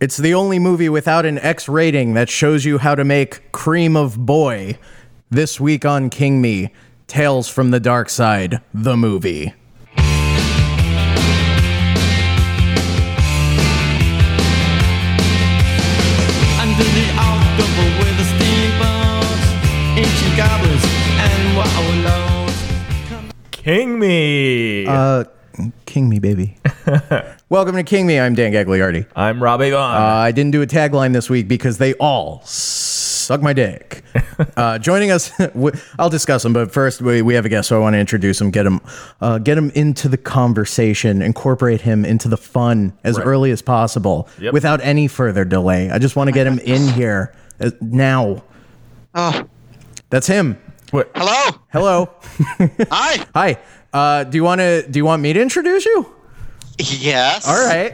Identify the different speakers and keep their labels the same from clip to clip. Speaker 1: It's the only movie without an X rating that shows you how to make cream of boy. This week on King Me, Tales from the Dark Side, the movie.
Speaker 2: Underneath our double with the steamboats, ancient goblins, and what
Speaker 3: King me.
Speaker 1: Uh, King Me, baby. Welcome to King Me. I'm Dan Gagliardi.
Speaker 3: I'm Rob Avon.
Speaker 1: Uh, I didn't do a tagline this week because they all suck my dick. uh, joining us, w- I'll discuss them, but first we, we have a guest, so I want to introduce him, get him, uh, get him into the conversation, incorporate him into the fun as early as possible
Speaker 3: Yep.
Speaker 1: without any further delay. I just want to get him in here uh, now.
Speaker 4: Oh,
Speaker 1: That's him.
Speaker 3: What-
Speaker 4: hello.
Speaker 1: Hello.
Speaker 4: Hi.
Speaker 1: Hi. Uh, do you want to? Do you want me to introduce you?
Speaker 4: Yes.
Speaker 1: All right.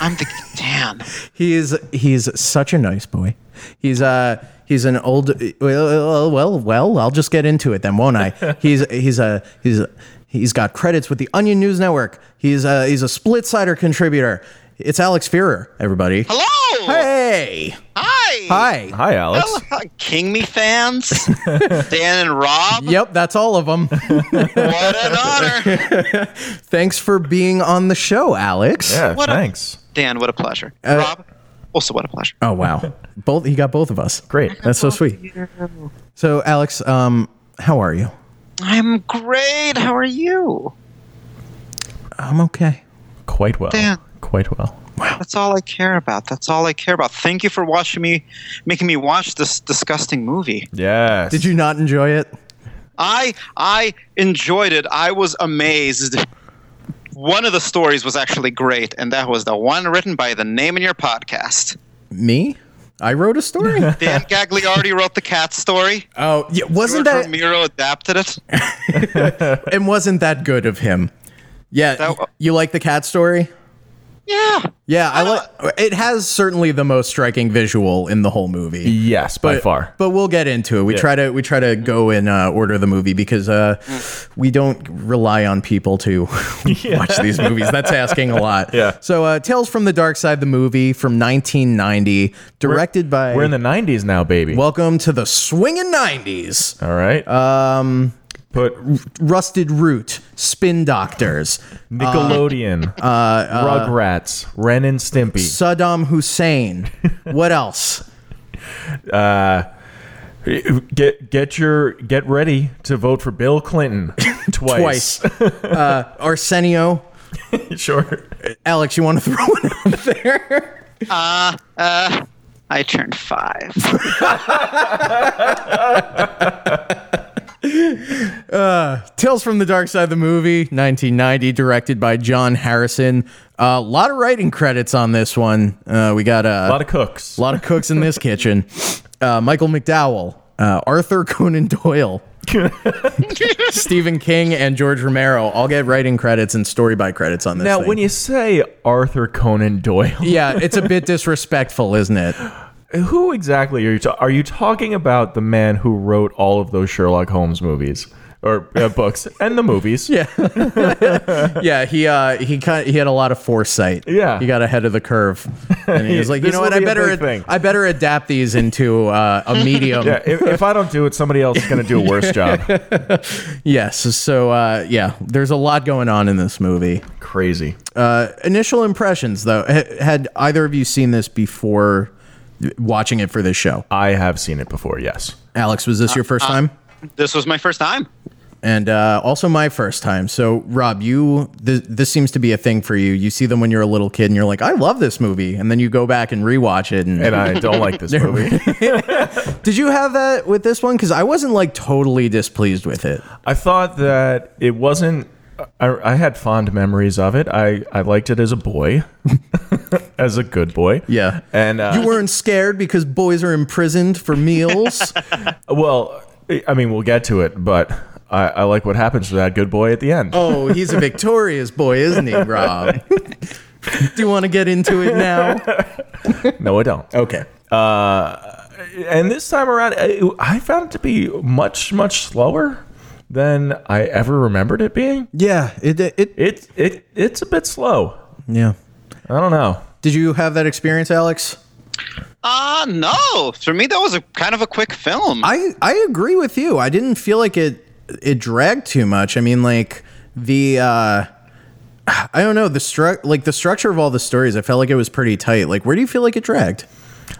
Speaker 4: I'm the damn.
Speaker 1: He is he's such a nice boy. He's uh he's an old well well well I'll just get into it then won't I? He's he's a he's a, he's got credits with the Onion News Network. He's a he's a split sider contributor. It's Alex Fearer, everybody.
Speaker 4: Hello.
Speaker 1: Hey.
Speaker 4: Hi.
Speaker 1: Hi.
Speaker 3: Hi, Alex.
Speaker 4: Hello, King Me fans. Dan and Rob.
Speaker 1: Yep, that's all of them.
Speaker 4: What an honor.
Speaker 1: Thanks for being on the show, Alex.
Speaker 3: Yeah,
Speaker 4: What a-
Speaker 3: thanks.
Speaker 4: Dan, what a pleasure.
Speaker 1: Uh,
Speaker 4: Rob, also what a pleasure.
Speaker 1: Oh wow. Both he got both of us.
Speaker 3: Great.
Speaker 1: That's so sweet. So Alex, um how are you?
Speaker 4: I'm great. How are you?
Speaker 1: I'm okay.
Speaker 3: Quite well.
Speaker 4: Dan.
Speaker 3: Quite well.
Speaker 4: That's all I care about. That's all I care about. Thank you for watching me, making me watch this disgusting movie.
Speaker 3: Yes.
Speaker 1: Did you not enjoy it?
Speaker 4: I I enjoyed it. I was amazed. One of the stories was actually great, and that was the one written by the name in your podcast.
Speaker 1: Me? I wrote a story.
Speaker 4: Dan Gagliardi wrote the cat story.
Speaker 1: oh, yeah, wasn't that
Speaker 4: George Romero adapted it.
Speaker 1: and wasn't that good of him? Yeah,
Speaker 4: That-
Speaker 1: y- you like the cat story?
Speaker 4: Yeah.
Speaker 1: Yeah, I like. It has certainly the most striking visual in the whole movie.
Speaker 3: Yes, by far.
Speaker 1: But we'll get into it. We try to we try to go in uh, order of the movie because uh, we don't rely on people to watch these movies. That's asking a lot.
Speaker 3: Yeah.
Speaker 1: So, uh, Tales from the Dark Side, the movie from 1990, directed by.
Speaker 3: We're in the 90s now, baby.
Speaker 1: Welcome to the swinging 90s.
Speaker 3: All right. Um. Put
Speaker 1: Rusted Root, Spin Doctors,
Speaker 3: Nickelodeon, uh, Rugrats, Ren and Stimpy.
Speaker 1: Saddam Hussein. What else?
Speaker 3: Get get your get ready to vote for Bill Clinton twice.
Speaker 1: Twice. uh, Arsenio.
Speaker 3: sure.
Speaker 1: Alex, you want to throw one up there?
Speaker 4: I turned five.
Speaker 1: Tales from the Dark Side of the Movie, 1990, directed by John Harrison. A lot of writing credits on this one. Uh, we got
Speaker 3: A
Speaker 1: uh,
Speaker 3: lot of cooks.
Speaker 1: a lot of cooks in this kitchen. Uh, Michael McDowell, uh, Arthur Conan Doyle, Stephen King, and George Romero all get writing credits and story by credits on this.
Speaker 3: now,
Speaker 1: thing.
Speaker 3: when you say Arthur Conan Doyle,
Speaker 1: yeah, it's a bit disrespectful, isn't it?
Speaker 3: who exactly are you? Ta- are you talking about the man who wrote all of those Sherlock Holmes movies or uh, books and the movies?
Speaker 1: Yeah, yeah. He uh, he kind he had a lot of foresight.
Speaker 3: Yeah.
Speaker 1: he got ahead of the curve, and he was like, you
Speaker 3: This
Speaker 1: know what,
Speaker 3: will
Speaker 1: I
Speaker 3: be a
Speaker 1: better
Speaker 3: big thing."
Speaker 1: I better adapt these into uh, a medium.
Speaker 3: Yeah, if, if I don't do it, somebody else is going to do a worse job.
Speaker 1: Yes. So uh, yeah, there's a lot going on in this movie. Uh,
Speaker 3: Crazy.
Speaker 1: Initial impressions, though, H- had either of you seen this before watching it for this show?
Speaker 3: I have seen it before, yes.
Speaker 1: Alex, was this your first time?
Speaker 4: This was my first time.
Speaker 1: and uh, also my first time. So, Rob, you th- this seems to be a thing for you. You see them when you're a little kid, and you're like, "I love this movie," and then you go back and rewatch it. And,
Speaker 3: And I don't like this movie.
Speaker 1: did you have that with this one? Because I wasn't like totally displeased with it.
Speaker 3: I thought that it wasn't. I, I had fond memories of it. I, I liked it as a boy, as a good boy.
Speaker 1: Yeah.
Speaker 3: And uh,
Speaker 1: You weren't scared because boys are imprisoned for meals.
Speaker 3: well, I mean, we'll get to it, but I, I like what happens to that good boy at the end.
Speaker 1: oh, he's a victorious boy, isn't he, Rob? Do you want to get into it now?
Speaker 3: No, I don't.
Speaker 1: Okay.
Speaker 3: And this time around, I, I found it to be much much slower than I ever remembered it being.
Speaker 1: Yeah. It. It.
Speaker 3: It it it's a bit slow.
Speaker 1: Yeah.
Speaker 3: I don't know.
Speaker 1: Did you have that experience, Alex?
Speaker 4: Ah, no. For me, that was a kind of a quick film.
Speaker 1: I I agree with you. I didn't feel like it it dragged too much. I mean, like the uh I don't know the stru- like the structure of all the stories. I felt like it was pretty tight. Like, where do you feel like it dragged?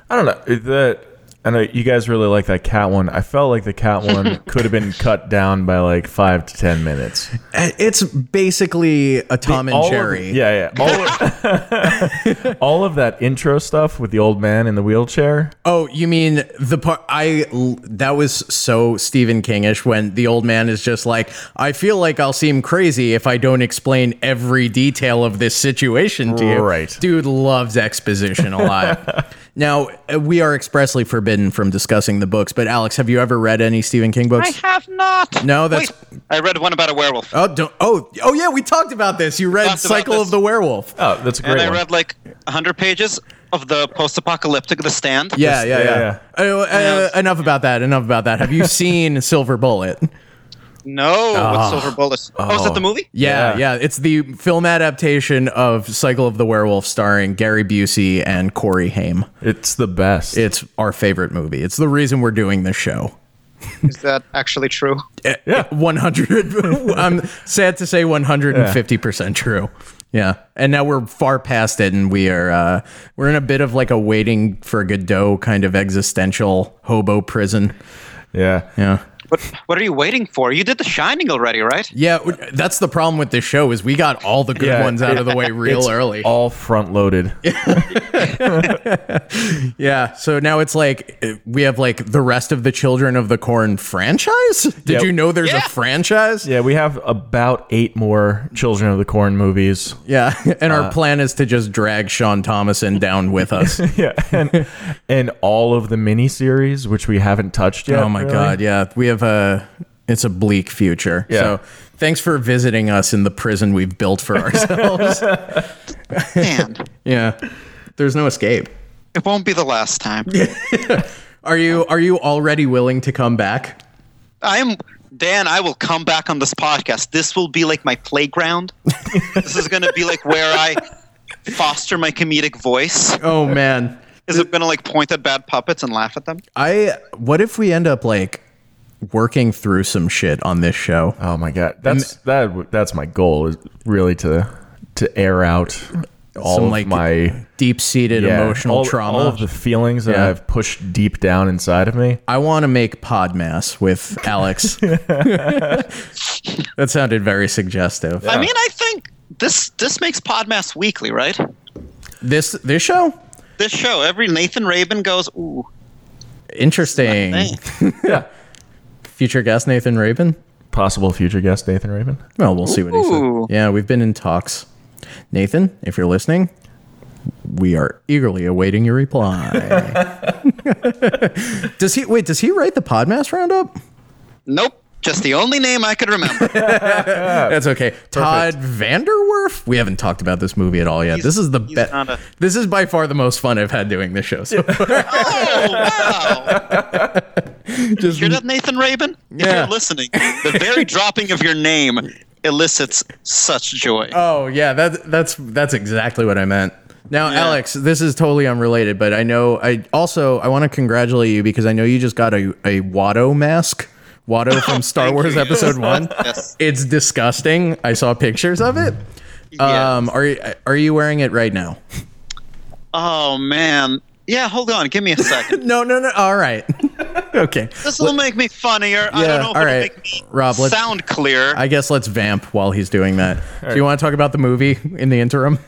Speaker 3: I don't know that. I know you guys really like that cat one. I felt like the cat one could have been cut down by like five to ten minutes.
Speaker 1: It's basically a Tom and
Speaker 3: All of-
Speaker 1: Jerry.
Speaker 3: yeah, yeah. All of, all of that intro stuff with the old man in the wheelchair.
Speaker 1: Oh, you mean the part I l- that was so Stephen Kingish when the old man is just like, I feel like I'll seem crazy if I don't explain every detail of this situation to you.
Speaker 3: Right.
Speaker 1: Dude loves exposition a lot. now, uh, we are expressly forbidden from discussing the books, but Alex, have you ever read any Stephen King
Speaker 4: I
Speaker 1: books?
Speaker 4: have not.
Speaker 1: No, that's-
Speaker 4: Wait, I read one about a werewolf.
Speaker 1: Oh, don't, oh, oh yeah, we talked about this. You read
Speaker 4: Talked about
Speaker 1: Cycle
Speaker 4: this.
Speaker 1: of the Werewolf.
Speaker 3: Oh, that's a great.
Speaker 4: and I
Speaker 3: one.
Speaker 4: read like 100 pages of the post apocalyptic The Stand.
Speaker 1: Yeah, yeah,
Speaker 3: yeah,
Speaker 1: yeah. Oh, uh,
Speaker 4: Yeah.
Speaker 1: enough about that. Enough about that. Have you seen Silver Bullet?
Speaker 4: No,
Speaker 1: Ah.
Speaker 4: with Silver Bullets. Oh, is that the movie?
Speaker 1: Yeah, yeah,
Speaker 3: Yeah.
Speaker 1: It's the film adaptation of Cycle of the Werewolf starring Gary Busey and Corey Haim.
Speaker 3: It's the best.
Speaker 1: It's our favorite movie. It's the reason we're doing this show.
Speaker 4: Is that actually true?
Speaker 1: Yeah. 100 I'm sad to say 150% true. Yeah. And now we're far past it and we are uh we're in a bit of like a waiting for Godot kind of existential hobo prison.
Speaker 3: yeah.
Speaker 1: Yeah.
Speaker 4: What, what are you waiting for? You did The Shining already, right?
Speaker 1: Yeah, w- that's the problem with this show is we got all the good
Speaker 3: Yeah,
Speaker 1: ones out of the way real
Speaker 3: It's
Speaker 1: early.
Speaker 3: All front loaded.
Speaker 1: Yeah, so now it's like uh, we have like the rest of the Children of the Corn franchise. Did
Speaker 3: Yeah.
Speaker 1: you know there's
Speaker 4: Yeah.
Speaker 1: a franchise?
Speaker 3: Yeah, we have about eight more Children of the Corn movies.
Speaker 1: Yeah, and our plan is to just drag Sean Thomason down with us.
Speaker 3: Uh, Yeah, and and all of the miniseries which we haven't touched yet.
Speaker 1: oh my
Speaker 3: really.
Speaker 1: god, yeah, we have a it's a bleak future.
Speaker 3: Yeah.
Speaker 1: So thanks for visiting us in the prison we've built for ourselves.
Speaker 4: Man,
Speaker 1: yeah, there's no escape.
Speaker 4: it won't be the last time.
Speaker 1: Are you are you already willing to come back?
Speaker 4: I am Dan. I will come back on this podcast. This will be like my playground. this is going to be like where I foster my comedic voice.
Speaker 1: Oh man,
Speaker 4: Is it going to like point at bad puppets and laugh at them?
Speaker 1: I what if we end up like working through some shit on this show?
Speaker 3: Oh my god. That's that w- that's my goal is really to to air out all
Speaker 1: Some,
Speaker 3: of
Speaker 1: like,
Speaker 3: my
Speaker 1: deep seated
Speaker 3: yeah,
Speaker 1: emotional
Speaker 3: all-
Speaker 1: trauma.
Speaker 3: all of the feelings that
Speaker 1: Yeah.
Speaker 3: I've pushed deep down inside of me.
Speaker 1: I want to make Podmass with Alex. that sounded very suggestive.
Speaker 4: I mean, I think this this makes Podmass weekly, right?
Speaker 1: This this show
Speaker 4: This show, every Nathan Rabin goes, ooh,
Speaker 1: interesting.
Speaker 4: hey.
Speaker 3: Yeah.
Speaker 1: Future guest Nathan Raven.
Speaker 3: Possible future guest Nathan Raven.
Speaker 1: Well, we'll see what he
Speaker 4: Ooh.
Speaker 1: says. Yeah, we've been in talks. Nathan, if you're listening, we are eagerly awaiting your reply. does he wait? Does he write the Podmass roundup?
Speaker 4: nope, just the only name I could remember.
Speaker 1: That's okay. Todd Vanderwerf. We haven't talked about this movie at all yet. this is the
Speaker 4: he's
Speaker 1: best.
Speaker 4: not a-
Speaker 1: This is by far the most fun I've had doing this show. So far.
Speaker 4: oh wow!
Speaker 1: Just-
Speaker 4: You're that Nathan Rabin? If
Speaker 1: Yeah.
Speaker 4: you're listening, the very dropping of your name elicits such joy.
Speaker 1: oh yeah, that that's that's exactly what I meant. Now, Alex, this is totally unrelated, but I know I also I want to congratulate you because I know you just got a a Watto mask. Watto from Star
Speaker 4: Thank
Speaker 1: Wars
Speaker 4: you.
Speaker 1: Episode One.
Speaker 4: Yes.
Speaker 1: It's disgusting. I saw pictures of it. Um, are you are you wearing it right now?
Speaker 4: Oh man. Yeah, hold on. Give me a second.
Speaker 1: No, no, no. All right. okay.
Speaker 4: This will make me funnier. I
Speaker 1: Yeah,
Speaker 4: don't know if
Speaker 1: all
Speaker 4: it'll
Speaker 1: right.
Speaker 4: make me
Speaker 1: Rob, let's-
Speaker 4: sound clearer.
Speaker 1: I guess let's vamp while he's doing that. Do you want to talk about the movie in the interim?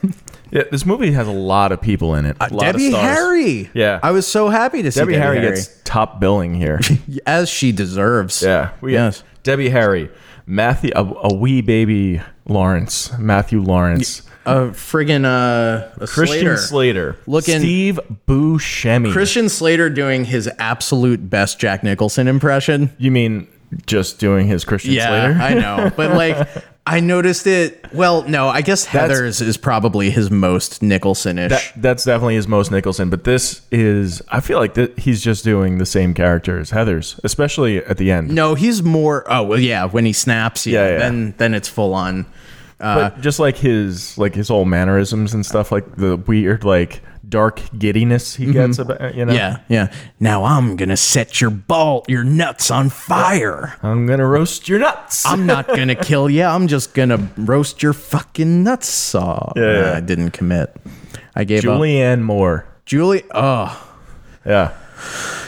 Speaker 3: Yeah, this movie has a lot of people in it. A lot
Speaker 1: Uh, Debbie
Speaker 3: of stars.
Speaker 1: Harry.
Speaker 3: Yeah.
Speaker 1: I was so happy to see
Speaker 3: Debbie, Harry, gets top billing here.
Speaker 1: as she deserves.
Speaker 3: yeah. We
Speaker 1: Yes.
Speaker 3: Debbie Harry, Matthew a, a wee baby Lawrence, Matthew Lawrence,
Speaker 1: A friggin' uh, a
Speaker 3: Christian
Speaker 1: Slater.
Speaker 3: Slater,
Speaker 1: Looking-
Speaker 3: Steve Buscemi.
Speaker 1: Christian Slater doing his absolute best Jack Nicholson impression.
Speaker 3: you mean just doing his Christian Slater?
Speaker 1: I know, but like. I noticed it. Well, no, I guess Heather's is probably his most Nicholson-ish.
Speaker 3: That- that's definitely his most Nicholson, but this is I feel like that he's just doing the same character as Heather's, especially at the end.
Speaker 1: No, he's more. Oh well, yeah. When he snaps, yeah.
Speaker 3: Yeah, yeah.
Speaker 1: Then then it's full on.
Speaker 3: but just like his like his whole mannerisms and stuff, like the weird like dark giddiness he gets about you know.
Speaker 1: Mm-hmm. Yeah, yeah. Now I'm gonna set your ball, your nuts on fire.
Speaker 3: I'm gonna roast your nuts.
Speaker 1: I'm not gonna kill you. I'm just gonna roast your fucking nuts saw.
Speaker 3: Yeah.
Speaker 1: I didn't commit. I gave up.
Speaker 3: Julianne Moore.
Speaker 1: Julie. Oh.
Speaker 3: Yeah.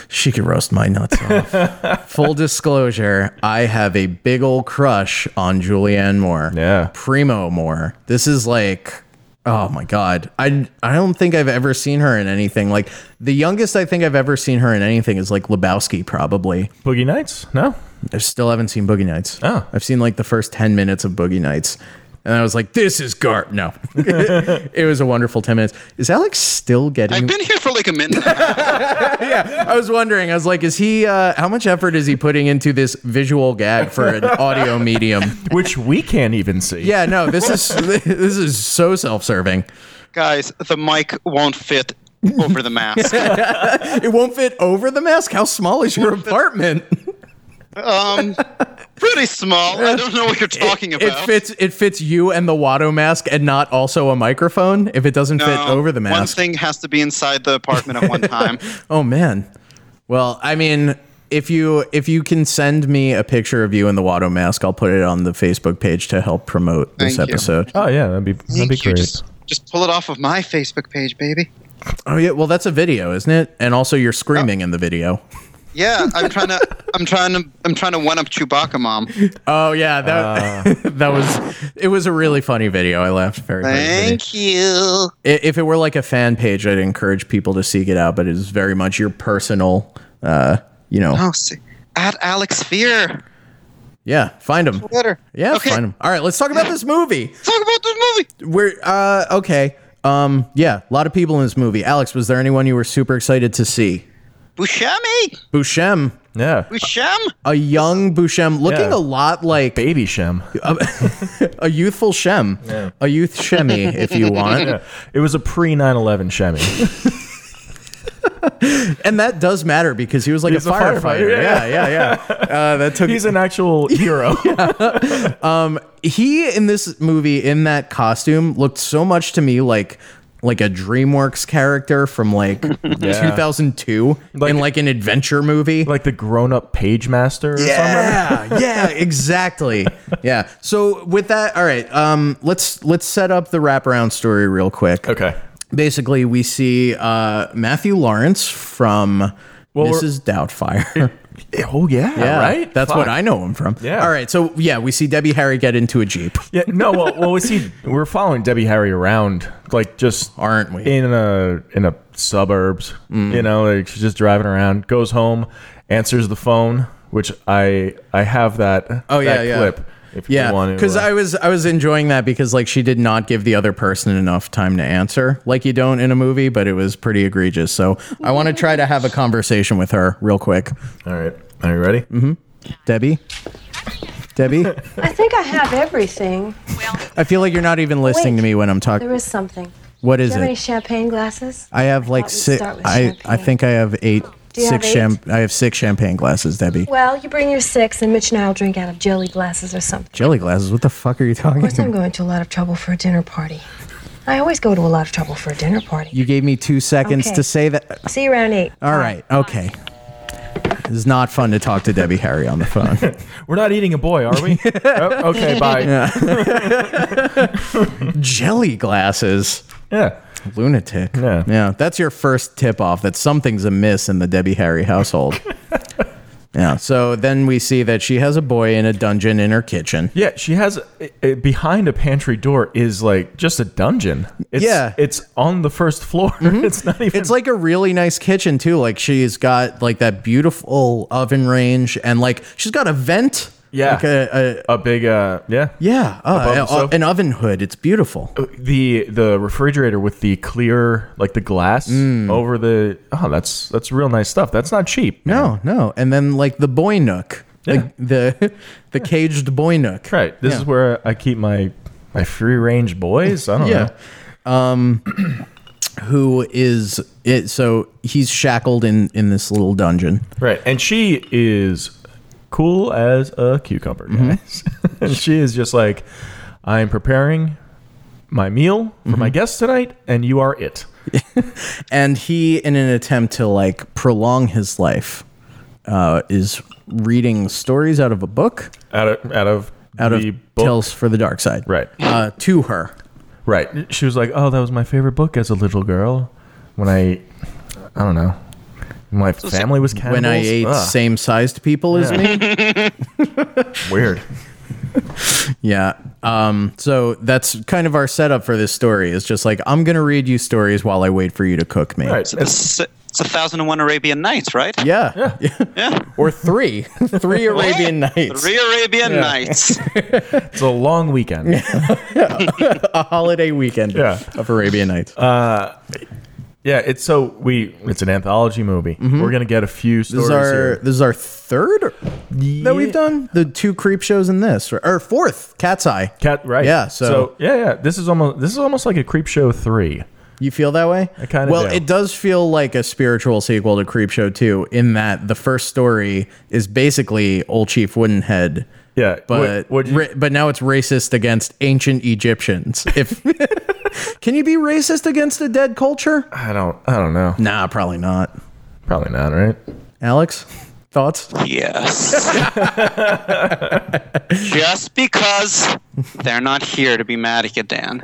Speaker 1: She could roast my nuts off. Full disclosure, I have a big old crush on Julianne Moore.
Speaker 3: Yeah.
Speaker 1: Primo Moore. This is like oh my god. I I don't think I've ever seen her in anything. Like the youngest I think I've ever seen her in anything is like Lebowski probably.
Speaker 3: Boogie Nights? No.
Speaker 1: I still haven't seen Boogie Nights.
Speaker 3: Oh.
Speaker 1: I've seen like the first 10 minutes of Boogie Nights. And I was like, this is gar no. it was a wonderful 10 minutes. Is Alex still getting
Speaker 4: I've been here for like a minute.
Speaker 1: I was wondering. I was like, is he? Uh, how much effort is he putting into this visual gag for an audio medium?
Speaker 3: Which we can't even see.
Speaker 1: Yeah, no. This is this is so self-serving.
Speaker 4: Guys, the mic won't fit over the mask.
Speaker 1: It won't fit over the mask. How small is your apartment?
Speaker 4: Um, pretty small. I don't know what you're talking
Speaker 1: It
Speaker 4: about.
Speaker 1: fits. It fits you and the Watto mask, and not also a microphone. If it doesn't fit
Speaker 4: No,
Speaker 1: over the
Speaker 4: One
Speaker 1: mask,
Speaker 4: thing has to be inside the apartment at one time.
Speaker 1: oh man. Well, I mean. If you if you can send me a picture of you in the Watto mask, I'll put it on the Facebook page to help promote this
Speaker 4: Thank you.
Speaker 1: episode.
Speaker 3: Oh yeah, that'd be that'd
Speaker 4: Thank
Speaker 3: be
Speaker 4: you.
Speaker 3: great.
Speaker 4: Just, just pull it off of my Facebook page, baby.
Speaker 1: Oh yeah, well that's a video, isn't it? And also you're screaming in the video.
Speaker 4: Yeah, I'm trying to. I'm trying to. I'm trying to one up Chewbacca, mom.
Speaker 1: Oh yeah, that
Speaker 4: Uh.
Speaker 1: that was it was a really funny video. I laughed very hard.
Speaker 4: Thank you.
Speaker 1: I- If it were like a fan page, I'd encourage people to seek it out, but it is very much your personal uh, you know.
Speaker 4: Oh, see, at Alex Fear.
Speaker 1: Yeah, find them.
Speaker 4: Twitter.
Speaker 1: Yeah,
Speaker 4: Okay.
Speaker 1: find them. All right, let's talk about this movie.
Speaker 4: Talk about this movie.
Speaker 1: We're uh okay. Um yeah, a lot of people in this movie. Alex, was there anyone you were super excited to see?
Speaker 4: Buscemi.
Speaker 1: Bushem,
Speaker 3: Yeah.
Speaker 4: Buscem.
Speaker 1: a young Bushem, looking
Speaker 3: Yeah.
Speaker 1: a lot like
Speaker 3: Baby Shem.
Speaker 1: a youthful Shem, a youth Shemmy, if you want.
Speaker 3: It was a pre 9/11 Shemmy.
Speaker 1: And that does matter because he was like
Speaker 3: He's
Speaker 1: a
Speaker 3: a
Speaker 1: firefighter.
Speaker 3: firefighter,
Speaker 1: Yeah, yeah, yeah. Uh, that took
Speaker 3: He's an actual hero.
Speaker 1: he in this movie in that costume looked so much to me like like a DreamWorks character from like 2002
Speaker 3: Like-
Speaker 1: in like an adventure movie.
Speaker 3: Like the grown-up page master or something.
Speaker 1: yeah, yeah, exactly. Yeah. So with that, all right. Um, let's let's set up the wraparound story real quick.
Speaker 3: Okay.
Speaker 1: Basically, we see uh, Matthew Lawrence from
Speaker 3: we're-
Speaker 1: Mrs. Doubtfire.
Speaker 3: Oh yeah,
Speaker 1: Yeah,
Speaker 3: right.
Speaker 1: That's
Speaker 3: Fuck.
Speaker 1: what I know him from.
Speaker 3: Yeah.
Speaker 1: All right. So yeah, we see Debbie Harry get into a jeep,
Speaker 3: Yeah, no. Well, well, we see we're following Debbie Harry around, like just
Speaker 1: aren't we? Mm.
Speaker 3: in a in a suburbs. You know, like she's just driving around. Goes home, answers the phone, which I I have that.
Speaker 1: Oh, yeah,
Speaker 3: that
Speaker 1: yeah.
Speaker 3: clip. If you
Speaker 1: yeah,
Speaker 3: want to,
Speaker 1: because
Speaker 3: uh,
Speaker 1: I was I was enjoying that because like she did not give the other person enough time to answer like you don't in a movie, but it was pretty egregious. So I want to try to have a conversation with her real quick.
Speaker 3: all right. Are you ready?
Speaker 1: Mm-hmm. Debbie, Debbie,
Speaker 5: I think I have everything.
Speaker 1: I feel like you're not even listening to me when I'm
Speaker 5: There
Speaker 1: talking.
Speaker 5: is something.
Speaker 1: What is
Speaker 5: Do you have any
Speaker 1: it?
Speaker 5: champagne glasses?
Speaker 1: I have like
Speaker 5: thought we'd
Speaker 1: six.
Speaker 5: start with
Speaker 1: I I
Speaker 5: champagne.
Speaker 1: think I have eight.
Speaker 5: Do you
Speaker 1: Six
Speaker 5: have
Speaker 1: champ. I have six champagne glasses, Debbie.
Speaker 5: Well, you bring your six, and Mitch and I will drink out of jelly glasses or something.
Speaker 1: Jelly glasses. What the fuck are you talking?
Speaker 5: Of course, I'm
Speaker 1: about?
Speaker 5: going to a lot of trouble for a dinner party. I always go to a lot of trouble for a dinner party.
Speaker 1: You gave me two seconds
Speaker 5: Okay.
Speaker 1: to say that.
Speaker 5: See you around eight.
Speaker 1: All right. Okay. It's not fun to talk to Debbie Harry on the phone.
Speaker 3: We're not eating a boy, are we? oh, okay, bye. Yeah.
Speaker 1: Jelly glasses.
Speaker 3: yeah,
Speaker 1: Lunatic.
Speaker 3: Yeah.
Speaker 1: Yeah. That's your first tip off that something's amiss in the Debbie Harry household. yeah. So then we see that she has a boy in a dungeon in her kitchen.
Speaker 3: She has eh, eh, behind a pantry door is like just a dungeon. It's,
Speaker 1: Yeah. Mm-hmm.
Speaker 3: it's on the first floor. it's not even.
Speaker 1: It's like a really nice kitchen too. Like she's got like that beautiful oven range and like she's got a vent.
Speaker 3: Yeah.
Speaker 1: Like a, a
Speaker 3: a big uh yeah
Speaker 1: yeah,
Speaker 3: Above
Speaker 1: uh,
Speaker 3: the soap?
Speaker 1: an oven hood. It's beautiful.
Speaker 3: the the refrigerator with the clear like the glass
Speaker 1: Mm.
Speaker 3: over the oh that's that's real nice stuff that's not cheap
Speaker 1: No, no. And then like the boy nook, like the the caged boy nook.
Speaker 3: right this is where i keep my my free range boys i don't
Speaker 1: Yeah.
Speaker 3: know
Speaker 1: Um who is it so he's shackled in in this little dungeon.
Speaker 3: right and she
Speaker 1: Mm-hmm.
Speaker 3: is cool as a cucumber guys and she is just like I am preparing my meal for
Speaker 1: Mm-hmm.
Speaker 3: my guests tonight, and you are it.
Speaker 1: and he in an attempt to like prolong his life uh, is reading stories out of a book
Speaker 3: Out of out of
Speaker 1: out
Speaker 3: the
Speaker 1: of tales for the dark side
Speaker 3: Right.
Speaker 1: uh, to her
Speaker 3: Right. She was like, "Oh, that was my favorite book as a little girl. When I, I don't know, my family was cannibals.
Speaker 1: when i ate
Speaker 3: Ugh,
Speaker 1: same sized people as me
Speaker 3: weird.
Speaker 1: yeah um, so that's kind of our setup for this story is just like i'm gonna read you stories while i wait for you to cook me
Speaker 3: Right.
Speaker 4: It's, it's a thousand and one Arabian Nights, right?
Speaker 1: yeah,
Speaker 4: Yeah.
Speaker 1: or three three arabian nights
Speaker 4: Three Arabian Nights.
Speaker 3: It's a long weekend.
Speaker 1: a holiday weekend
Speaker 3: Yeah. Uh,
Speaker 1: of arabian nights
Speaker 3: yeah. It's so we. It's an anthology movie. We're gonna get a few
Speaker 1: Mm-hmm. this
Speaker 3: stories
Speaker 1: is our
Speaker 3: here.
Speaker 1: this is our third that we've done the two creep shows in this or, or fourth cat's eye
Speaker 3: Cat. Right.
Speaker 1: Yeah, so-
Speaker 3: yeah, yeah. This is almost this is almost like a creep show three.
Speaker 1: You feel that way?
Speaker 3: I kinda
Speaker 1: Well,
Speaker 3: do.
Speaker 1: it does feel like a spiritual sequel to Creepshow 2 in that the first story is basically Old Chief Woodenhead.
Speaker 3: Yeah.
Speaker 1: But
Speaker 3: what, what'd you-
Speaker 1: ra- but now it's racist against ancient Egyptians. If Can you be racist against a dead culture?
Speaker 3: I don't. I don't know.
Speaker 1: Nah, probably not.
Speaker 3: Probably not. Right.
Speaker 1: Alex, thoughts?
Speaker 4: Yes. Just because they're not here to be mad at you, Dan.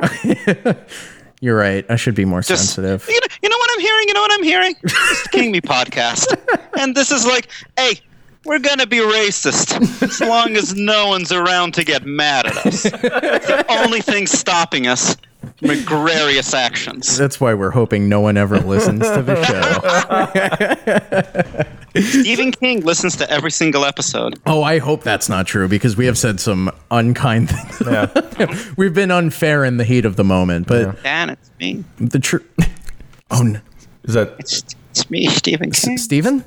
Speaker 1: You're right. I should be more
Speaker 4: Just-
Speaker 1: sensitive.
Speaker 4: You know, you know what I'm hearing? You know what I'm hearing? It's the King Me podcast. And this is like, hey, we're going to be racist as long as no one's around to get mad at us. That's the only thing stopping us from agrarious actions.
Speaker 1: That's why we're hoping no one ever listens to the show.
Speaker 4: Stephen King listens to every single episode.
Speaker 1: Oh, I hope that's not true because we have said some unkind things.
Speaker 3: Yeah.
Speaker 1: We've been unfair in the heat of the moment, but
Speaker 4: Dan, it's me.
Speaker 1: the truth. Oh, n-
Speaker 3: Is that
Speaker 4: It's, it's me, Stephen King.
Speaker 1: Steven?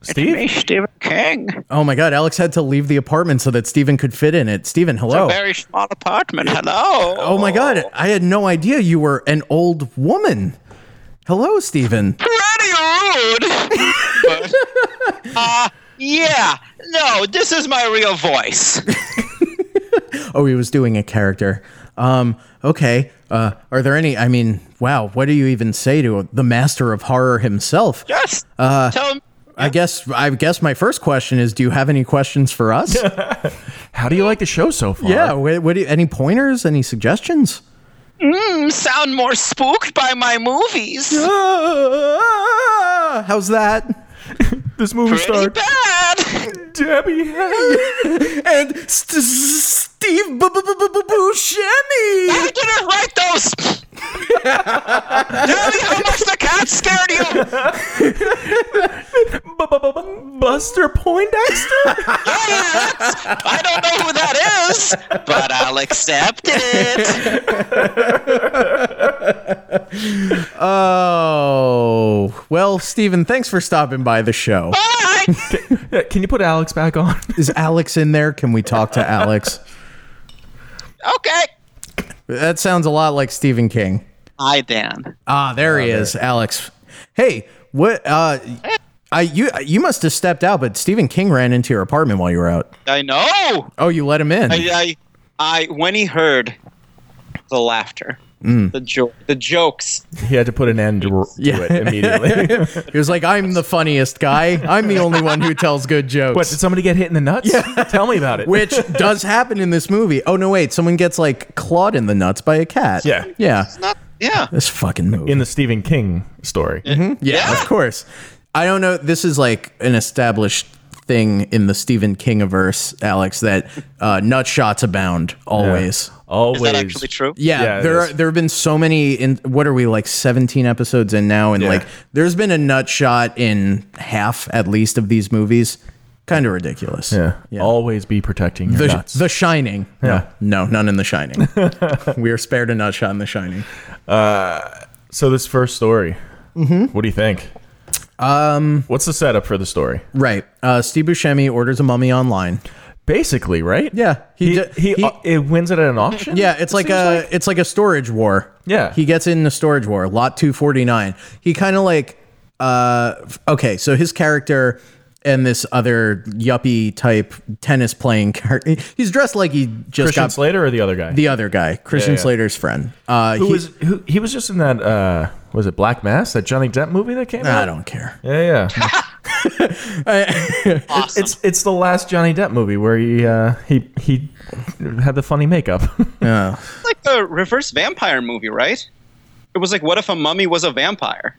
Speaker 3: Steve?
Speaker 4: me, Stephen King.
Speaker 1: Oh my God, Alex had to leave the apartment so that Steven could fit in it. Steven, hello.
Speaker 4: Very small apartment. Hello.
Speaker 1: Oh my God, I had no idea you were an old woman. Hello, Steven.
Speaker 4: pretty rude. but, uh, yeah, no, this is my real voice.
Speaker 1: Oh, he was doing a character. Um, okay. Uh, are there any? I mean, wow, what do you even say to the master of horror himself?
Speaker 4: Yes. Tell him.
Speaker 1: I guess I guess my first question is do you have any questions for us?
Speaker 3: How do you like the show so far?
Speaker 1: yeah, what, what do you, any pointers, any suggestions?
Speaker 4: sound more spooked by my movies.
Speaker 1: Ah, how's that?
Speaker 3: This movie
Speaker 4: Pretty
Speaker 3: star
Speaker 4: bad.
Speaker 3: Debbie Harry.
Speaker 1: and St- Steve B- B- B- B- Buscemi.
Speaker 4: I didn't write those. Tell me how much the cat scared you.
Speaker 3: Buster Poindexter.
Speaker 4: I don't know who that is, but I'll accept it.
Speaker 1: Oh well, Steven, thanks for stopping by the show.
Speaker 4: Bye.
Speaker 3: Yeah, Can you put Alex back on?
Speaker 1: Is Alex in there? Can we talk to Alex?
Speaker 4: Okay.
Speaker 1: That sounds a lot like Stephen King.
Speaker 4: Hi, Dan.
Speaker 1: Ah, there he is, Alex. Hey, what? Uh, I you you must have stepped out, but Stephen King ran into your apartment while you were out.
Speaker 4: I know.
Speaker 1: Oh, you let him in.
Speaker 4: I, I, I when he heard the laughter,
Speaker 1: Mm.
Speaker 4: the joke, the jokes.
Speaker 3: He had to put an end to, to
Speaker 1: Yeah.
Speaker 3: it immediately.
Speaker 1: He was like, "I'm the funniest guy. I'm the only one who tells good jokes."
Speaker 3: what? Did somebody get hit in the nuts? Tell me about it.
Speaker 1: which does happen in this movie. Oh no, wait! Someone gets like clawed in the nuts by a cat.
Speaker 3: Yeah.
Speaker 1: yeah.
Speaker 4: Not yeah.
Speaker 1: This fucking movie.
Speaker 3: in the Stephen King story.
Speaker 4: Mm-hmm.
Speaker 1: yeah,
Speaker 4: Yeah.
Speaker 1: of course. I don't know. This is like an established thing in the Stephen Kingiverse, Alex. That uh, nut shots abound always.
Speaker 3: Always.
Speaker 4: Is that actually true?
Speaker 1: Yeah,
Speaker 3: Yeah, it
Speaker 1: there
Speaker 3: is.
Speaker 1: are, there have been so many. In what are we like seventeen episodes in now, and
Speaker 3: Yeah.
Speaker 1: like there's been a nut shot in half at least of these movies. Kind of ridiculous.
Speaker 3: Yeah. Always be protecting your
Speaker 1: The,
Speaker 3: nuts.
Speaker 1: the Shining.
Speaker 3: Yeah.
Speaker 1: No, none in The Shining. we are spared a nut shot in The Shining.
Speaker 3: so this first story.
Speaker 1: Mm-hmm.
Speaker 3: What do you think? Um, What's the setup for the story?
Speaker 1: Right. Uh, Steve Buscemi orders a mummy online.
Speaker 3: Basically, right?
Speaker 1: Yeah, he
Speaker 3: He
Speaker 1: ju-
Speaker 3: he,
Speaker 1: he-
Speaker 3: uh, it wins it at an auction.
Speaker 1: Yeah, it's like a it's like a storage war.
Speaker 3: Yeah.
Speaker 1: He gets in the storage war, lot 249. He kind of like uh f- okay, so his character and this other yuppie type tennis playing. car- He's dressed like he just
Speaker 3: Christian
Speaker 1: got
Speaker 3: Slater or the other guy?
Speaker 1: the other guy, Christian
Speaker 3: Yeah, yeah.
Speaker 1: Slater's friend. Uh,
Speaker 3: who
Speaker 1: he-
Speaker 3: was who, he was just in that uh was it Black Mass that Johnny Depp movie that came out?
Speaker 1: I don't care.
Speaker 3: Yeah, yeah.
Speaker 4: Awesome.
Speaker 3: it's it's the last Johnny Depp movie where he uh he he had the funny makeup.
Speaker 4: It's like the reverse vampire movie, right? It was like, what if a mummy was a vampire?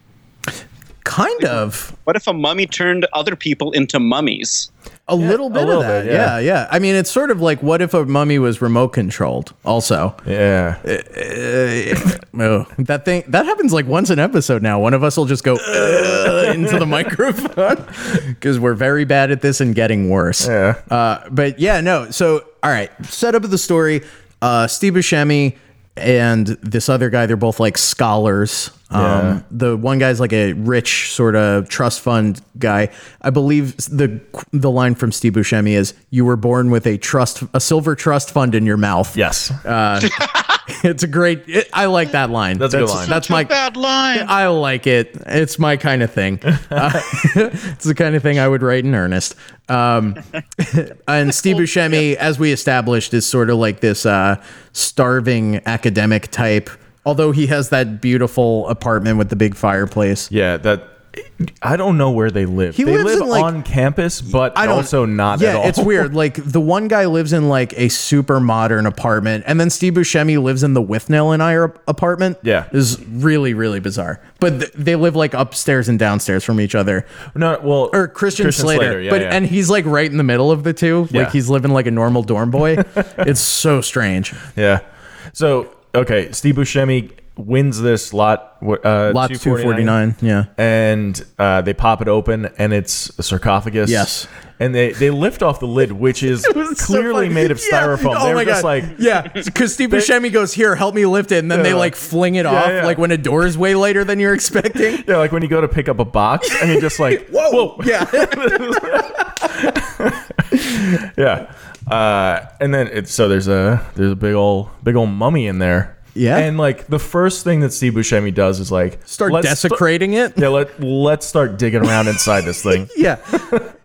Speaker 1: Kind of.
Speaker 4: What if a mummy turned other people into mummies?
Speaker 1: A little bit
Speaker 3: little
Speaker 1: of that.
Speaker 3: bit,
Speaker 1: yeah.
Speaker 3: yeah.
Speaker 1: yeah, I mean, it's sort of like what if a mummy was remote controlled? Also,
Speaker 3: yeah.
Speaker 1: oh, that thing that happens like once an episode now. One of us will just go
Speaker 3: Uh.
Speaker 1: "Ugh," into the microphone because we're very bad at this and getting worse.
Speaker 3: Yeah.
Speaker 1: Uh, but yeah, no. So all right, set up of the story. Uh, Steve Buscemi and this other guy, they're both like scholars. Um,
Speaker 3: Yeah.
Speaker 1: The one guy's like a rich sort of trust fund guy. I believe the the line from Steve Buscemi is, "You were born with a trust, a silver trust fund in your mouth."
Speaker 3: Yes.
Speaker 1: Uh, It's a great. It, I like that line.
Speaker 3: That's a good line.
Speaker 1: That's my.
Speaker 4: Bad line.
Speaker 1: I like it. It's my kind of thing. Uh, it's the kind of thing I would write in earnest. Um, and Steve
Speaker 4: Oh,
Speaker 1: Buscemi, as we established, is sort of like this uh, starving academic type. Although he has that beautiful apartment with the big fireplace.
Speaker 3: yeah, that I don't know where they live.
Speaker 1: He
Speaker 3: they
Speaker 1: lives
Speaker 3: live
Speaker 1: in, like-
Speaker 3: on campus, but
Speaker 1: I don't,
Speaker 3: also not
Speaker 1: yeah,
Speaker 3: at all.
Speaker 1: it's weird. Like the one guy lives in like a super modern apartment, and then Steve Buscemi lives in the Withnell and I apartment.
Speaker 3: Yeah.
Speaker 1: is really really bizarre. But th- they live like upstairs and downstairs from each other.
Speaker 3: No, well,
Speaker 1: Or Christian, Slater,
Speaker 3: yeah,
Speaker 1: but
Speaker 3: yeah.
Speaker 1: and he's like right in the middle of the two.
Speaker 3: Yeah.
Speaker 1: Like he's living like a normal dorm boy. it's so strange.
Speaker 3: Yeah. So okay, Steve Buscemi wins this lot. wh- Uh,
Speaker 1: Lot two forty nine. Yeah,
Speaker 3: And uh, they pop it open, and it's a sarcophagus.
Speaker 1: Yes.
Speaker 3: And they, they lift off the lid, which is clearly made of styrofoam.
Speaker 1: Oh
Speaker 3: They're
Speaker 1: my
Speaker 3: just
Speaker 1: god!
Speaker 3: like,
Speaker 1: yeah, because Steve Buscemi goes here, help me lift it, and then they
Speaker 3: Yeah.
Speaker 1: like fling it off
Speaker 3: yeah.
Speaker 1: like when a door is way later than you're expecting.
Speaker 3: yeah, like when you go to pick up a box, and you're just like,
Speaker 1: Whoa! Yeah.
Speaker 3: Yeah. Uh, and then it, so there's a there's a big old big old mummy in there.
Speaker 1: Yeah.
Speaker 3: And like the first thing that Steve Buscemi does is like
Speaker 1: Start
Speaker 3: let's sta-
Speaker 1: desecrating it.
Speaker 3: yeah, let let's start digging around inside this thing.
Speaker 1: yeah.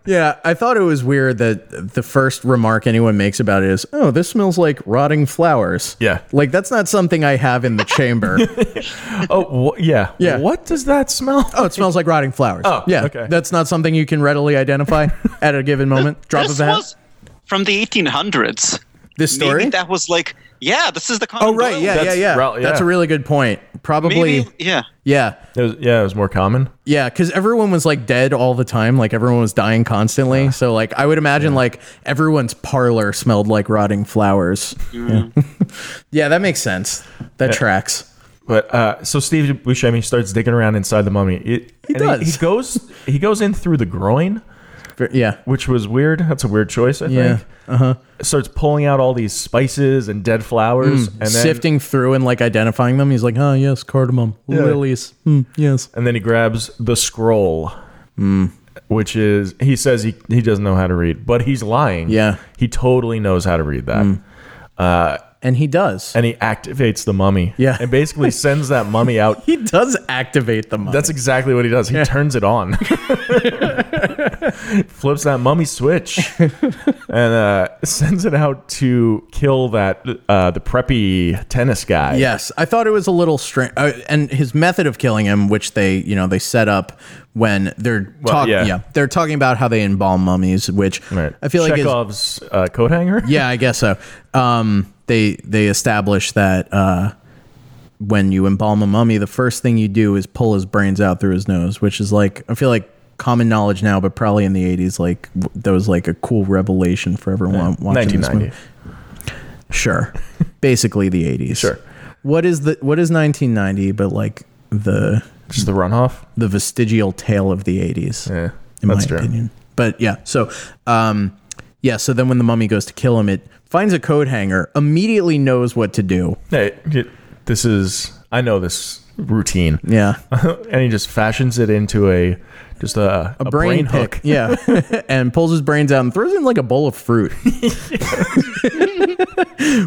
Speaker 1: Yeah. I thought it was weird that the first remark anyone makes about it is, oh, this smells like rotting flowers.
Speaker 3: Yeah.
Speaker 1: Like, that's not something I have in the chamber.
Speaker 3: Oh wh- yeah,
Speaker 1: Yeah.
Speaker 3: What does that smell?
Speaker 1: oh, it smells like rotting flowers.
Speaker 3: Oh,
Speaker 1: yeah.
Speaker 3: okay.
Speaker 1: That's not something you can readily identify at a given moment. Drop
Speaker 4: this
Speaker 1: of a hat.
Speaker 4: was from the 1800s.
Speaker 1: This story?
Speaker 4: Maybe that was like, yeah, this is the Conan
Speaker 1: oh, right.
Speaker 4: Doyle
Speaker 1: Yeah, yeah,
Speaker 3: That's
Speaker 1: yeah.
Speaker 3: rel-
Speaker 1: That's a
Speaker 3: yeah.
Speaker 1: really good point. Probably.
Speaker 4: Maybe, yeah.
Speaker 1: Yeah.
Speaker 3: It was, yeah, it was more common.
Speaker 1: Yeah, because everyone was like dead all the time. Like everyone was dying constantly. So like I would imagine like everyone's parlor smelled like rotting flowers.
Speaker 3: Mm-hmm.
Speaker 1: Yeah. yeah, that makes sense. That tracks.
Speaker 3: But uh, so Steve Buscemi starts digging around inside the mummy. It, he
Speaker 1: does.
Speaker 3: He, goes he goes in through the groin,
Speaker 1: Ver- Yeah.
Speaker 3: which was weird. That's a weird choice. I
Speaker 1: Yeah. uh-huh.
Speaker 3: think. Uh huh. Starts pulling out all these spices and dead flowers, and then
Speaker 1: Mm, Sifting through and like identifying them. He's like, oh, yes, cardamom, lilies. Hmm, yes.
Speaker 3: and then he grabs the scroll,
Speaker 1: Mm.
Speaker 3: which is he says he he doesn't know how to read, but he's lying.
Speaker 1: Yeah. Mm.
Speaker 3: he totally knows how to read that,
Speaker 1: And he does.
Speaker 3: and he activates the mummy.
Speaker 1: Yeah.
Speaker 3: and basically sends that mummy out.
Speaker 1: he does activate the mummy.
Speaker 3: That's exactly what he does. He turns it on, flips that mummy switch, and uh, sends it out to kill that uh, the preppy tennis guy.
Speaker 1: Yes, I thought it was a little strange, uh, and his method of killing him, which they, you know, they set up when they're talking.
Speaker 3: yeah.
Speaker 1: Yeah. they're talking about how they embalm mummies, which
Speaker 3: right.
Speaker 1: I feel like is
Speaker 3: Chekhov's uh, coat hanger.
Speaker 1: yeah, I guess so. Um, they they establish that uh, when you embalm a mummy, the first thing you do is pull his brains out through his nose, which is like I feel like common knowledge now, but probably in the '80s, like w- that was like a cool revelation for everyone watching this
Speaker 3: 1990.
Speaker 1: movie. Sure, basically the '80s.
Speaker 3: Sure.
Speaker 1: What is the what is 1990? But like the
Speaker 3: Just the runoff.
Speaker 1: the vestigial tale of the 80s
Speaker 3: Yeah,
Speaker 1: in
Speaker 3: that's
Speaker 1: my
Speaker 3: true.
Speaker 1: opinion. But yeah, so um, yeah, so then when the mummy goes to kill him, it finds a coat hanger, immediately knows what to do.
Speaker 3: Hey, y- this is. I know this routine.
Speaker 1: Yeah.
Speaker 3: and he just fashions it into a just a, a, brain,
Speaker 1: pick.
Speaker 3: hook.
Speaker 1: Yeah. and pulls his brains out and throws it in like a bowl of fruit.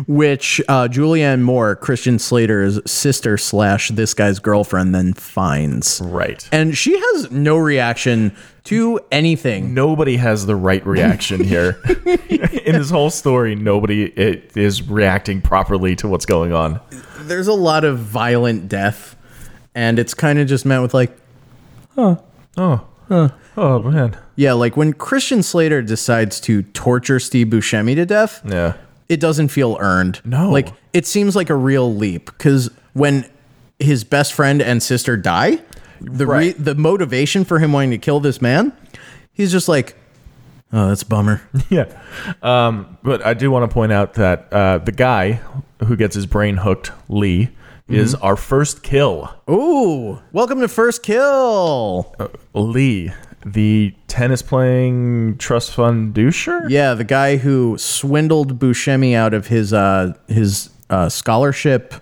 Speaker 1: Which uh, Julianne Moore, Christian Slater's sister slash this guy's girlfriend, then finds.
Speaker 3: Right.
Speaker 1: And she has no reaction to anything.
Speaker 3: nobody has the right reaction here. In this whole story, nobody i- is reacting properly to what's going on.
Speaker 1: There's a lot of violent death, and it's kind of just met with like,
Speaker 3: Oh man.
Speaker 1: yeah, like when Christian Slater decides to torture Steve Buscemi to death.
Speaker 3: Yeah.
Speaker 1: it doesn't feel earned.
Speaker 3: No.
Speaker 1: Like it seems like a real leap because when his best friend and sister die, the re-
Speaker 3: Right.
Speaker 1: the motivation for him wanting to kill this man, he's just like, oh, that's a bummer.
Speaker 3: Yeah. Um, but I do want to point out that uh, the guy who gets his brain hooked, Lee,
Speaker 1: Mm-hmm.
Speaker 3: is our first kill.
Speaker 1: Ooh, welcome to first kill.
Speaker 3: Oh. Lee, the tennis playing trust fund doucher?
Speaker 1: Yeah, the guy who swindled Buscemi out of his uh his uh scholarship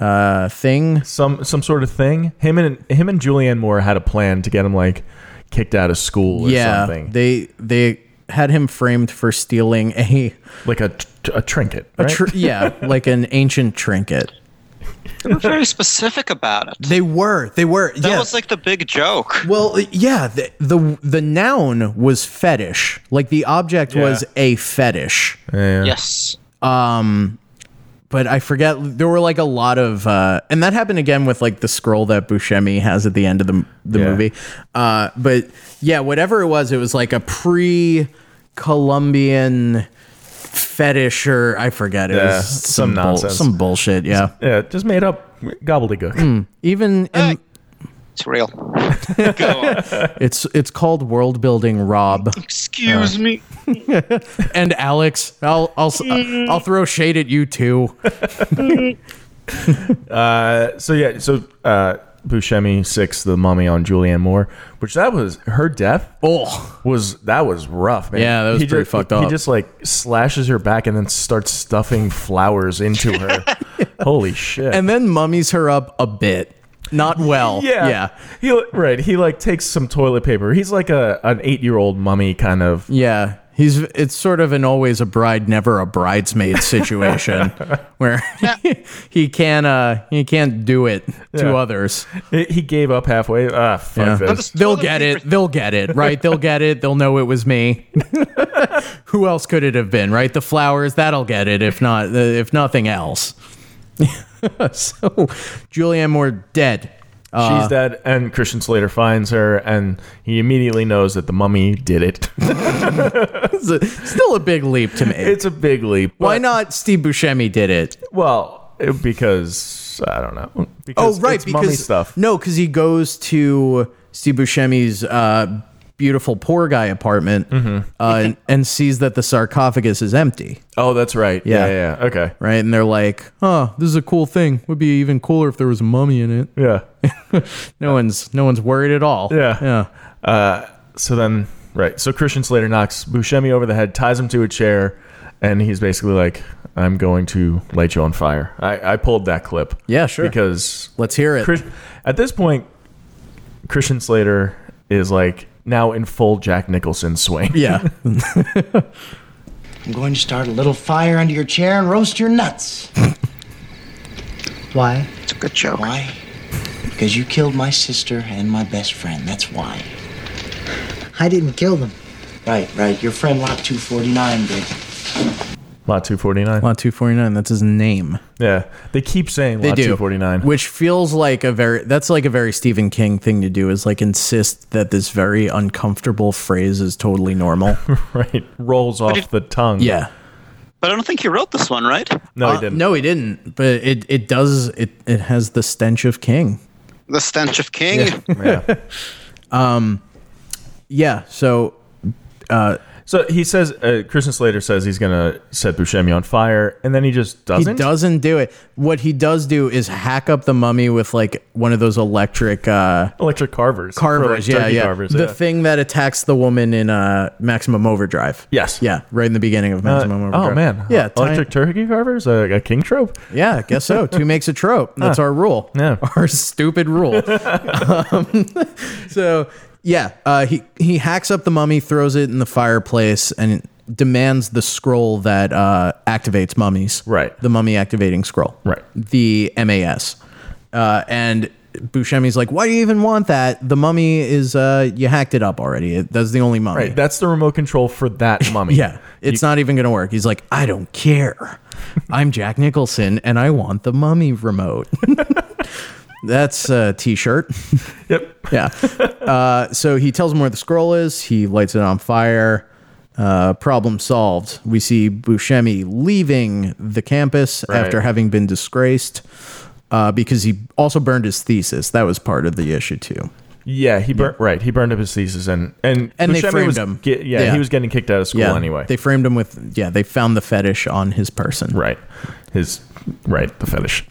Speaker 1: uh thing.
Speaker 3: Some some sort of thing. Him and him and Julianne Moore had a plan to get him like kicked out of school or
Speaker 1: yeah,
Speaker 3: something.
Speaker 1: they they had him framed for stealing a
Speaker 3: like a, t- a trinket. Right?
Speaker 1: tr- yeah, like an ancient trinket.
Speaker 4: They were very specific about it.
Speaker 1: They were. They were.
Speaker 4: That
Speaker 1: yeah.
Speaker 4: was like the big joke.
Speaker 1: well, yeah. The, the the noun was fetish. Like the object was a fetish.
Speaker 4: Yes.
Speaker 1: But I forget. There were like a lot of, uh, and that happened again with like the scroll that Buscemi has at the end of the the
Speaker 3: Yeah.
Speaker 1: movie. Uh, but yeah, whatever it was, it was like a pre-Columbian fetish or I forget. It
Speaker 3: Yeah,
Speaker 1: was
Speaker 3: some
Speaker 1: bull-
Speaker 3: nonsense.
Speaker 1: some bullshit. Yeah.
Speaker 3: Yeah, just made up gobbledygook.
Speaker 1: Mm. Even in,
Speaker 4: It's real. Go on.
Speaker 1: it's it's called world building, Rob. Uh,
Speaker 4: Excuse me.
Speaker 1: and Alex, I'll I'll uh, I'll throw shade at you too.
Speaker 3: Uh, so yeah, so uh, Buscemi six, the mummy on Julianne Moore, which that was her death
Speaker 1: Oh,
Speaker 3: was that was rough, man.
Speaker 1: Yeah, that was
Speaker 3: He
Speaker 1: pretty
Speaker 3: ju-
Speaker 1: fucked
Speaker 3: He
Speaker 1: up.
Speaker 3: just like slashes her back and then starts stuffing flowers into her. Holy shit!
Speaker 1: and then mummies her up a bit, not well.
Speaker 3: yeah,
Speaker 1: yeah,
Speaker 3: He right. He like takes some toilet paper. He's like a an eight year old mummy kind of.
Speaker 1: yeah. He's it's sort of an always a bride, never a bridesmaid situation where he can uh he can't do it to
Speaker 3: Yeah.
Speaker 1: others.
Speaker 3: He he gave up halfway. Ah, fuck
Speaker 1: Yeah.
Speaker 3: this.
Speaker 1: They'll get it. They'll get it, right? They'll get it. They'll know it was me. Who else could it have been, right? The flowers, that'll get it if not uh, if nothing else. so, Julianne Moore dead. Uh,
Speaker 3: She's dead, and Christian Slater finds her, and he immediately knows that the mummy did it.
Speaker 1: It's a- still a big leap to me.
Speaker 3: it's a big leap.
Speaker 1: Why
Speaker 3: but-
Speaker 1: not Steve Buscemi did it?
Speaker 3: Well, it- because I don't know. Because it's mummy stuff.
Speaker 1: no, Oh, because he goes to Steve Buscemi's uh, beautiful poor guy apartment
Speaker 3: Mm-hmm.
Speaker 1: uh, and, and sees that the sarcophagus is empty.
Speaker 3: Oh, that's right.
Speaker 1: Yeah.
Speaker 3: Yeah, yeah. yeah. Okay.
Speaker 1: right? And they're like, "Oh, this is a cool thing. Would be even cooler if there was a mummy in it."
Speaker 3: Yeah.
Speaker 1: No one's no one's worried at all.
Speaker 3: Yeah.
Speaker 1: yeah.
Speaker 3: Uh, so then, right. So Christian Slater knocks Buscemi over the head, ties him to a chair, and he's basically like, "I'm going to light you on fire." I, I pulled that clip.
Speaker 1: Yeah, sure.
Speaker 3: Because
Speaker 1: Let's hear it.
Speaker 3: Chris, at this point, Christian Slater is like now in full Jack Nicholson swing.
Speaker 1: yeah,
Speaker 6: I'm going to start a little fire under your chair and roast your nuts. why?
Speaker 4: It's a good joke.
Speaker 6: Why? Because you killed my sister and my best friend. That's why.
Speaker 7: I didn't kill them.
Speaker 6: Right, right. Your friend Lot 249 did.
Speaker 3: Lot two forty nine.
Speaker 1: Lot two forty nine. That's his name.
Speaker 3: Yeah, they keep saying
Speaker 1: They
Speaker 3: Lot
Speaker 1: do
Speaker 3: two forty nine.
Speaker 1: which feels like a very that's like a very Stephen King thing to do is like insist that this very uncomfortable phrase is totally normal.
Speaker 3: right rolls off
Speaker 4: if-
Speaker 3: the tongue.
Speaker 1: yeah.
Speaker 4: But I don't think you wrote this one, right?
Speaker 3: No, he
Speaker 1: Uh,
Speaker 3: didn't.
Speaker 1: no, he didn't. But it it does it it has the stench of King.
Speaker 4: The Stench of King.
Speaker 3: Yeah.
Speaker 1: Yeah. So
Speaker 3: So he says, uh, Christian Slater says he's gonna set Buscemi on fire, and then he just
Speaker 1: He
Speaker 3: doesn't.
Speaker 1: doesn't do it. What he does do is hack up the mummy with like one of those electric uh,
Speaker 3: Electric carvers, Or, like,
Speaker 1: carvers. yeah,
Speaker 3: turkey
Speaker 1: yeah.
Speaker 3: carvers,
Speaker 1: the
Speaker 3: yeah.
Speaker 1: thing that attacks the woman in uh, Maximum Overdrive.
Speaker 3: Yes.
Speaker 1: Yeah, right in the beginning of
Speaker 3: Uh,
Speaker 1: Maximum Overdrive.
Speaker 3: oh man,
Speaker 1: Yeah,
Speaker 3: electric
Speaker 1: tiny-
Speaker 3: turkey carvers, a, a king trope.
Speaker 1: yeah, I guess so. Two makes a trope. That's our rule.
Speaker 3: Yeah.
Speaker 1: Our stupid rule. um, so, yeah, uh, he, he hacks up the mummy, throws it in the fireplace, and demands the scroll that uh, activates mummies.
Speaker 3: Right.
Speaker 1: The mummy activating scroll.
Speaker 3: Right.
Speaker 1: The MAS. Uh, and Buscemi's like, why do you even want that? The mummy is, uh, you hacked it up already. It, that's the only mummy.
Speaker 3: Right, that's the remote control for that mummy.
Speaker 1: Yeah, it's not even going to work. He's like, I don't care. I'm Jack Nicholson and I want the mummy remote. That's a t shirt.
Speaker 3: Yep.
Speaker 1: Yeah. Uh, so he tells him where the scroll is. He lights it on fire. Uh, problem solved. We see Buscemi leaving the campus
Speaker 3: Right.
Speaker 1: after having been disgraced uh, because he also burned his thesis. That was part of the issue, too.
Speaker 3: Yeah, he burned. Right, he burned up his thesis, and and
Speaker 1: And they
Speaker 3: Buscemi
Speaker 1: framed
Speaker 3: was
Speaker 1: him.
Speaker 3: get- yeah,
Speaker 1: Yeah.
Speaker 3: he was getting kicked out of school anyway.
Speaker 1: They framed him with, yeah, they found the fetish on his person.
Speaker 3: right, his right the fetish.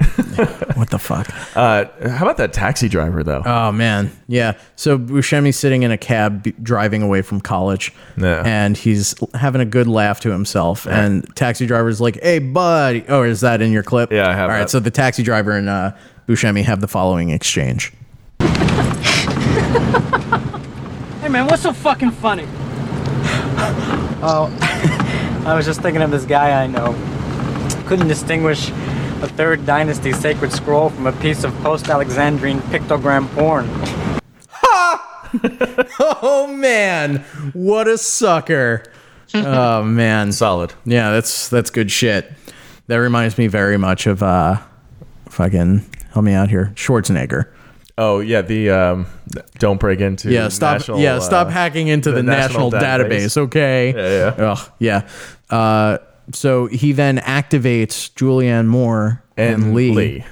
Speaker 1: What the fuck?
Speaker 3: uh, how about that taxi driver though?
Speaker 1: Oh man, yeah. So Buscemi's sitting in a cab b- driving away from college,
Speaker 3: Yeah.
Speaker 1: and he's l- having a good laugh to himself. And taxi driver's like, "Hey, buddy." Oh, is that in your clip?
Speaker 3: Yeah, I have
Speaker 1: All right.
Speaker 3: that.
Speaker 1: So the taxi driver and uh, Buscemi have the following exchange.
Speaker 8: Hey man, what's so fucking funny? oh, I was just thinking of this guy I know. Couldn't distinguish a Third Dynasty sacred scroll from a piece of post Alexandrine pictogram porn.
Speaker 1: Oh man, what a sucker! oh man,
Speaker 3: Solid.
Speaker 1: yeah, that's that's good shit. That reminds me very much of uh, fucking help me out here, Schwarzenegger.
Speaker 3: Oh yeah, the um, don't break into
Speaker 1: yeah stop
Speaker 3: national,
Speaker 1: yeah stop
Speaker 3: uh,
Speaker 1: hacking into the, national, database. okay
Speaker 3: Yeah, yeah.
Speaker 1: Ugh, yeah uh, so he then activates julianne moore and, lee,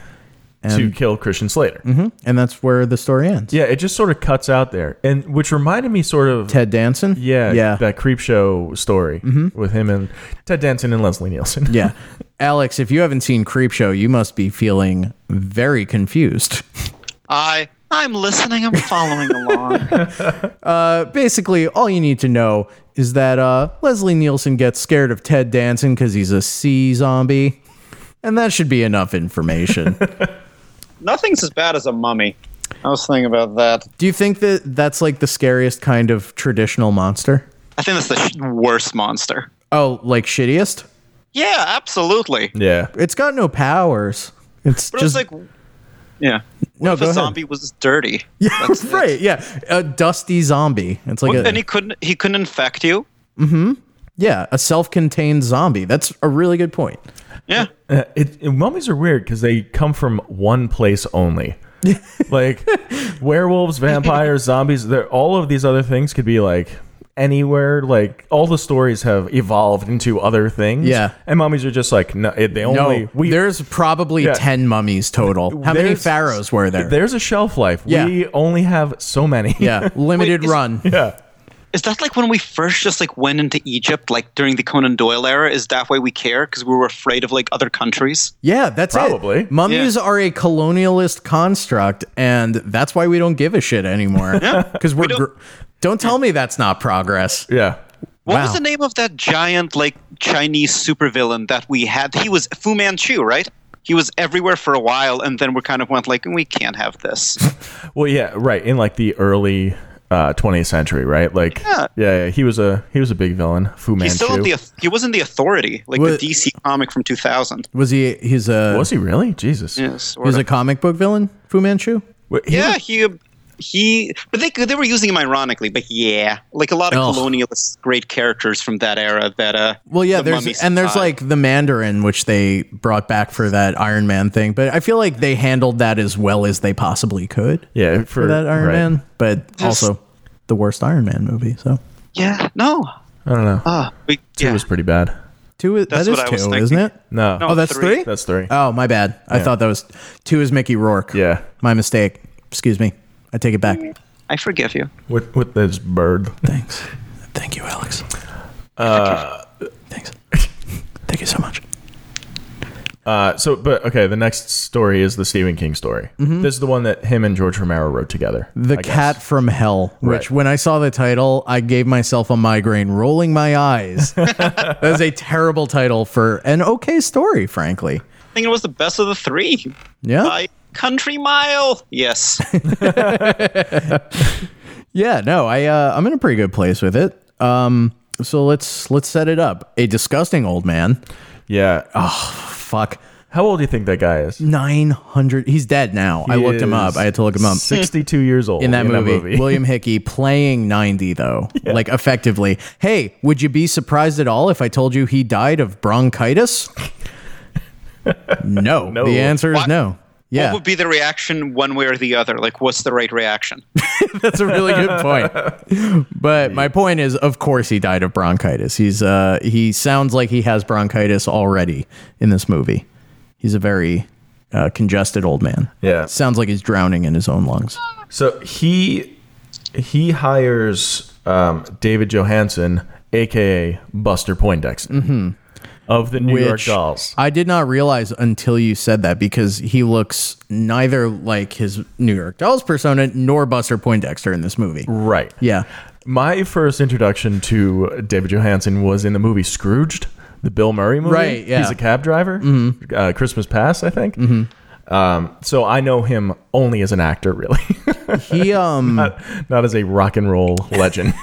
Speaker 1: Mm-hmm.
Speaker 3: to kill Christian Slater.
Speaker 1: and that's where the story ends
Speaker 3: Yeah, it just sort of cuts out there, and which reminded me sort of
Speaker 1: ted danson
Speaker 3: yeah
Speaker 1: yeah Mm-hmm.
Speaker 3: that creep show story with him and Ted Danson and Leslie Nielsen.
Speaker 1: yeah alex if you haven't seen creepshow you must be feeling very confused
Speaker 4: I I'm listening. I'm following along.
Speaker 1: basically all you need to know is that uh, leslie nielsen gets scared of ted danson because he's a sea zombie and that should be enough information
Speaker 4: Nothing's as bad as a mummy. I was thinking about that.
Speaker 1: Do you think that that's like the scariest kind of traditional monster?
Speaker 4: I think that's the sh- worst monster.
Speaker 1: Oh, like shittiest?
Speaker 4: Yeah, absolutely.
Speaker 3: yeah,
Speaker 1: It's got no powers. It's
Speaker 4: But
Speaker 1: just
Speaker 4: it's like, yeah.
Speaker 1: no.
Speaker 4: if
Speaker 1: Go
Speaker 4: a
Speaker 1: ahead.
Speaker 4: zombie was dirty,
Speaker 1: Yeah, right. Yeah, a dusty zombie. It's like
Speaker 4: and he
Speaker 1: a,
Speaker 4: couldn't he couldn't infect you.
Speaker 1: yeah, a self-contained zombie. That's a really good point.
Speaker 4: Yeah,
Speaker 3: Uh, it, it- mummies are weird because they come from one place only. like werewolves, vampires, zombies, they're- all of these other things could be like anywhere. Like all the stories have evolved into other things.
Speaker 1: Yeah.
Speaker 3: and mummies are just like no. It, they only
Speaker 1: No, there's probably
Speaker 3: Yeah.
Speaker 1: ten mummies total. How many
Speaker 3: There's-
Speaker 1: pharaohs were there?
Speaker 3: There's a shelf life.
Speaker 1: Yeah.
Speaker 3: We only have so many.
Speaker 1: yeah, limited
Speaker 4: Wait, is-
Speaker 1: run.
Speaker 3: yeah.
Speaker 4: is that like when we first just like went into Egypt, like during the Conan Doyle era? Is that why we care because we were afraid of like other countries?
Speaker 1: Yeah, that's
Speaker 3: Probably.
Speaker 1: it. Mummies
Speaker 4: Yeah.
Speaker 1: are a colonialist construct, and that's why we don't give a shit anymore. because we're.
Speaker 4: don't-
Speaker 1: gr- don't tell me that's not progress.
Speaker 3: Yeah.
Speaker 4: What
Speaker 1: Wow.
Speaker 4: was the name of that giant like Chinese supervillain that we had? He was Fu Manchu, right? He was everywhere for a while, and then we kind of went like, we can't have this.
Speaker 3: Well, yeah, right. In like the early uh, 20th century, right? Like,
Speaker 4: Yeah.
Speaker 3: yeah, yeah, he was a he was a big villain. Fu Manchu.
Speaker 4: He's still the he wasn't the authority, like
Speaker 1: What-
Speaker 4: the DC comic from 2000.
Speaker 1: Was he? He's a.
Speaker 3: was he really? Jesus.
Speaker 4: Yes,
Speaker 1: He was a comic book villain, Fu Manchu.
Speaker 3: Wait, he
Speaker 4: yeah, he he, but they they were using him ironically, but yeah, like a lot of
Speaker 1: Ugh.
Speaker 4: colonialist great characters from that era. That uh,
Speaker 1: Well, yeah,
Speaker 4: the
Speaker 1: there's
Speaker 4: mummies
Speaker 1: and there's
Speaker 4: died.
Speaker 1: like the Mandarin, which they brought back for that Iron Man thing. But I feel like they handled that as well as they possibly could
Speaker 3: Yeah, for,
Speaker 1: for that Iron
Speaker 3: right.
Speaker 1: Man. But also the worst Iron Man movie. So
Speaker 4: yeah, no,
Speaker 3: I don't know.
Speaker 4: uh, we,
Speaker 3: Two
Speaker 4: yeah.
Speaker 3: was pretty bad.
Speaker 1: two. is-
Speaker 4: That's
Speaker 1: that is
Speaker 4: what I was
Speaker 1: two,
Speaker 4: thinking.
Speaker 1: isn't it?
Speaker 3: No.
Speaker 1: oh, that's
Speaker 4: three.
Speaker 1: three.
Speaker 3: that's three.
Speaker 1: Oh, my bad. I thought that was two. Is Mickey Rourke?
Speaker 3: yeah.
Speaker 1: my mistake. Excuse me. I
Speaker 4: Mm.
Speaker 1: take it back.
Speaker 4: I forgive you.
Speaker 3: With with this bird.
Speaker 1: Thanks. Thank you, Alex. Uh, Thanks. Thank you so much.
Speaker 3: Uh, so, but okay, the next story is the Stephen King story. This is the one that him and George Romero wrote together.
Speaker 1: Mm-hmm. The
Speaker 3: I guess.
Speaker 1: Cat from Hell, which
Speaker 3: Right.
Speaker 1: when I saw the title, I gave myself a migraine rolling my eyes. that is a terrible title for an okay story, frankly.
Speaker 4: I think it was the best of the three.
Speaker 1: Yeah.
Speaker 4: By country mile. Yes.
Speaker 1: Yeah, no, I uh, I'm in a pretty good place with it. Um so let's let's set it up. A disgusting old man.
Speaker 3: Yeah.
Speaker 1: Fuck.
Speaker 3: How old do you think that guy is?
Speaker 1: 900 he's dead now. I looked him
Speaker 3: He
Speaker 1: up.
Speaker 3: is
Speaker 1: I had to look him up.
Speaker 3: Sixty-two years old
Speaker 1: in that movie, William Hickey playing 90 though. Like effectively. Hey, would you be surprised at all if I told you he died of bronchitis? no.
Speaker 3: No.
Speaker 1: The answer is
Speaker 4: What?
Speaker 1: no. Yeah.
Speaker 4: What would be the reaction one way or the other? Like, what's the right reaction?
Speaker 1: That's a really good point. But my point is, of course, he died of bronchitis. He's uh, he sounds like he has bronchitis already in this movie. He's a very uh, congested old man.
Speaker 3: Yeah.
Speaker 1: sounds like he's drowning in his own lungs.
Speaker 3: So he he hires um, David Johansen, aka Buster Poindexter, of the New York
Speaker 1: Mm-hmm. Which
Speaker 3: Dolls.
Speaker 1: I did not realize until you said that because he looks neither like his New York Dolls persona nor Buster Poindexter in this movie.
Speaker 3: right.
Speaker 1: Yeah,
Speaker 3: My first introduction to David Johansen was in the movie Scrooged, the Bill Murray movie.
Speaker 1: Right, yeah. Mm-hmm.
Speaker 3: He's a cab driver. Uh, Christmas Pass, I think. Um, so I know him only as an actor, really,
Speaker 1: he um.
Speaker 3: not as a rock and roll legend.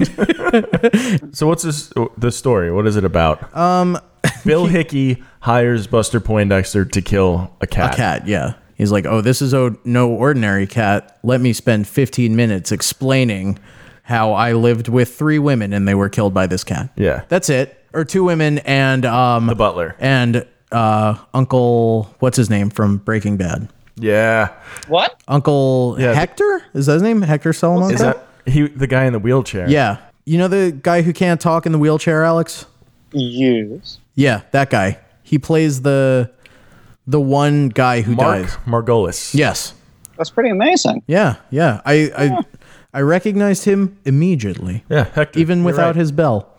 Speaker 3: so what's this the story? What is it about? Um, Bill Hickey hires Buster Poindexter to kill a cat.
Speaker 1: a cat. Yeah. He's like, oh, this is o- no ordinary cat. Let me spend 15 minutes explaining how I lived with three women and they were killed by this cat.
Speaker 3: Yeah.
Speaker 1: That's it. Or two women and um the
Speaker 3: butler.
Speaker 1: and uh Uncle what's his name from Breaking Bad.
Speaker 3: yeah.
Speaker 4: What?
Speaker 1: Uncle
Speaker 3: Yeah, the-
Speaker 1: Hector? Is that his name? Hector Salamanca?
Speaker 3: Is that he? The guy in the wheelchair?
Speaker 1: yeah. You know the guy who can't talk in the wheelchair, Alex?
Speaker 4: Yes.
Speaker 1: Yeah, that guy. He plays the the one guy who
Speaker 3: Mark
Speaker 1: dies.
Speaker 3: Margolis.
Speaker 1: Yes.
Speaker 4: That's pretty amazing.
Speaker 1: Yeah, yeah. I I, I recognized him immediately,
Speaker 3: Yeah. Hector,
Speaker 1: even
Speaker 3: you're
Speaker 1: without
Speaker 3: right.
Speaker 1: his bell.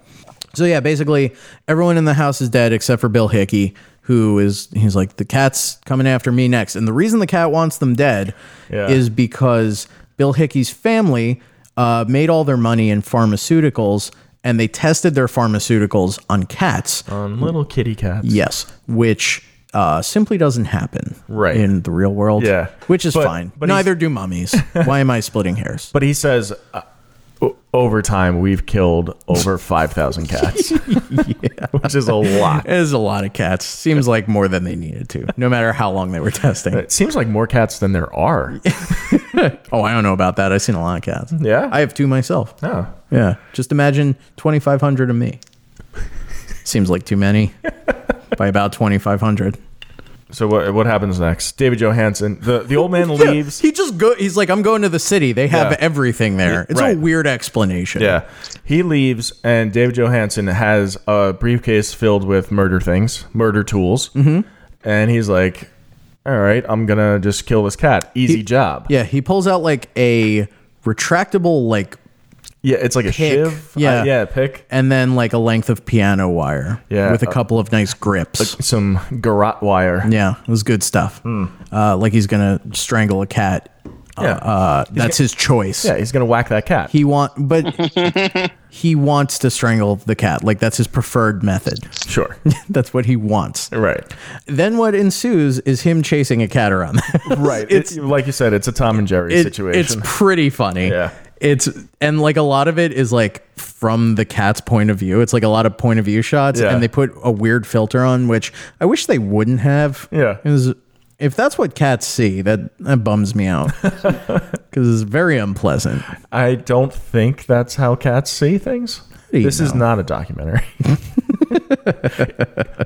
Speaker 1: So yeah, basically everyone in the house is dead except for Bill Hickey, who is he's like the cat's coming after me next. And the reason the cat wants them dead
Speaker 3: Yeah.
Speaker 1: is because Bill Hickey's family uh, made all their money in pharmaceuticals, and they tested their pharmaceuticals on cats.
Speaker 3: on little kitty cats.
Speaker 1: Yes, which uh, simply doesn't happen
Speaker 3: Right.
Speaker 1: in the real world.
Speaker 3: Yeah.
Speaker 1: which is
Speaker 3: But-
Speaker 1: fine.
Speaker 3: but
Speaker 1: Neither do mummies. Why am I splitting hairs?
Speaker 3: But he says, uh, o- over time, we've killed over 5,000 cats, which is a lot.
Speaker 1: It is a lot of cats. Seems like more than they needed to. No matter how long they were testing.
Speaker 3: It seems like more cats than there are.
Speaker 1: Oh, I don't know about that. I've seen a lot of cats.
Speaker 3: Yeah?
Speaker 1: I have two myself.
Speaker 3: Oh.
Speaker 1: Yeah, just imagine twenty five hundred of me. Seems like too many. By about twenty five hundred.
Speaker 3: So what, what happens next? David Johansen, the, the old man leaves.
Speaker 1: he just go. He's like, I'm going to the city. They have
Speaker 3: Yeah.
Speaker 1: everything there. It's
Speaker 3: right.
Speaker 1: a weird explanation.
Speaker 3: Yeah. He leaves, and David Johansen has a briefcase filled with murder things, murder tools. Mm-hmm. And he's like, all right, I'm going to just kill this cat. Easy job.
Speaker 1: Yeah, he pulls out like a retractable like
Speaker 3: Yeah, it's like a shiv. Uh,
Speaker 1: Yeah.
Speaker 3: yeah, pick.
Speaker 1: and then like a length of piano wire
Speaker 3: Yeah,
Speaker 1: with a
Speaker 3: uh,
Speaker 1: couple of nice grips.
Speaker 3: Some garrote wire.
Speaker 1: yeah, it was good stuff.
Speaker 3: Hmm.
Speaker 1: Uh, like he's going to strangle a cat.
Speaker 3: Yeah.
Speaker 1: Uh, that's his choice.
Speaker 3: yeah, he's going to whack that cat.
Speaker 1: He want but he wants to strangle the cat. Like that's his preferred method.
Speaker 3: Sure.
Speaker 1: That's what he wants.
Speaker 3: right.
Speaker 1: Then what ensues is him chasing a cat around. the house.
Speaker 3: Right. It's like you said, it's a Tom and Jerry
Speaker 1: It- It's
Speaker 3: situation.
Speaker 1: pretty funny.
Speaker 3: Yeah.
Speaker 1: It's and like a lot of it is like from the cat's point of view. It's like a lot of point of view shots,
Speaker 3: Yeah.
Speaker 1: and they put a weird filter on, which I wish they wouldn't have.
Speaker 3: Yeah.
Speaker 1: It was- if that's what cats see, that that bums me out because it's very unpleasant.
Speaker 3: I don't think that's how cats see things.
Speaker 1: do you
Speaker 3: This is
Speaker 1: know?
Speaker 3: not a documentary.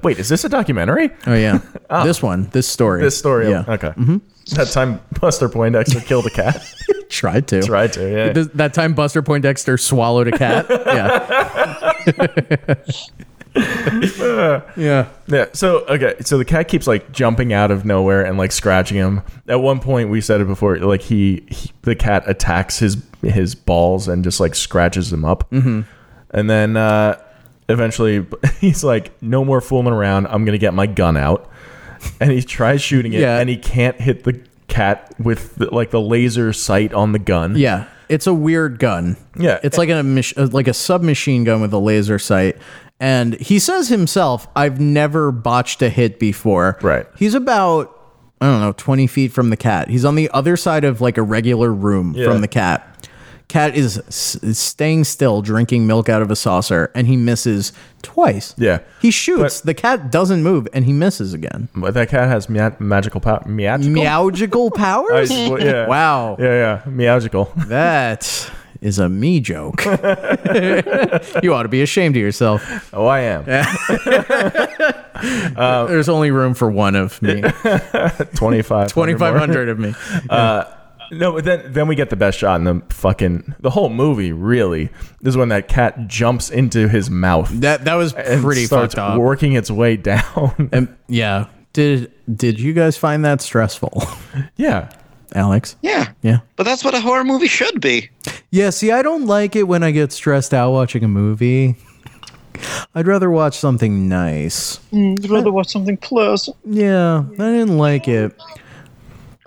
Speaker 3: Wait, is this a documentary?
Speaker 1: Oh yeah, this one, this story,
Speaker 3: Ah. This story.
Speaker 1: Yeah, Mm-hmm.
Speaker 3: Okay. That time Buster Poindexter killed a cat.
Speaker 1: tried to.
Speaker 3: Tried to. Yeah.
Speaker 1: Th- That time Buster Poindexter swallowed a cat. yeah. yeah.
Speaker 3: Yeah. So okay. So the cat keeps like jumping out of nowhere and like scratching him. At one point, we said it before. Like he, he the cat attacks his his balls and just like scratches them up. Mm-hmm. And then uh, eventually he's like, "No more fooling around. I'm gonna get my gun out." And he tries shooting it,
Speaker 1: Yeah.
Speaker 3: and he can't hit the cat with the, like the laser sight on the gun.
Speaker 1: Yeah, it's a weird gun.
Speaker 3: Yeah.
Speaker 1: it's like a mach- uh, like a submachine gun with a laser sight. And he says himself, "I've never botched a hit before."
Speaker 3: Right.
Speaker 1: He's about I don't know twenty feet from the cat. He's on the other side of like a regular room
Speaker 3: Yeah.
Speaker 1: from the cat. Cat is s- is staying still, drinking milk out of a saucer, and he misses twice.
Speaker 3: Yeah.
Speaker 1: he shoots. the cat doesn't move, and he misses again.
Speaker 3: But that cat has mea- magical power. Meow.
Speaker 1: Meowgical powers.
Speaker 3: yeah.
Speaker 1: Wow.
Speaker 3: Yeah, yeah. Meowgical.
Speaker 1: That is a me joke. you ought to be ashamed of yourself.
Speaker 3: Oh, I am.
Speaker 1: There's only room for Oh. one of me,
Speaker 3: 25.
Speaker 1: 2,500 of me.
Speaker 3: No, but then then we get the best shot in the fucking the whole movie. Really, is when that cat jumps into his mouth
Speaker 1: That that was
Speaker 3: and
Speaker 1: pretty
Speaker 3: starts
Speaker 1: fucked up.
Speaker 3: working its way down.
Speaker 1: And- yeah. Did did you guys find that stressful,
Speaker 3: yeah,
Speaker 1: Alex?
Speaker 4: Yeah.
Speaker 1: Yeah.
Speaker 4: But that's what a horror movie should be.
Speaker 1: Yeah. See, I don't like it when I get stressed out watching a movie. I'd rather watch something nice.
Speaker 4: I'd rather watch something pleasant.
Speaker 1: Yeah, I didn't like it.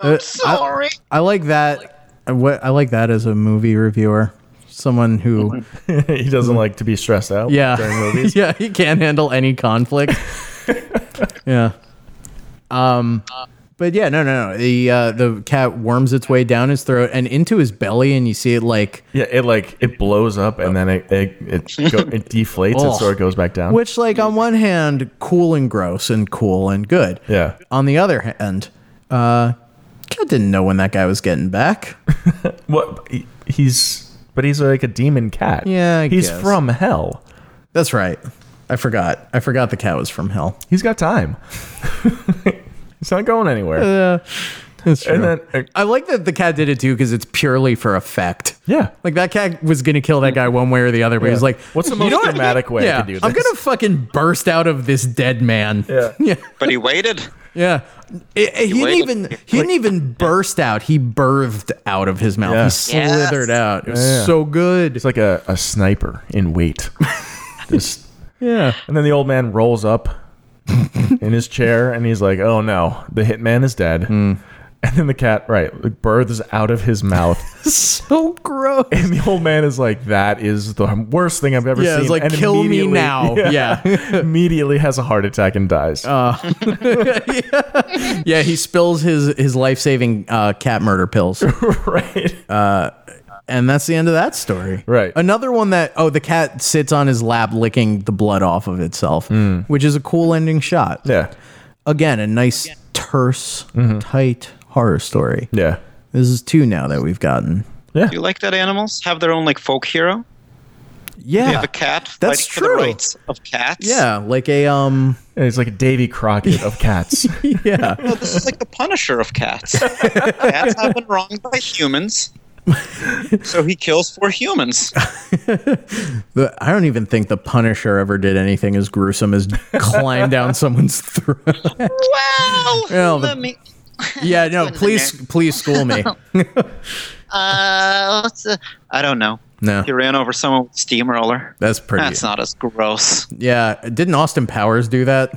Speaker 1: Uh,
Speaker 4: Sorry.
Speaker 1: I like that. I wa- I like that as a movie reviewer, someone who
Speaker 3: he doesn't like to be stressed out.
Speaker 1: yeah
Speaker 3: during movies.
Speaker 1: yeah he can't handle any conflict. yeah. Um. But yeah, no, no, no. The uh, the cat worms its way down his throat and into his belly, and you see it like,
Speaker 3: yeah. It like it blows up and then it it it, go, it deflates and
Speaker 1: Ugh.
Speaker 3: so it goes back down.
Speaker 1: which like on one hand, cool and gross, and cool and good.
Speaker 3: yeah,
Speaker 1: On the other hand, uh, cat didn't know when that guy was getting back.
Speaker 3: what he- he's but he's like a demon cat.
Speaker 1: Yeah, I
Speaker 3: he's
Speaker 1: guess.
Speaker 3: from hell.
Speaker 1: That's right. I forgot. I forgot the cat was from hell.
Speaker 3: He's got time. he's not going anywhere.
Speaker 1: That's
Speaker 3: and then uh,
Speaker 1: I like that the cat did it too because it's purely for effect.
Speaker 3: yeah,
Speaker 1: Like that cat was gonna kill that guy one way or the other, but he's like,
Speaker 3: What's the
Speaker 1: "You
Speaker 3: most
Speaker 1: know what?
Speaker 3: dramatic way I
Speaker 1: Yeah,
Speaker 3: can do
Speaker 1: I'm
Speaker 3: this?"
Speaker 1: gonna fucking burst out of this dead man.
Speaker 3: Yeah.
Speaker 1: yeah,
Speaker 4: But he waited.
Speaker 1: yeah. It- it- he didn't
Speaker 4: waited.
Speaker 1: even he didn't even burst out. He birthed out of his mouth.
Speaker 3: Yeah.
Speaker 1: He slithered out. It was
Speaker 3: Yeah.
Speaker 1: so good.
Speaker 3: He's like a, a sniper in wait. Just
Speaker 1: Yeah,
Speaker 3: and then the old man rolls up in his chair and he's like, "Oh no, the hitman is dead." And then the cat, right, births out of his mouth,
Speaker 1: so gross.
Speaker 3: and the old man is like, "That is the worst thing I've ever
Speaker 1: Yeah,
Speaker 3: seen."
Speaker 1: it's like
Speaker 3: and
Speaker 1: kill me
Speaker 3: immediately-
Speaker 1: now. Yeah.
Speaker 3: immediately has a heart attack and dies.
Speaker 1: Yeah, he spills his his life saving uh, cat murder pills,
Speaker 3: right?
Speaker 1: and that's the end of that story.
Speaker 3: Right.
Speaker 1: Another one that oh, the cat sits on his lap licking the blood off of itself, which is a cool ending shot.
Speaker 3: Hmm. yeah, Mm-hmm.
Speaker 1: Again, a nice terse, tight horror story.
Speaker 3: yeah,
Speaker 1: This is two now that we've gotten.
Speaker 4: Do you like that animals have their own like folk hero? They
Speaker 1: Yeah.
Speaker 4: have a cat
Speaker 1: That's
Speaker 4: fighting for
Speaker 1: true.
Speaker 4: the rights of cats.
Speaker 1: Yeah, like a um
Speaker 3: and he's like a Davy Crockett of cats.
Speaker 1: yeah.
Speaker 4: No, this is like the punisher of cats. cats have been wronged by humans. So he kills for humans.
Speaker 1: The- I don't even think the Punisher ever did anything as gruesome as climb down someone's throat.
Speaker 9: Well,
Speaker 1: Well, the-
Speaker 9: let me.
Speaker 1: yeah, no,
Speaker 9: in there.
Speaker 1: please please school me.
Speaker 9: Uh, what's the?
Speaker 4: I don't know.
Speaker 1: No.
Speaker 4: He ran over someone with a steamroller.
Speaker 1: That's pretty
Speaker 4: That's not as gross.
Speaker 1: Yeah, didn't Austin Powers do that?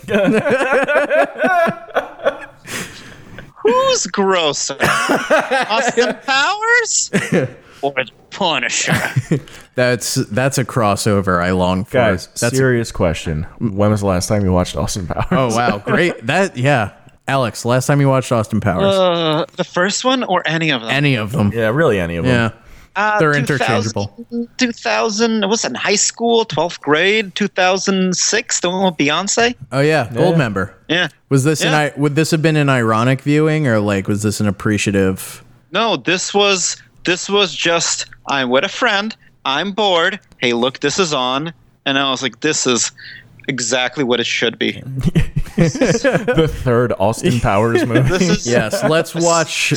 Speaker 4: Who's grosser? Austin Powers or the Punisher?
Speaker 1: That's that's a crossover I long for.
Speaker 3: Guys,
Speaker 1: that's
Speaker 3: serious question: When was the last time you watched Austin Powers?
Speaker 1: Oh wow, great. That yeah. Alex, last time you watched Austin Powers,
Speaker 4: Uh, the first one or any of them?
Speaker 1: any of them. Yeah.
Speaker 3: yeah, really, any of them?
Speaker 4: Uh,
Speaker 1: They're interchangeable.
Speaker 4: 2000, was it in high school, 12th grade, 2006, the one with Beyonce?
Speaker 1: Oh yeah, gold member.
Speaker 4: Yeah.
Speaker 1: Was this an
Speaker 4: Yeah.
Speaker 1: I would this have been an ironic viewing or like was this an appreciative
Speaker 4: No, this was this was just I'm with a friend, I'm bored. Hey, look, this is on. And I was like this is exactly what it should be.
Speaker 3: The third Austin Powers movie.
Speaker 4: This is
Speaker 1: Yes, let's watch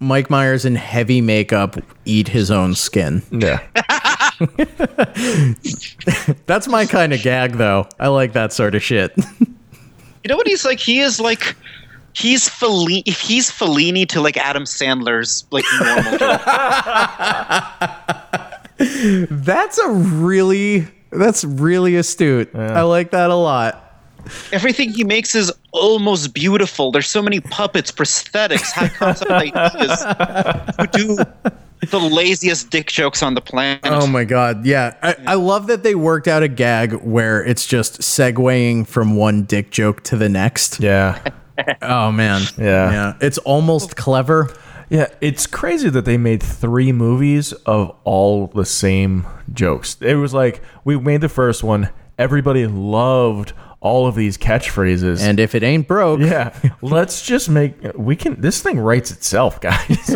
Speaker 1: Mike Myers in heavy makeup eat his own skin.
Speaker 3: yeah.
Speaker 1: That's my kind of gag though. I like that sort of shit.
Speaker 4: You know what he's like? He is like he's Fellini. If he's Fellini to like Adam Sandler's like normal.
Speaker 1: That's a really That's really astute. I like that a lot.
Speaker 4: Everything he makes is almost beautiful. There's so many puppets, prosthetics, high concept ideas who do the laziest dick jokes on the planet.
Speaker 1: Oh my god, yeah. I, I love that they worked out a gag where it's just segueing from one dick joke to the next.
Speaker 3: Yeah.
Speaker 1: Oh man.
Speaker 3: Yeah.
Speaker 1: Yeah. It's almost clever.
Speaker 3: Yeah, it's crazy that they made three movies of all the same jokes. It was like we made the first one, everybody loved all of these catchphrases.
Speaker 1: And if it ain't broke,
Speaker 3: yeah, let's just make we can this thing writes itself, guys.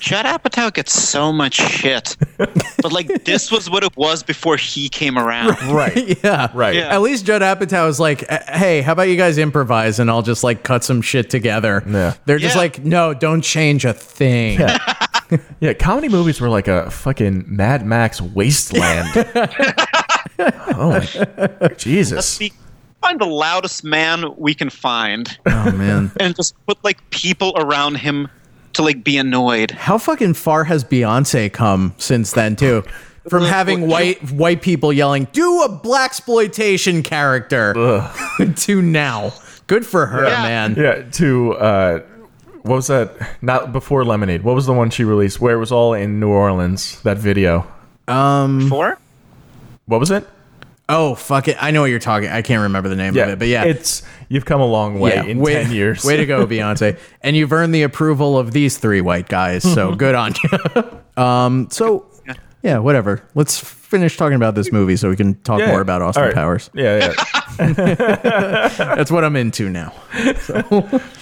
Speaker 4: Judd Apatow gets so much shit. But like this was what it was before he came around.
Speaker 3: right.
Speaker 1: Yeah.
Speaker 3: Right.
Speaker 4: Yeah.
Speaker 1: At least Judd Apatow is like, "Eh, hey, how about you guys improvise and I'll just like cut some shit together.
Speaker 3: Yeah.
Speaker 1: They're just
Speaker 4: Yeah.
Speaker 1: like, no, don't change a thing.
Speaker 3: Yeah, comedy movies were like a fucking Mad Max wasteland. oh my Jesus.
Speaker 4: Be- Find the loudest man we can find
Speaker 1: Oh man.
Speaker 4: and just put like people around him to like be annoyed.
Speaker 1: How fucking far has Beyonce come since then too? From having white white people yelling, do a black exploitation character to now. Good for her,
Speaker 4: Yeah.
Speaker 1: man.
Speaker 3: Yeah, to uh what was that? Not before Lemonade. What was the one she released where it was all in New Orleans? That video.
Speaker 4: Four?
Speaker 3: What was it?
Speaker 1: Oh fuck it. I know what you're talking. I can't remember the name of it, but yeah.
Speaker 3: it's you've come a long way in
Speaker 1: way,
Speaker 3: ten years.
Speaker 1: way to go, Beyonce. and you've earned the approval of these three white guys, so good on you. um, so yeah, whatever. Let's finish talking about this movie so we can talk
Speaker 3: Yeah.
Speaker 1: more about Austin
Speaker 3: All right.
Speaker 1: Powers.
Speaker 3: Yeah, yeah.
Speaker 1: That's what I'm into now.
Speaker 3: Uh,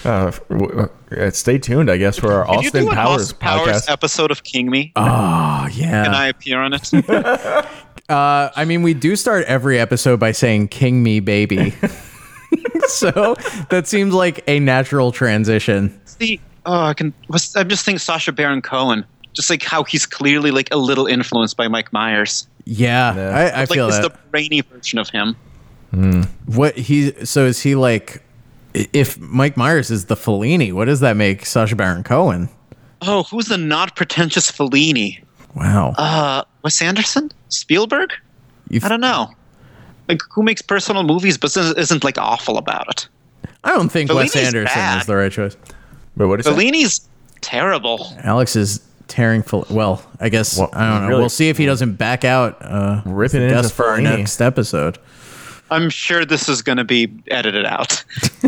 Speaker 3: f- w- uh, yeah, stay tuned, I guess, for our
Speaker 4: Did you do
Speaker 3: Austin
Speaker 4: an
Speaker 3: Powers
Speaker 4: Austin Powers
Speaker 3: podcast.
Speaker 4: episode of King Me? Can
Speaker 1: Oh yeah.
Speaker 4: I appear on it? That's
Speaker 1: I mean, we do start every episode by saying "King me, baby." so that seems like a natural transition.
Speaker 4: the oh, I can. Was, I'm just thinking Sasha Baron Cohen. Just like how he's clearly like a little influenced by Mike Myers.
Speaker 1: Yeah, I, I
Speaker 4: Like
Speaker 1: feel
Speaker 4: it's
Speaker 1: that.
Speaker 4: the brainy version of him.
Speaker 1: what he so is he like? i- If Mike Myers is the Fellini, what does that make Sasha Baron Cohen?
Speaker 4: Oh, who's the not pretentious Fellini?
Speaker 1: Wow.
Speaker 4: Uh, Wes Anderson? Spielberg?
Speaker 1: You
Speaker 4: I
Speaker 1: f-
Speaker 4: don't know. Like who makes personal movies but isn't, isn't like awful about it?
Speaker 1: I don't think Wes
Speaker 4: Fellini's
Speaker 1: Anderson
Speaker 4: bad.
Speaker 1: is the right choice.
Speaker 3: Wait, what is it?
Speaker 4: Fellini's terrible.
Speaker 1: Alex is tearing full. Well, I guess
Speaker 3: Well,
Speaker 1: I don't know.
Speaker 3: really-
Speaker 1: we'll see if he doesn't back out. Uh,
Speaker 3: Ripping
Speaker 1: the
Speaker 3: into
Speaker 1: dust for our
Speaker 3: Fellini.
Speaker 1: next episode.
Speaker 4: I'm sure this is going to be edited out.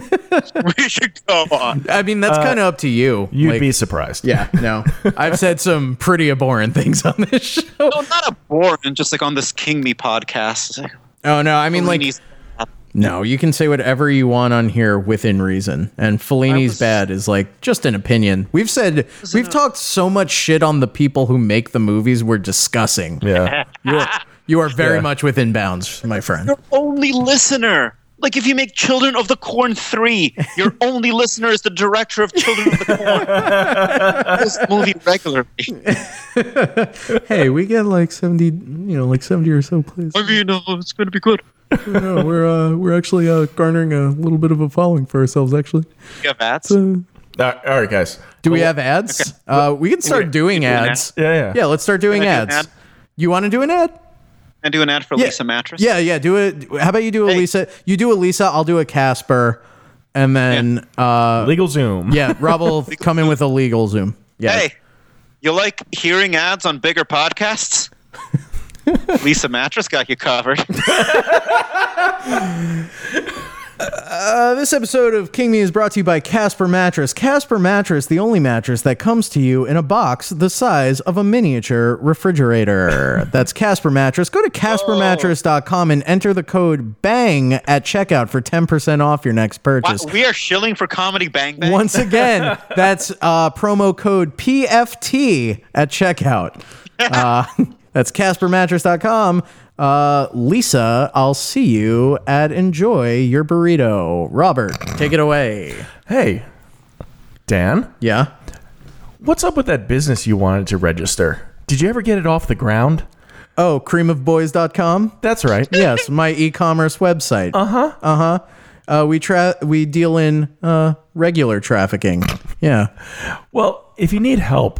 Speaker 4: we should go on.
Speaker 1: I mean, that's kind of up to you.
Speaker 3: Uh, You'd
Speaker 1: Like-
Speaker 3: be surprised.
Speaker 1: Yeah, no. I've said some pretty abhorrent things on this show.
Speaker 4: No, not a boring, just like on this King Me podcast. It's like,
Speaker 1: Oh no, I mean like
Speaker 4: Fellini's-
Speaker 1: no, you can say whatever you want on here within reason. And Fellini's
Speaker 4: I was-
Speaker 1: bad is like just an opinion. We've said we've talked so much shit on the people who make the movies we're discussing.
Speaker 3: Yeah.
Speaker 1: You are very
Speaker 3: Yeah.
Speaker 1: much within bounds, my friend.
Speaker 4: your only listener. Like if you make Children of the Corn 3, your only listener is the director of Children of the Corn. this movie regularly.
Speaker 1: Hey, we get like 70, you know, like 70 or so plays.
Speaker 4: I mean, uh, it's going to be good.
Speaker 1: No, we're uh, we're actually uh, garnering a little bit of a following for ourselves actually.
Speaker 4: You have ads?
Speaker 3: All right, Uh, all right, guys.
Speaker 1: Do we have ads? Uh, we can start doing ads.
Speaker 3: ad? Yeah, yeah.
Speaker 1: Yeah, let's start doing
Speaker 4: Can I do an
Speaker 1: ads.
Speaker 4: ad?
Speaker 1: You want to do an ad?
Speaker 4: Can I do an ad for Lisa Mattress?
Speaker 1: Yeah, yeah. Do it. How about you do a
Speaker 4: Hey.
Speaker 1: Lisa? You do a Lisa. I'll do a Casper, and then yeah, uh,
Speaker 3: Legal Zoom.
Speaker 1: yeah Rob will come in with a legal zoom. Yeah.
Speaker 4: Hey, you like hearing ads on bigger podcasts? Lisa Mattress got you covered.
Speaker 1: Uh, this episode of King Me is brought to you by Casper Mattress. Casper Mattress, the only mattress that comes to you in a box the size of a miniature refrigerator. That's Casper Mattress. Go to CasperMattress.com and enter the code BANG at checkout for 10% off your next
Speaker 4: Wow,
Speaker 1: purchase.
Speaker 4: we are shilling for comedy bang bang.
Speaker 1: Once again, that's uh, promo code PFT at checkout. Uh, that's CasperMattress.com. Uh, Lisa, I'll see you at Enjoy Your Burrito. Robert, take it away.
Speaker 3: Hey, Dan,
Speaker 1: Yeah.
Speaker 3: what's up with that business you wanted to register? Did you ever get it off the ground?
Speaker 1: Oh, creamofboys.com.
Speaker 3: That's right.
Speaker 1: Yes, my e-commerce website. Uh-huh. Uh-huh. Uh, we tra- we deal in uh, regular trafficking. Yeah.
Speaker 3: Well, if you need help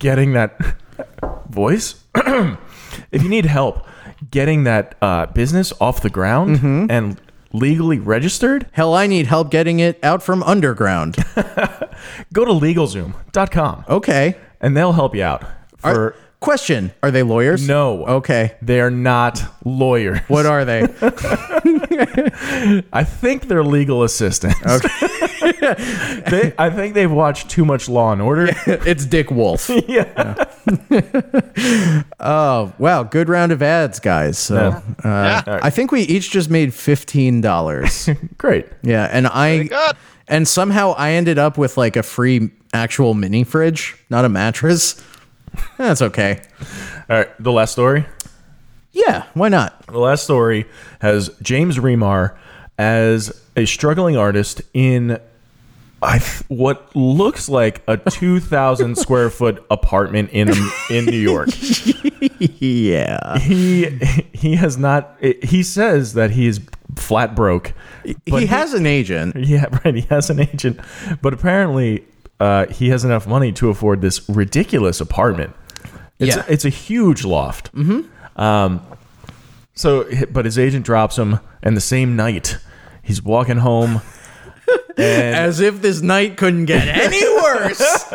Speaker 3: getting that voice. if you need help getting that uh, business off the ground and legally registered,
Speaker 1: Hell, I need help getting it out from underground.
Speaker 3: go to legalzoom.com
Speaker 1: Okay.
Speaker 3: and they'll help you out.
Speaker 1: Are-
Speaker 3: For
Speaker 1: question: Are they lawyers?
Speaker 3: no,
Speaker 1: Okay.
Speaker 3: they are not lawyers.
Speaker 1: What are they?
Speaker 3: I think they're legal assistants. Okay. they, I think they've watched too much Law and Order.
Speaker 1: it's Dick Wolf.
Speaker 3: yeah.
Speaker 1: Wow, Oh, good round of ads, guys. So uh, I think we each just made fifteen dollars.
Speaker 3: Great.
Speaker 1: yeah, and I
Speaker 4: God.
Speaker 1: and somehow I ended up with like a free actual mini fridge, not a mattress. That's okay.
Speaker 3: All right. The last story.
Speaker 1: Yeah, why not?
Speaker 3: The last story has James Remar as a struggling artist in I th- what looks like a 2,000 square foot apartment in in New York.
Speaker 1: Yeah,
Speaker 3: He he has not. He says that he is flat broke.
Speaker 1: he has an agent.
Speaker 3: Yeah, right. He has an agent, but apparently uh, he has enough money to afford this ridiculous apartment. It's
Speaker 1: Yeah.
Speaker 3: a, it's a huge loft. Mm-hmm. Um, so, but his agent drops him, and the same night he's walking home. And
Speaker 1: As if this night couldn't get any worse.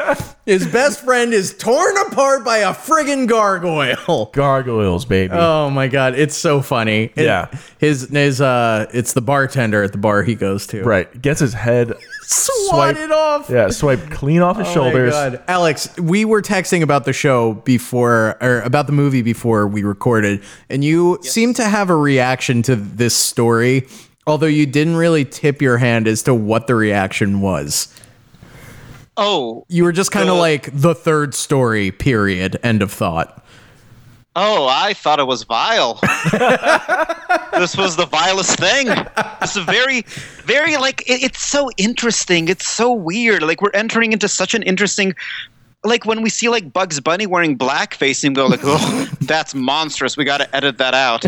Speaker 1: His best friend is torn apart by a friggin' gargoyle.
Speaker 3: gargoyles, baby.
Speaker 1: Oh my god, it's so funny. It-
Speaker 3: Yeah.
Speaker 1: his his uh, it's the bartender at the bar he goes to.
Speaker 3: right, gets his head
Speaker 1: swatted
Speaker 3: swiped-
Speaker 1: off.
Speaker 3: Yeah, swiped clean off his shoulders.
Speaker 1: Oh my God. Alex, we were texting about the show before, or about the movie before we recorded, and you seem to have a reaction to this story, although you didn't really tip your hand as to what the reaction was.
Speaker 4: Oh,
Speaker 1: You were just kind of
Speaker 4: Uh,
Speaker 1: like the third story, period, end of thought.
Speaker 4: oh, I thought it was vile. this was the vilest thing. It's a very, very like it, it's so interesting. It's so weird. Like we're entering into such an interesting. Like when we see like Bugs Bunny wearing blackface and go like, oh, that's monstrous. We got to edit that out.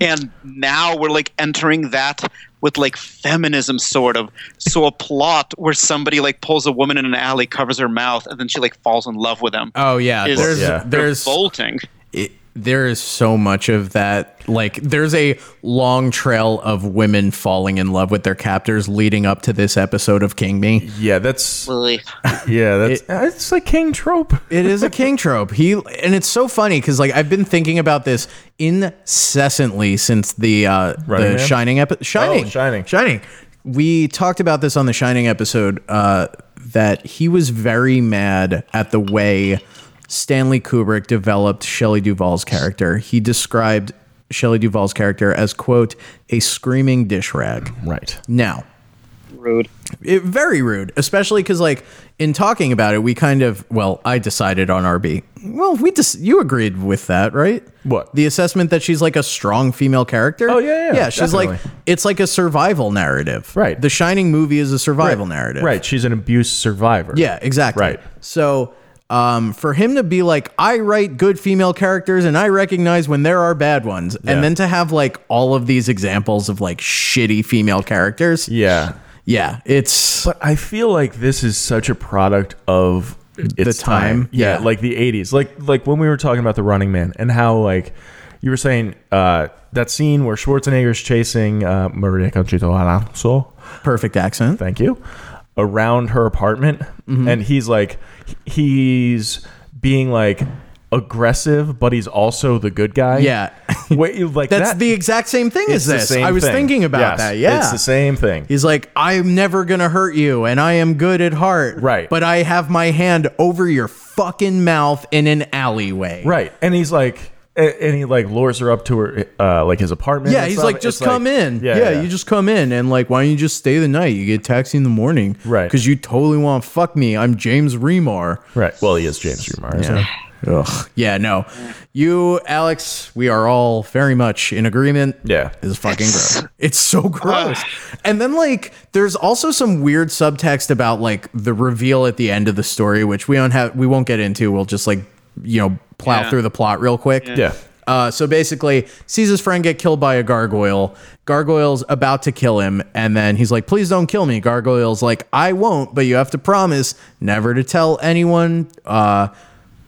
Speaker 4: And now we're like entering that with like feminism sort of. So a plot where somebody like pulls a woman in an alley, covers her mouth, and then she like falls in love with him.
Speaker 1: Oh yeah,
Speaker 4: Is-
Speaker 1: there's
Speaker 3: Yeah.
Speaker 1: there's
Speaker 4: revolting.
Speaker 1: it, there is so much of that. Like there's a long trail of women falling in love with their captors leading up to this episode of King Me.
Speaker 3: Yeah, that's
Speaker 4: Ugh.
Speaker 3: yeah, that's it's like king trope.
Speaker 1: It is a king trope. He and it's so funny because like I've been thinking about this incessantly since the uh,
Speaker 3: Running
Speaker 1: the
Speaker 3: Man? Oh,
Speaker 1: Shining episode. Shining,
Speaker 3: Shining.
Speaker 1: Shining. We talked about this on the Shining episode uh, that he was very mad at the way Stanley Kubrick developed Shelley Duvall's character. He described Shelley Duvall's character as quote a screaming dish rag.
Speaker 3: Right.
Speaker 1: Now,
Speaker 4: Rude.
Speaker 1: it, very rude, especially because like in talking about it, we kind of well, I decided on RB. Well, we just you agreed with that, right?
Speaker 3: What?
Speaker 1: the assessment that she's like a strong female character?
Speaker 3: Oh, yeah, yeah,
Speaker 1: yeah. She's like
Speaker 3: definitely.
Speaker 1: it's like a survival narrative,
Speaker 3: Right.
Speaker 1: The Shining movie is a survival narrative,
Speaker 3: Right. She's an abuse survivor.
Speaker 1: Yeah, exactly.
Speaker 3: Right.
Speaker 1: So. Um, for him to be like, I write good female characters and I recognize when there are bad ones,
Speaker 3: Yeah.
Speaker 1: and then to have like all of these examples of like shitty female characters, yeah,
Speaker 3: Yeah.
Speaker 1: it's
Speaker 3: But I feel like this is such a product of its
Speaker 1: time.
Speaker 3: Yeah,
Speaker 1: Yeah.
Speaker 3: like the '80s, like like when we were talking about the Running Man and how like you were saying uh, that scene where Schwarzenegger's chasing uh, Maria Conchita Alonso.
Speaker 1: perfect accent.
Speaker 3: Thank you. Around her apartment,
Speaker 1: Mm-hmm.
Speaker 3: and he's like, he's being like aggressive, but he's also the good guy.
Speaker 1: Yeah.
Speaker 3: Wait, like
Speaker 1: That's
Speaker 3: that-
Speaker 1: the exact same thing
Speaker 3: it's
Speaker 1: as
Speaker 3: the
Speaker 1: this.
Speaker 3: same
Speaker 1: I was
Speaker 3: thing.
Speaker 1: thinking about
Speaker 3: Yes,
Speaker 1: that. Yeah.
Speaker 3: it's the same thing.
Speaker 1: He's like, I'm never going to hurt you and I am good at heart.
Speaker 3: Right.
Speaker 1: But I have my hand over your fucking mouth in an alleyway.
Speaker 3: Right. And he's like, a- and he like lures her up to her, uh, like his apartment.
Speaker 1: Yeah.
Speaker 3: and
Speaker 1: He's
Speaker 3: stuff.
Speaker 1: like, just
Speaker 3: It's
Speaker 1: come in. Yeah,
Speaker 3: yeah,
Speaker 1: You just come in and like, why don't you just stay the night? You get a taxi in the morning.
Speaker 3: Right.
Speaker 1: Because you totally want to fuck me. I'm James Remar.
Speaker 3: Right. Well, he is James Remar. so-
Speaker 1: Ugh. Yeah. No. You, Alex, we are all very much in agreement.
Speaker 3: Yeah.
Speaker 1: is fucking gross. It's so gross. and then like there's also some weird subtext about like the reveal at the end of the story, which we don't have we won't get into. We'll just like, you know, plow
Speaker 4: Yeah.
Speaker 1: through the plot real quick.
Speaker 3: Yeah.
Speaker 1: Uh, so basically, sees his friend get killed by a gargoyle. Gargoyle's about to kill him, and then he's like, "Please don't kill me." Gargoyle's like, "I won't, but you have to promise never to tell anyone uh,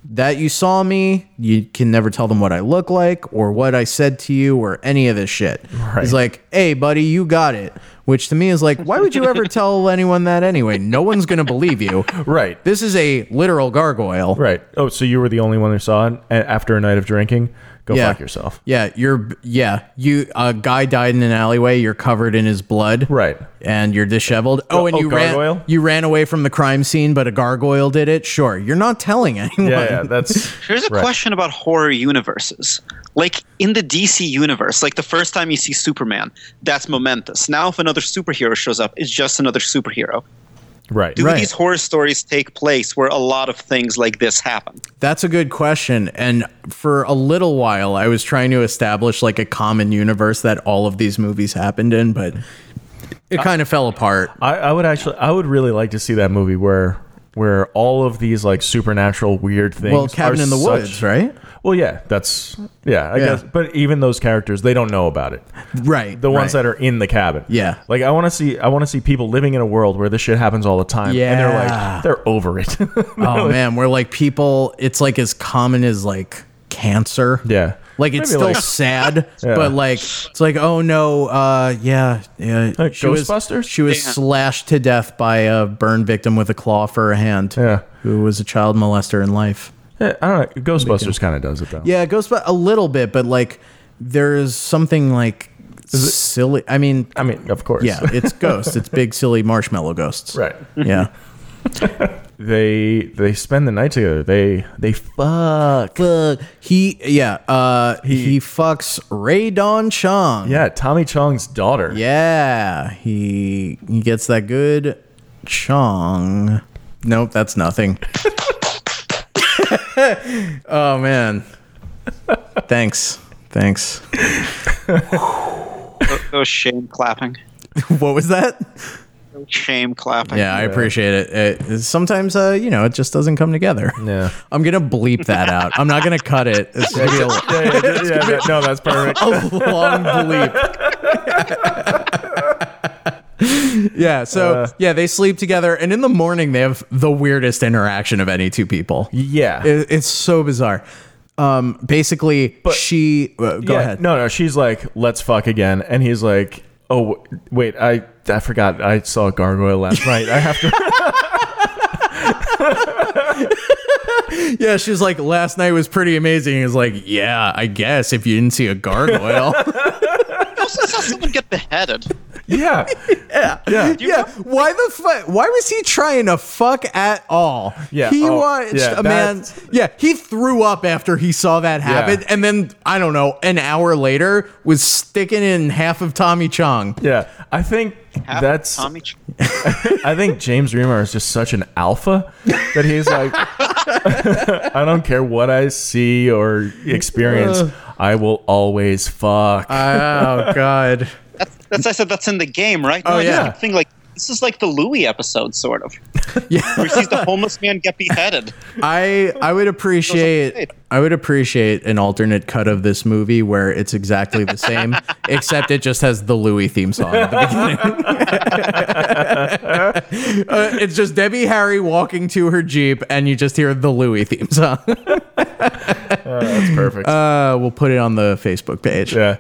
Speaker 1: that you saw me, you can never tell them what I look like or what I said to you or any of this shit. He's like, hey, buddy, you got it. Which to me is like, why would you ever tell anyone that anyway? No one's going to believe you.
Speaker 3: Right.
Speaker 1: This is a literal gargoyle.
Speaker 3: Right. Oh, so you were the only one who saw it a- after a night of drinking? Go
Speaker 1: Yeah.
Speaker 3: fuck yourself.
Speaker 1: Yeah, you're. Yeah, you. A guy died in an alleyway. You're covered in his blood.
Speaker 3: Right.
Speaker 1: and you're disheveled. Oh, and
Speaker 3: oh,
Speaker 1: you
Speaker 3: gargoyle?
Speaker 1: ran. You ran away from the crime scene, but a gargoyle did it. Sure, you're not telling anyone.
Speaker 3: Yeah, yeah, that's
Speaker 4: Here's a
Speaker 3: Right.
Speaker 4: question about horror universes. Like in the DC universe, like the first time you see Superman, that's momentous. Now, if another superhero shows up, it's just another superhero.
Speaker 3: right.
Speaker 4: Do
Speaker 1: Right.
Speaker 4: these horror stories take place where a lot of things like this happen?
Speaker 1: That's a good question. And for a little while, I was trying to establish like a common universe that all of these movies happened in, but it kind of fell apart.
Speaker 3: I, I would actually, I would really like to see that movie where where all of these like supernatural weird things.
Speaker 1: Well,
Speaker 3: are
Speaker 1: Cabin in the
Speaker 3: such-
Speaker 1: Woods, right?
Speaker 3: Well, yeah, that's yeah, I
Speaker 1: Yeah.
Speaker 3: guess. But even those characters, they don't know about it.
Speaker 1: Right.
Speaker 3: The ones
Speaker 1: right.
Speaker 3: that are in the cabin.
Speaker 1: Yeah.
Speaker 3: Like I want to see, I want to see people living in a world where this shit happens all the time. And they're
Speaker 1: Yeah.
Speaker 3: like, they're over it.
Speaker 1: Oh man, we're like people. It's like as common as like cancer.
Speaker 3: yeah.
Speaker 1: Like it's
Speaker 3: Maybe,
Speaker 1: still sad, but like it's like oh no, uh, yeah, yeah.
Speaker 3: Like
Speaker 1: Was,
Speaker 3: Ghostbusters?
Speaker 1: she was
Speaker 4: Yeah.
Speaker 1: slashed to death by a burn victim with a claw for a hand.
Speaker 3: Yeah.
Speaker 1: who was a child molester in life.
Speaker 3: Yeah, eh, I don't know. Ghostbusters kind of does it though.
Speaker 1: Yeah, Ghostbusters a little bit, but like there's something like silly. I mean,
Speaker 3: I mean, of course.
Speaker 1: yeah, it's ghosts. it's big silly marshmallow ghosts.
Speaker 3: right.
Speaker 1: Yeah.
Speaker 3: They they spend the night together. They they fuck.
Speaker 1: Fuck. Uh, He yeah. Uh, he, fucks Ray Don Chong.
Speaker 3: Yeah, Tommy Chong's daughter.
Speaker 1: Yeah, he he gets that good chong. Nope, that's nothing. oh man. Thanks. Thanks.
Speaker 4: Oh, shame clapping. Oh,
Speaker 1: What was that?
Speaker 4: Shame clapping.
Speaker 1: Yeah, I appreciate it. it sometimes uh, you know, it just doesn't come together.
Speaker 3: Yeah.
Speaker 1: I'm going to bleep that out. I'm not going to cut it. It's going to be a
Speaker 3: yeah, yeah, yeah, yeah, yeah, no, that's perfect.
Speaker 1: a long bleep. yeah, so
Speaker 3: Uh.
Speaker 1: yeah, they sleep together, and in the morning they have the weirdest interaction of any two people.
Speaker 3: Yeah.
Speaker 1: It- it's so bizarre. Um, basically, she uh, go
Speaker 3: Yeah,
Speaker 1: ahead.
Speaker 3: No, no, she's like, let's fuck again, and he's like, oh w- wait, I I forgot I saw a gargoyle last night. I have to.
Speaker 1: Yeah, she's like, last night was pretty amazing. He's like, yeah, I guess if you didn't see a gargoyle.
Speaker 4: also saw someone get beheaded.
Speaker 3: yeah. Yeah. Yeah.
Speaker 1: yeah, why the fuck? Why was he trying to fuck at all?
Speaker 3: Yeah,
Speaker 1: he
Speaker 3: oh,
Speaker 1: watched
Speaker 3: yeah,
Speaker 1: a man.
Speaker 3: that's-
Speaker 1: Yeah, he threw up after he saw that happen,
Speaker 3: Yeah.
Speaker 1: and then I don't know, an hour later was sticking in half of Tommy Chong.
Speaker 3: Yeah. I think that's.
Speaker 4: Tommy. Ch-
Speaker 3: I think James Remar is just such an alpha that he's like, I don't care what I see or experience,
Speaker 1: Uh.
Speaker 3: I will always fuck.
Speaker 1: Oh God.
Speaker 4: That's I said that's in the game, right? No,
Speaker 1: Oh,
Speaker 4: I just
Speaker 1: yeah.
Speaker 4: kept thinking, like this is like the Louis episode, sort of. Where he sees the homeless man get beheaded.
Speaker 1: I I would appreciate
Speaker 4: great.
Speaker 1: I would appreciate an alternate cut of this movie where it's exactly the same, except it just has the Louis theme song at the beginning. Uh, it's just Debbie Harry walking to her jeep, and you just hear the Louis theme song.
Speaker 3: that's perfect.
Speaker 1: Uh, we'll put it on the Facebook page.
Speaker 3: Yeah.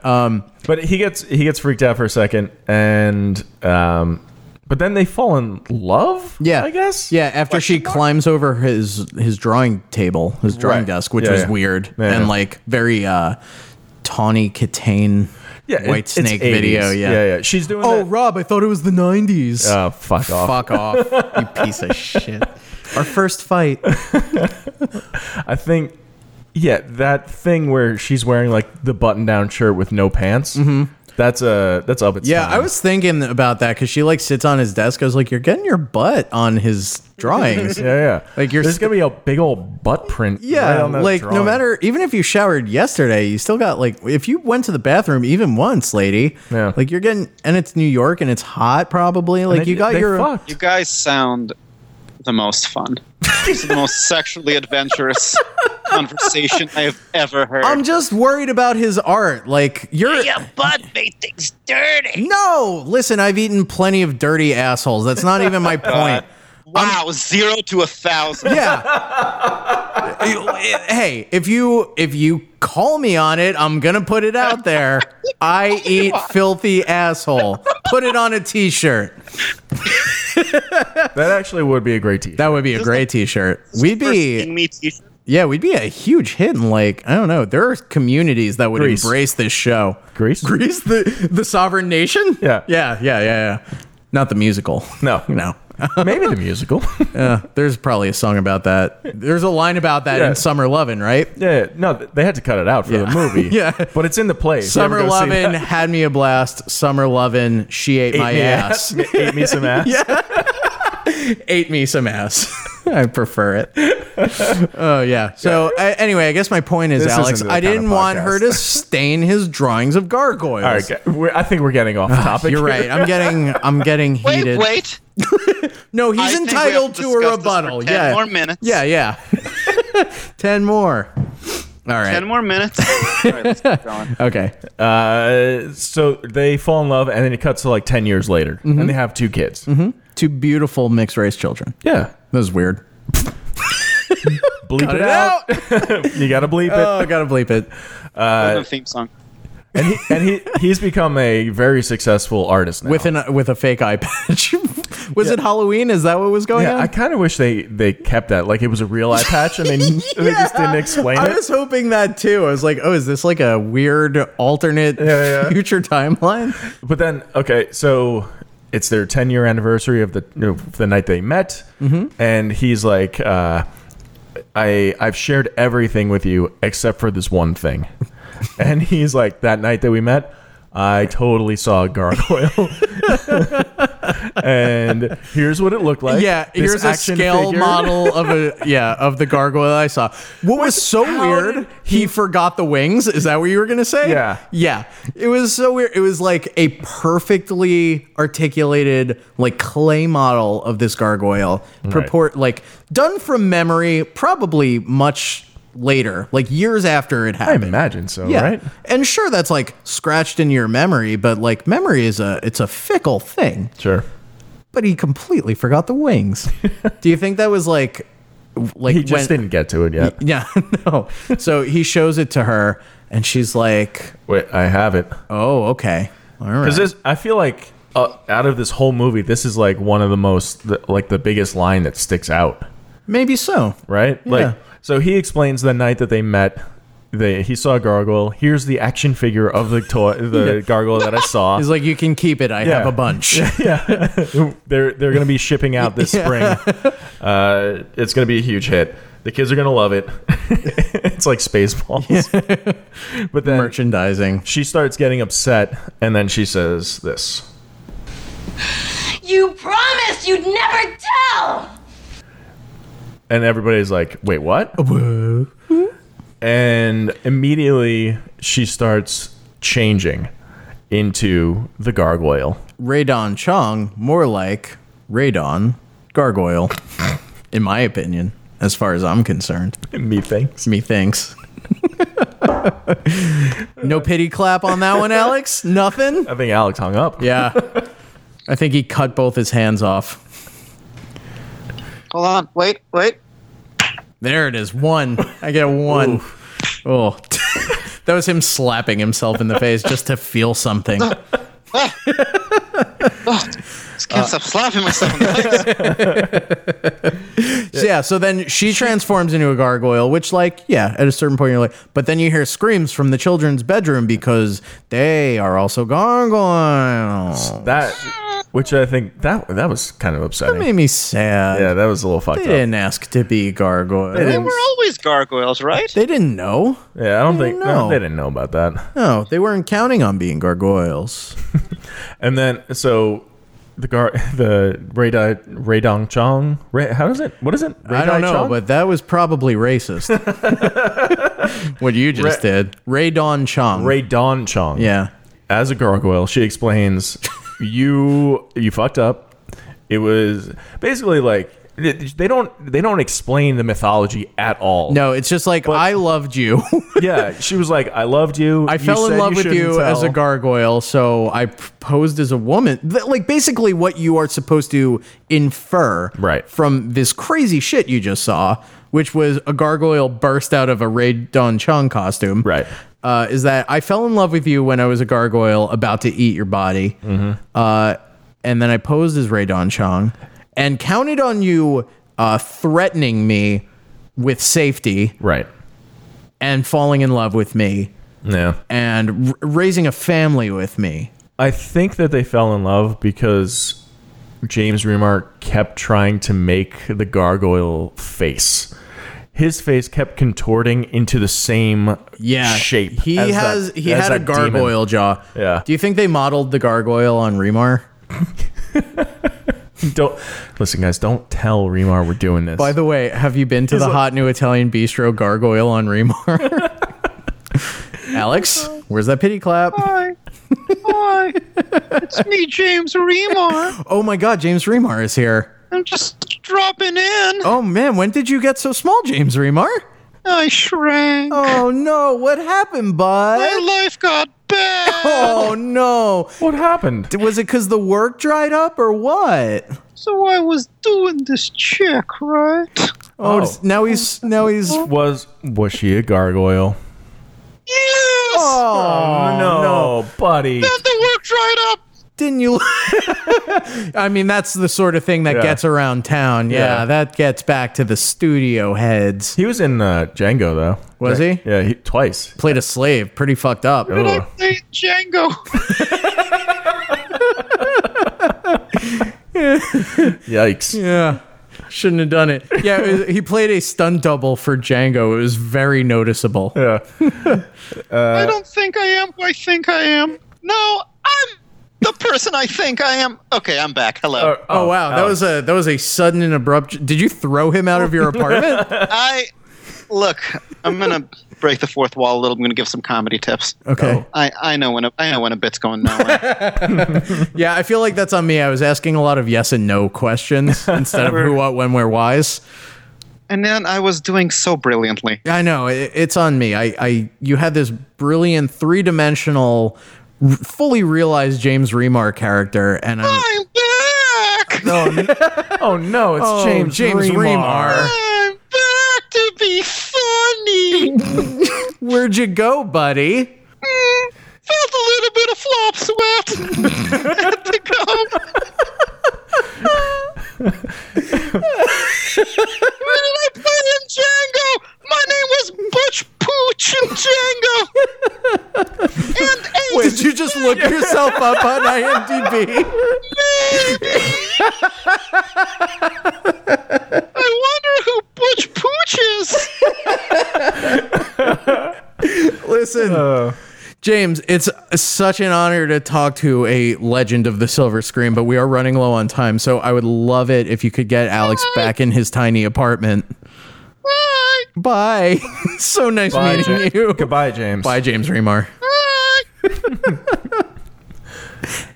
Speaker 3: but he gets he gets freaked out for a second, and um, but then they fall in love.
Speaker 1: Yeah,
Speaker 3: I guess.
Speaker 1: Yeah, after she climbs over his his drawing table, his drawing
Speaker 3: Right.
Speaker 1: desk, which
Speaker 3: Yeah,
Speaker 1: was
Speaker 3: yeah.
Speaker 1: weird
Speaker 3: Yeah,
Speaker 1: and
Speaker 3: yeah.
Speaker 1: like very uh, Tawny Catane,
Speaker 3: Yeah, it-
Speaker 1: White
Speaker 3: it's
Speaker 1: Snake
Speaker 3: 80s.
Speaker 1: video.
Speaker 3: yeah, yeah. She's doing.
Speaker 1: Oh,
Speaker 3: that-
Speaker 1: Rob, I thought it was the 90s.
Speaker 3: Oh, fuck off.
Speaker 1: Fuck off, you piece of shit. Our first fight.
Speaker 3: I think. Yeah, that thing where she's wearing like the button-down shirt with no pants. Mm-hmm. That's uh, that's up. Its
Speaker 1: Yeah,
Speaker 3: time.
Speaker 1: I was thinking about that because she like sits on his desk. I was like, you're getting your butt on his drawings.
Speaker 3: Yeah, yeah.
Speaker 1: Like, you're
Speaker 3: there's
Speaker 1: st-
Speaker 3: gonna be a big old butt print.
Speaker 1: Yeah,
Speaker 3: right on that
Speaker 1: like no
Speaker 3: drawing.
Speaker 1: matter even if you showered yesterday, you still got like if you went to the bathroom even once, lady.
Speaker 3: Yeah.
Speaker 1: Like you're getting and it's New York and it's hot probably. Like
Speaker 3: They-
Speaker 1: you got
Speaker 3: they
Speaker 1: your
Speaker 4: You
Speaker 3: fucked.
Speaker 4: guys sound the most fun. This is the most sexually adventurous conversation I have ever heard.
Speaker 1: I'm just worried about his art. Like you're
Speaker 2: butt made things dirty.
Speaker 1: No, listen, I've eaten plenty of dirty assholes. That's not even my point.
Speaker 4: Wow, zero to a thousand.
Speaker 1: Yeah. hey, if you if you call me on it, I'm gonna put it out there. I eat filthy asshole. Put it on a t-shirt.
Speaker 3: That actually would be a great teaser.
Speaker 1: That would be a great t-shirt. We'd
Speaker 4: First
Speaker 1: be
Speaker 4: thing me teach-
Speaker 1: yeah, we'd be a huge hit in like I don't know. There are communities that would
Speaker 3: Greece.
Speaker 1: embrace this show.
Speaker 3: Greece?
Speaker 1: Greece, the the sovereign nation.
Speaker 3: Yeah.
Speaker 1: yeah, yeah, yeah, yeah. Not the musical.
Speaker 3: No.
Speaker 1: no.
Speaker 3: Maybe the musical.
Speaker 1: There's probably a song about that. There's a line about that
Speaker 3: Yeah.
Speaker 1: in Summer Lovin', right?
Speaker 3: yeah, no, they had to cut it out for the
Speaker 1: Yeah.
Speaker 3: movie.
Speaker 1: Yeah.
Speaker 3: but it's in the play. If you
Speaker 1: Summer
Speaker 3: ever go see
Speaker 1: Lovin'
Speaker 3: that-
Speaker 1: had me a blast. Summer Lovin', she ate,
Speaker 3: Ate
Speaker 1: my
Speaker 3: me
Speaker 1: ass.
Speaker 3: ass. ate me some ass.
Speaker 1: ate me some ass. I prefer it. oh yeah. So I, anyway, I guess my point is,
Speaker 3: This
Speaker 1: Alex,
Speaker 3: isn't the
Speaker 1: I
Speaker 3: kind of
Speaker 1: didn't want
Speaker 3: podcast.
Speaker 1: her to stain his drawings of gargoyles.
Speaker 3: All right, gu- we're, I think we're getting off topic.
Speaker 1: Ah, You're right. I'm getting I'm getting
Speaker 4: Wait,
Speaker 1: heated.
Speaker 4: wait.
Speaker 1: No, he's
Speaker 4: I think we have
Speaker 1: entitled
Speaker 4: to
Speaker 1: to a
Speaker 4: discuss this for
Speaker 1: rebuttal.
Speaker 4: 10
Speaker 1: yeah.
Speaker 4: more minutes.
Speaker 1: Yeah, yeah. 10 more. All right.
Speaker 4: Ten more minutes.
Speaker 1: Okay.
Speaker 3: Uh, so they fall in love, and then it cuts to like ten years later, and they have two kids.
Speaker 1: Two beautiful mixed race children.
Speaker 3: Yeah,
Speaker 1: That was weird.
Speaker 3: bleep it, out. Uh. you gotta bleep it.
Speaker 1: Oh, gotta bleep it.
Speaker 4: Another theme song.
Speaker 3: and he, and he he's become a very successful artist now.
Speaker 1: With an with a fake eye patch. was it Halloween? Is that what was going
Speaker 3: yeah,
Speaker 1: on?
Speaker 3: I kind of wish they they kept that like it was a real eye patch, and they they just didn't explain
Speaker 1: I
Speaker 3: it.
Speaker 1: was hoping that too. I was like, oh, is this like a weird alternate
Speaker 3: Yeah, yeah.
Speaker 1: future timeline?
Speaker 3: But then, okay, so it's their 10 year anniversary of the of the night they met,
Speaker 1: Mm-hmm.
Speaker 3: and he's like, uh, "I I've shared everything with you except for this one thing," and he's like, "That night that we met." I totally saw a gargoyle, and here's what it looked like.
Speaker 1: yeah,
Speaker 3: This
Speaker 1: here's a
Speaker 3: action
Speaker 1: scale
Speaker 3: figure-
Speaker 1: model of a yeah of the gargoyle I saw. What was so weird?
Speaker 3: did
Speaker 1: He, forgot the wings. Is that what you were gonna say?
Speaker 3: Yeah.
Speaker 1: yeah. It was so weird. It was like a perfectly articulated like clay model of this gargoyle purport like done from memory, probably much later, like years after it
Speaker 3: I
Speaker 1: happened.
Speaker 3: imagine so,
Speaker 1: Yeah.
Speaker 3: right?
Speaker 1: And sure that's like scratched into your memory, but like memory is a it's a fickle thing.
Speaker 3: Sure.
Speaker 1: But he completely forgot the wings. Do you think that was like like
Speaker 3: He just
Speaker 1: when,
Speaker 3: didn't get to it yet.
Speaker 1: Yeah, no. So he shows it to her and she's like,
Speaker 3: Wait, I have it.
Speaker 1: "Oh, okay." All right.
Speaker 3: Because this, I feel like uh, out of this whole movie, this is like one of the most, the, like the biggest line that sticks out,
Speaker 1: Maybe so.
Speaker 3: right?
Speaker 1: Yeah.
Speaker 3: Like, so he explains the night that they met. They, he saw a gargoyle. Here's the action figure of the toy, the gargoyle that I saw.
Speaker 1: He's like, "You can keep it. I
Speaker 3: Yeah.
Speaker 1: have a bunch."
Speaker 3: yeah, they're they're gonna be shipping out this spring. Uh, it's gonna be a huge hit. The kids are gonna love it. it's like Spaceballs. but then
Speaker 1: Merchandising.
Speaker 3: she starts getting upset, and then she says this.
Speaker 9: You promised you'd never tell!
Speaker 3: and everybody's like, "Wait, what?" And immediately she starts changing into the gargoyle.
Speaker 1: Radon Chong, more like Radon Gargoyle in my opinion, as far as I'm concerned.
Speaker 3: Me thinks.
Speaker 1: Me thinks. no pity clap on that one, Alex. Nothing.
Speaker 3: I think Alex hung up.
Speaker 1: Yeah. I think he cut both his hands off.
Speaker 4: Hold on. Wait, wait.
Speaker 1: There it is. One. I get one. Oh. that was him slapping himself in the face just to feel something.
Speaker 4: Just can't stop slapping myself in the face.
Speaker 1: yeah, so then she transforms into a gargoyle, which, like, yeah, at a certain point you're like, but then you hear screams from the children's bedroom because they are also gargoyles.
Speaker 3: That, which I think that that was kind of upsetting.
Speaker 1: That made me sad.
Speaker 3: yeah, that was a little fucked
Speaker 1: They
Speaker 3: up.
Speaker 1: didn't ask to be gargoyles. They
Speaker 4: They were always gargoyles, right?
Speaker 1: They didn't know.
Speaker 3: Yeah, I don't think
Speaker 1: didn't know.
Speaker 3: no, they didn't know about that.
Speaker 1: No, they weren't counting on being gargoyles.
Speaker 3: And then so. The gar, the Radai Radong Chong, Ra- how does it? What is it?
Speaker 1: I
Speaker 3: Radai
Speaker 1: don't know,
Speaker 3: Chong?
Speaker 1: but that was probably racist. what you just did. Ray Don Chong.
Speaker 3: Radon Chong.
Speaker 1: yeah.
Speaker 3: as a gargoyle, she explains, "You you fucked up. It was basically like they don't they don't explain the mythology at all.
Speaker 1: No, it's just like I loved you.
Speaker 3: Yeah, she was like, "I loved you.
Speaker 1: I
Speaker 3: You
Speaker 1: fell in
Speaker 3: said
Speaker 1: love with
Speaker 3: shouldn't
Speaker 1: you as a
Speaker 3: tell."
Speaker 1: gargoyle, so I p- posed as a woman. Th- Like basically what you are supposed to infer
Speaker 3: Right.
Speaker 1: from this crazy shit you just saw, which was a gargoyle burst out of a Ray Don Chong costume.
Speaker 3: Right.
Speaker 1: Uh, is that I fell in love with you when I was a gargoyle about to eat your body.
Speaker 3: Mm-hmm.
Speaker 1: Uh, and then I posed as Ray Don Chong and counted on you uh, threatening me with safety
Speaker 3: Right.
Speaker 1: and falling in love with me
Speaker 3: Yeah.
Speaker 1: and r- raising a family with me.
Speaker 3: I think that they fell in love because James Remar kept trying to make the gargoyle face. His face kept contorting into the same shape.
Speaker 1: He
Speaker 3: as
Speaker 1: has
Speaker 3: that-
Speaker 1: he
Speaker 3: as
Speaker 1: had a
Speaker 3: that demon.
Speaker 1: gargoyle jaw.
Speaker 3: Yeah.
Speaker 1: Do you think they modeled the gargoyle on Remar?
Speaker 3: Don't listen, guys. Don't tell Remar we're doing this.
Speaker 1: By the way, have you been to the
Speaker 3: like-
Speaker 1: hot new Italian bistro gargoyle on Remar? Alex, where's that pity clap?
Speaker 4: Hi. Hi. It's me, James Remar.
Speaker 1: Oh my god, James Remar is here.
Speaker 4: I'm just dropping in.
Speaker 1: Oh man, when did you get so small, James Remar?
Speaker 4: I shrank.
Speaker 1: Oh no, what happened,
Speaker 4: My
Speaker 1: bud?
Speaker 4: life got bad.
Speaker 1: Oh no.
Speaker 3: what happened?
Speaker 1: Was it cuz the work dried up or what?
Speaker 4: So I was doing this check, right?
Speaker 1: Oh,
Speaker 3: Oh.
Speaker 1: it's- now he's now he's. Oh,
Speaker 3: was was she a gargoyle?
Speaker 4: Yes!
Speaker 1: Oh.
Speaker 3: no, buddy.
Speaker 4: Then the work dried up.
Speaker 1: didn't you? I mean, that's the sort of thing that
Speaker 3: Yeah.
Speaker 1: gets around town. Yeah,
Speaker 3: Yeah.
Speaker 1: that gets back to the studio heads.
Speaker 3: He was in uh, Django though.
Speaker 1: Was he?
Speaker 3: Yeah, he, twice.
Speaker 1: Played a slave, pretty fucked up.
Speaker 4: Did I
Speaker 3: Oh.
Speaker 4: play Django?
Speaker 3: Yikes.
Speaker 1: Yeah, shouldn't have done it. Yeah, it was- he played a stunt double for Django. It was very noticeable.
Speaker 4: I don't think I am who I think I am. No, I'm the person I think I am. Okay, I'm back. Hello.
Speaker 3: Uh,
Speaker 1: Oh wow, that was a that was a sudden and abrupt. Did you throw him out of your apartment?
Speaker 4: I look. I'm gonna break the fourth wall a little. I'm gonna give some comedy tips.
Speaker 1: Okay.
Speaker 4: I, I know when a, I know when a bit's going nowhere.
Speaker 1: Yeah, I feel like that's on me. I was asking a lot of yes and no questions instead of who, what, when, where, whys.
Speaker 4: and then I was doing so brilliantly.
Speaker 1: I know it, it's on me. I, I, you had this brilliant three dimensional, r- fully realized James Remar character, and I'm,
Speaker 4: I'm back.
Speaker 3: Oh no, it's
Speaker 1: Oh,
Speaker 3: James
Speaker 1: James Remar.
Speaker 4: I'm back to be funny.
Speaker 1: where'd you go, buddy?
Speaker 4: Mm, Felt a little bit of flop sweat. Had to go. Where did I play in Django? My name was Butch Pooch in Django. And Ace
Speaker 1: Did you just look yourself up on IMDb?
Speaker 4: Baby. I wonder who Butch Pooch is.
Speaker 1: Listen,
Speaker 3: Uh,
Speaker 1: James, it's such an honor to talk to a legend of the silver screen, but we are running low on time, so I would love it if you could get Alex back in his tiny apartment.
Speaker 4: Hi.
Speaker 1: Bye. so nice
Speaker 3: Bye,
Speaker 1: meeting
Speaker 3: James.
Speaker 1: you.
Speaker 3: Goodbye, James.
Speaker 1: Bye, James Remar.
Speaker 4: Hi.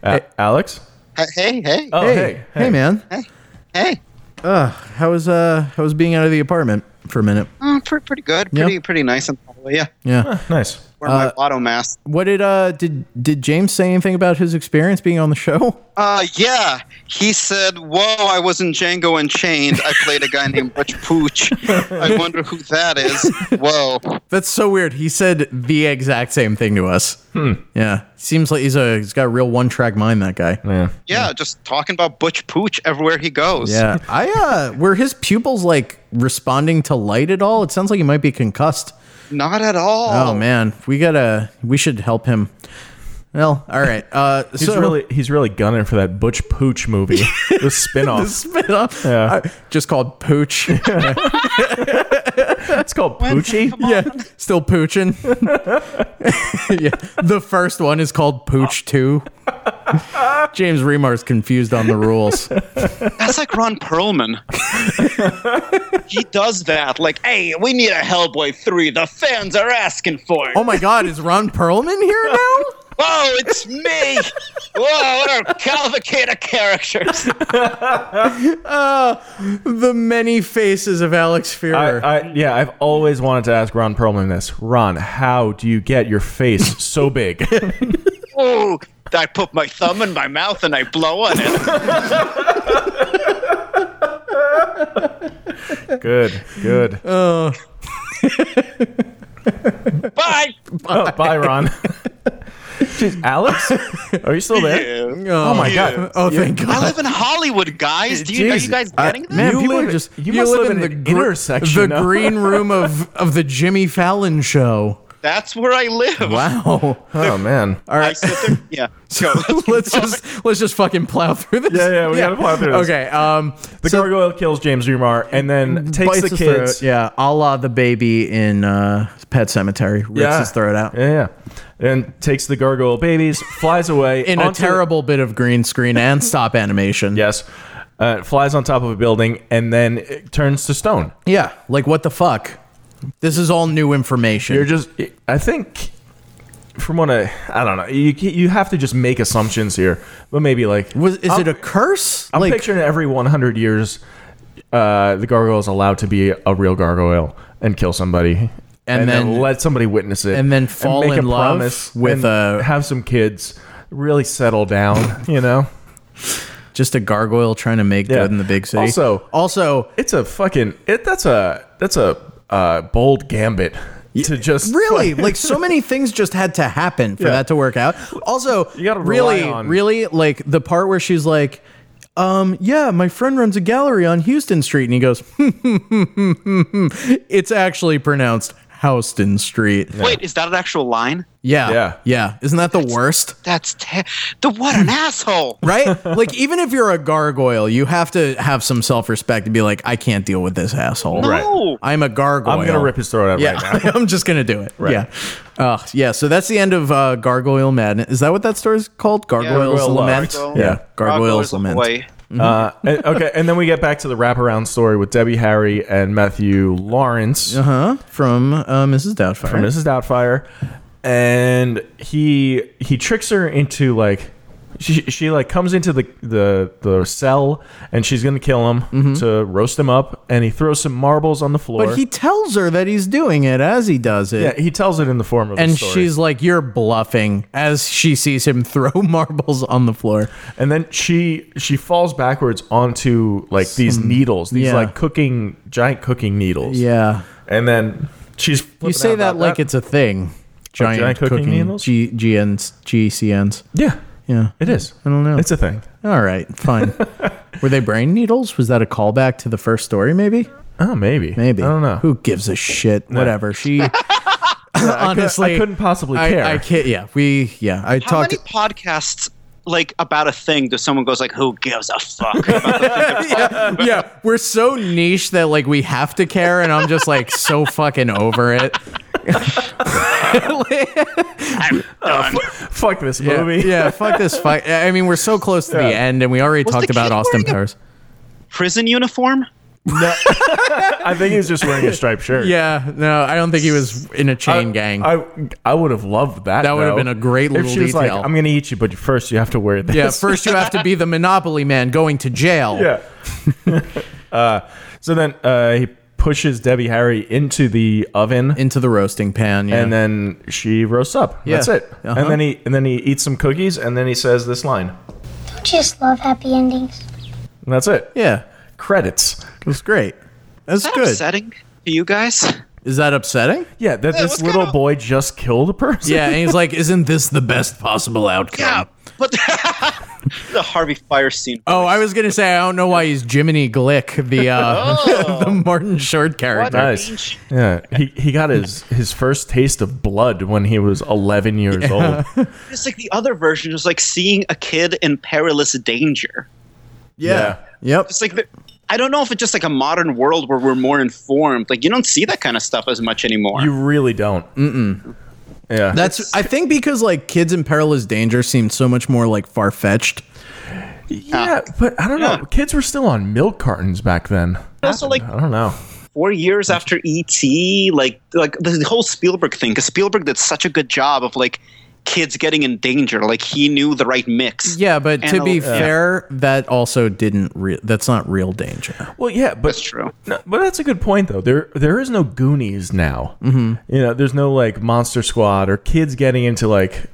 Speaker 3: A- Alex.
Speaker 4: Uh, Hey, hey,
Speaker 1: Uh,
Speaker 3: Oh,
Speaker 1: hey, hey, man.
Speaker 4: hey.
Speaker 1: How was uh how was being out of the apartment for a minute?
Speaker 4: Oh, pretty, pretty good. Pretty, pretty nice and yeah.
Speaker 1: Yeah.
Speaker 3: Nice.
Speaker 4: Wear my
Speaker 1: Uh,
Speaker 4: auto mask.
Speaker 1: What did uh did did James say anything about his experience being on the show?
Speaker 4: Uh, yeah. He said, Whoa, I was in Django Unchained. I played a guy named Butch Pooch. I wonder who that is. Whoa.
Speaker 1: That's so weird. He said the exact same thing to us. Hmm. Yeah. Seems like he's a he's got a real one track mind that guy.
Speaker 3: Yeah.
Speaker 4: Yeah, just talking about Butch Pooch everywhere he goes.
Speaker 1: Yeah. I uh were his pupils like responding to light at all? It sounds like he might be concussed.
Speaker 4: Not at all.
Speaker 1: Oh man, we got to we should help him. Well, all right. Uh
Speaker 3: He's
Speaker 1: so
Speaker 3: really he's really gunning for that Butch Pooch movie, the spinoff.
Speaker 1: spit off.
Speaker 3: Yeah.
Speaker 1: I- just called pooch.
Speaker 3: it's called Poochie.
Speaker 1: yeah, still pooching. yeah, the first one is called Pooch Two. James Remar's confused on the rules.
Speaker 4: That's like Ron Perlman. he does that. Like, hey, we need a Hellboy 3. The fans are asking for it.
Speaker 1: Oh my God, is Ron Perlman here now?
Speaker 4: Whoa, it's me. Whoa, what are complicated characters?
Speaker 1: the many faces of Alex
Speaker 3: I,
Speaker 1: Fearer.
Speaker 3: I, yeah, I've always wanted to ask Ron Perlman this. Ron, how do you get your face so big?
Speaker 4: Oh, I put my thumb in my mouth and I blow on it.
Speaker 3: good, good. Oh,
Speaker 4: Bye.
Speaker 3: Oh, bye, Ron. Jeez, Alex, are you still there?
Speaker 1: oh,
Speaker 3: my
Speaker 4: yeah.
Speaker 3: God.
Speaker 1: Oh, thank
Speaker 4: I
Speaker 1: God.
Speaker 4: live in Hollywood, guys. Do you, are you
Speaker 3: Jesus.
Speaker 1: Uh,
Speaker 4: guys getting this?
Speaker 3: Man,
Speaker 1: you
Speaker 3: people
Speaker 1: live,
Speaker 3: are just-
Speaker 1: you,
Speaker 3: you must
Speaker 1: live,
Speaker 3: live
Speaker 1: in,
Speaker 3: in an
Speaker 1: the gr-
Speaker 3: intersection,
Speaker 1: the
Speaker 3: huh?
Speaker 1: green room of of the Jimmy Fallon show.
Speaker 4: That's where I live.
Speaker 1: Wow.
Speaker 3: Oh man.
Speaker 1: All
Speaker 4: I
Speaker 1: right.
Speaker 4: sit there. Yeah.
Speaker 1: So let's just let's just fucking plow through this.
Speaker 3: Yeah, yeah, we gotta plow through this.
Speaker 1: Okay. Um,
Speaker 3: The gargoyle kills James Remar and then takes
Speaker 1: bites
Speaker 3: the
Speaker 1: his
Speaker 3: kids.
Speaker 1: throat, Yeah, a la the baby in uh, Pet Cemetery rips
Speaker 3: Yeah.
Speaker 1: his throat out
Speaker 3: Yeah, yeah. And takes the gargoyle babies, flies away
Speaker 1: in a
Speaker 3: onto-
Speaker 1: terrible bit of green screen and stop animation.
Speaker 3: Yes. Uh, flies on top of a building and then it turns to stone.
Speaker 1: Yeah, like what the fuck? This is all new information.
Speaker 3: You're just, I think, from what I, I don't know. You you have to just make assumptions here, but maybe like,
Speaker 1: Was, is
Speaker 3: I'm-
Speaker 1: it a curse?
Speaker 3: I'm
Speaker 1: like,
Speaker 3: picturing every 100 years, uh, the gargoyle is allowed to be a real gargoyle and kill somebody.
Speaker 1: And then-
Speaker 3: let somebody witness it,
Speaker 1: and then fall
Speaker 3: make
Speaker 1: in
Speaker 3: a
Speaker 1: love
Speaker 3: promise
Speaker 1: with
Speaker 3: and
Speaker 1: a-
Speaker 3: have some kids, really settle down. You know,
Speaker 1: just a gargoyle trying to make
Speaker 3: Yeah.
Speaker 1: good in the big city.
Speaker 3: Also-
Speaker 1: also,
Speaker 3: it's a fucking it. That's a that's a uh, bold gambit to just
Speaker 1: really
Speaker 3: fucking-
Speaker 1: like so many things just had to happen for
Speaker 3: Yeah.
Speaker 1: that to work out also
Speaker 3: You gotta rely
Speaker 1: really
Speaker 3: on-
Speaker 1: really like the part where she's like um yeah my friend runs a gallery on houston street and he goes it's actually pronounced houston street
Speaker 4: Wait, is that an actual line?
Speaker 1: yeah
Speaker 3: Yeah.
Speaker 1: yeah yeah isn't that the worst
Speaker 4: That's te- the what an asshole.
Speaker 1: right like even if you're a gargoyle you have to have some self-respect to be like i can't deal with this asshole
Speaker 3: Right.
Speaker 4: No.
Speaker 1: i'm a gargoyle
Speaker 3: I'm gonna rip his throat out
Speaker 1: yeah,
Speaker 3: right now.
Speaker 1: I'm just gonna do it. Yeah, uh, yeah. So that's the end of uh, Gargoyle Madness. Is that what that story's called? Gargoyle's
Speaker 3: Gargoyle
Speaker 1: Lament.
Speaker 4: Love.
Speaker 1: Yeah, Gargoyle's Lament.
Speaker 4: Boy.
Speaker 3: Uh, and- okay, and then we get back to the wraparound story with Debbie Harry and Matthew Lawrence
Speaker 1: Huh? From uh, Mrs. Doubtfire.
Speaker 3: from Mrs. Doubtfire, and he he tricks her into like she, she like comes into the, the the cell and she's gonna kill him to roast him up, and he throws some marbles on the floor.
Speaker 1: Mm-hmm. but he tells her that he's doing it as he does it.
Speaker 3: yeah, he tells it in the form of a
Speaker 1: And
Speaker 3: story.
Speaker 1: she's like, "You're bluffing," as she sees him throw marbles on the floor.
Speaker 3: and then she she falls backwards onto like these needles, these
Speaker 1: yeah.
Speaker 3: like cooking giant cooking needles.
Speaker 1: Yeah,
Speaker 3: and then she's
Speaker 1: you say that like it's a thing. Giant,
Speaker 3: giant cooking
Speaker 1: cooking,
Speaker 3: needles?
Speaker 1: G- GNs, GCNs.
Speaker 3: yeah.
Speaker 1: Yeah,
Speaker 3: It is. I
Speaker 1: don't know.
Speaker 3: It's a thing.
Speaker 1: All right, fine. Were they brain needles? Was that a callback to the first story? Maybe.
Speaker 3: Oh, maybe.
Speaker 1: Maybe.
Speaker 3: I don't know.
Speaker 1: Who gives a shit? Whatever. She honestly,
Speaker 3: I couldn't possibly
Speaker 1: I-
Speaker 3: care.
Speaker 1: I, can't. Yeah, we. Yeah, I
Speaker 4: How
Speaker 1: talked.
Speaker 4: many podcasts like about a thing does someone goes like, who gives a fuck? about the thing?
Speaker 1: yeah, yeah, we're so niche that like we have to care, and I'm just like so fucking over it.
Speaker 4: I'm done.
Speaker 3: Fuck this
Speaker 1: Yeah,
Speaker 3: movie.
Speaker 1: yeah, fuck this fight. I mean, we're so close to the end, and we already
Speaker 4: Was the
Speaker 1: talked about
Speaker 4: kid
Speaker 1: Austin
Speaker 4: wearing a-
Speaker 1: Powers.
Speaker 4: Prison uniform?
Speaker 3: I think he was just wearing a striped shirt.
Speaker 1: Yeah, no, I don't think he was in a chain
Speaker 3: I,
Speaker 1: gang.
Speaker 3: I I would have loved that.
Speaker 1: That would have
Speaker 3: though.
Speaker 1: been a great
Speaker 3: If
Speaker 1: little
Speaker 3: she was like,
Speaker 1: detail.
Speaker 3: I'm gonna eat you, but first you have to wear this.
Speaker 1: yeah, first you have to be the Monopoly man going to jail.
Speaker 3: yeah. uh, so then uh, he pushes Debbie Harry into the oven,
Speaker 1: Into the roasting pan. Yeah.
Speaker 3: and then she roasts up. That's
Speaker 1: Yeah.
Speaker 3: it.
Speaker 1: Uh-huh.
Speaker 3: And then he and then he eats some cookies, and then he says this line.
Speaker 9: Just love happy endings.
Speaker 3: And that's it.
Speaker 1: yeah.
Speaker 3: Credits.
Speaker 1: It was great. That's
Speaker 4: Is that
Speaker 1: good.
Speaker 4: upsetting to you guys?
Speaker 1: Is that upsetting?
Speaker 3: Yeah, that this
Speaker 4: what's
Speaker 3: little
Speaker 4: going on?
Speaker 3: boy just killed a person.
Speaker 1: Yeah, and he's like, "Isn't this the best possible outcome?"
Speaker 4: Yeah. But Um, the Harvey Fire scene.
Speaker 1: Oh, I was gonna say I don't know why he's Jiminy Glick, the uh,
Speaker 4: Oh.
Speaker 1: the Martin Short character.
Speaker 3: Nice. Yeah, he, he got his, his first taste of blood when he was 11 years old.
Speaker 4: It's like the other version is like seeing a kid in perilous danger.
Speaker 1: Yeah. Yep.
Speaker 4: It's like the, I don't know if it's just like a modern world where we're more informed. Like you don't see that kind of stuff as much anymore.
Speaker 3: You really don't. Mm-mm. Yeah.
Speaker 1: That's I think because like kids in perilous danger seemed so much more like far fetched.
Speaker 3: yeah, but I don't know. Kids were still on milk cartons back then.
Speaker 4: also like
Speaker 3: I don't know.
Speaker 4: four years E after E.T., like like the whole Spielberg thing, because Spielberg did such a good job of like kids getting in danger. Like he knew the right mix.
Speaker 1: Yeah, but to
Speaker 4: And
Speaker 1: be
Speaker 4: a- yeah.
Speaker 1: fair, that also didn't. Re- that's not real danger.
Speaker 3: Well, yeah, but
Speaker 4: That's true.
Speaker 3: No, but that's a good point though. There there is no Goonies now. Mm-hmm. You know, there's no like Monster Squad or kids getting into like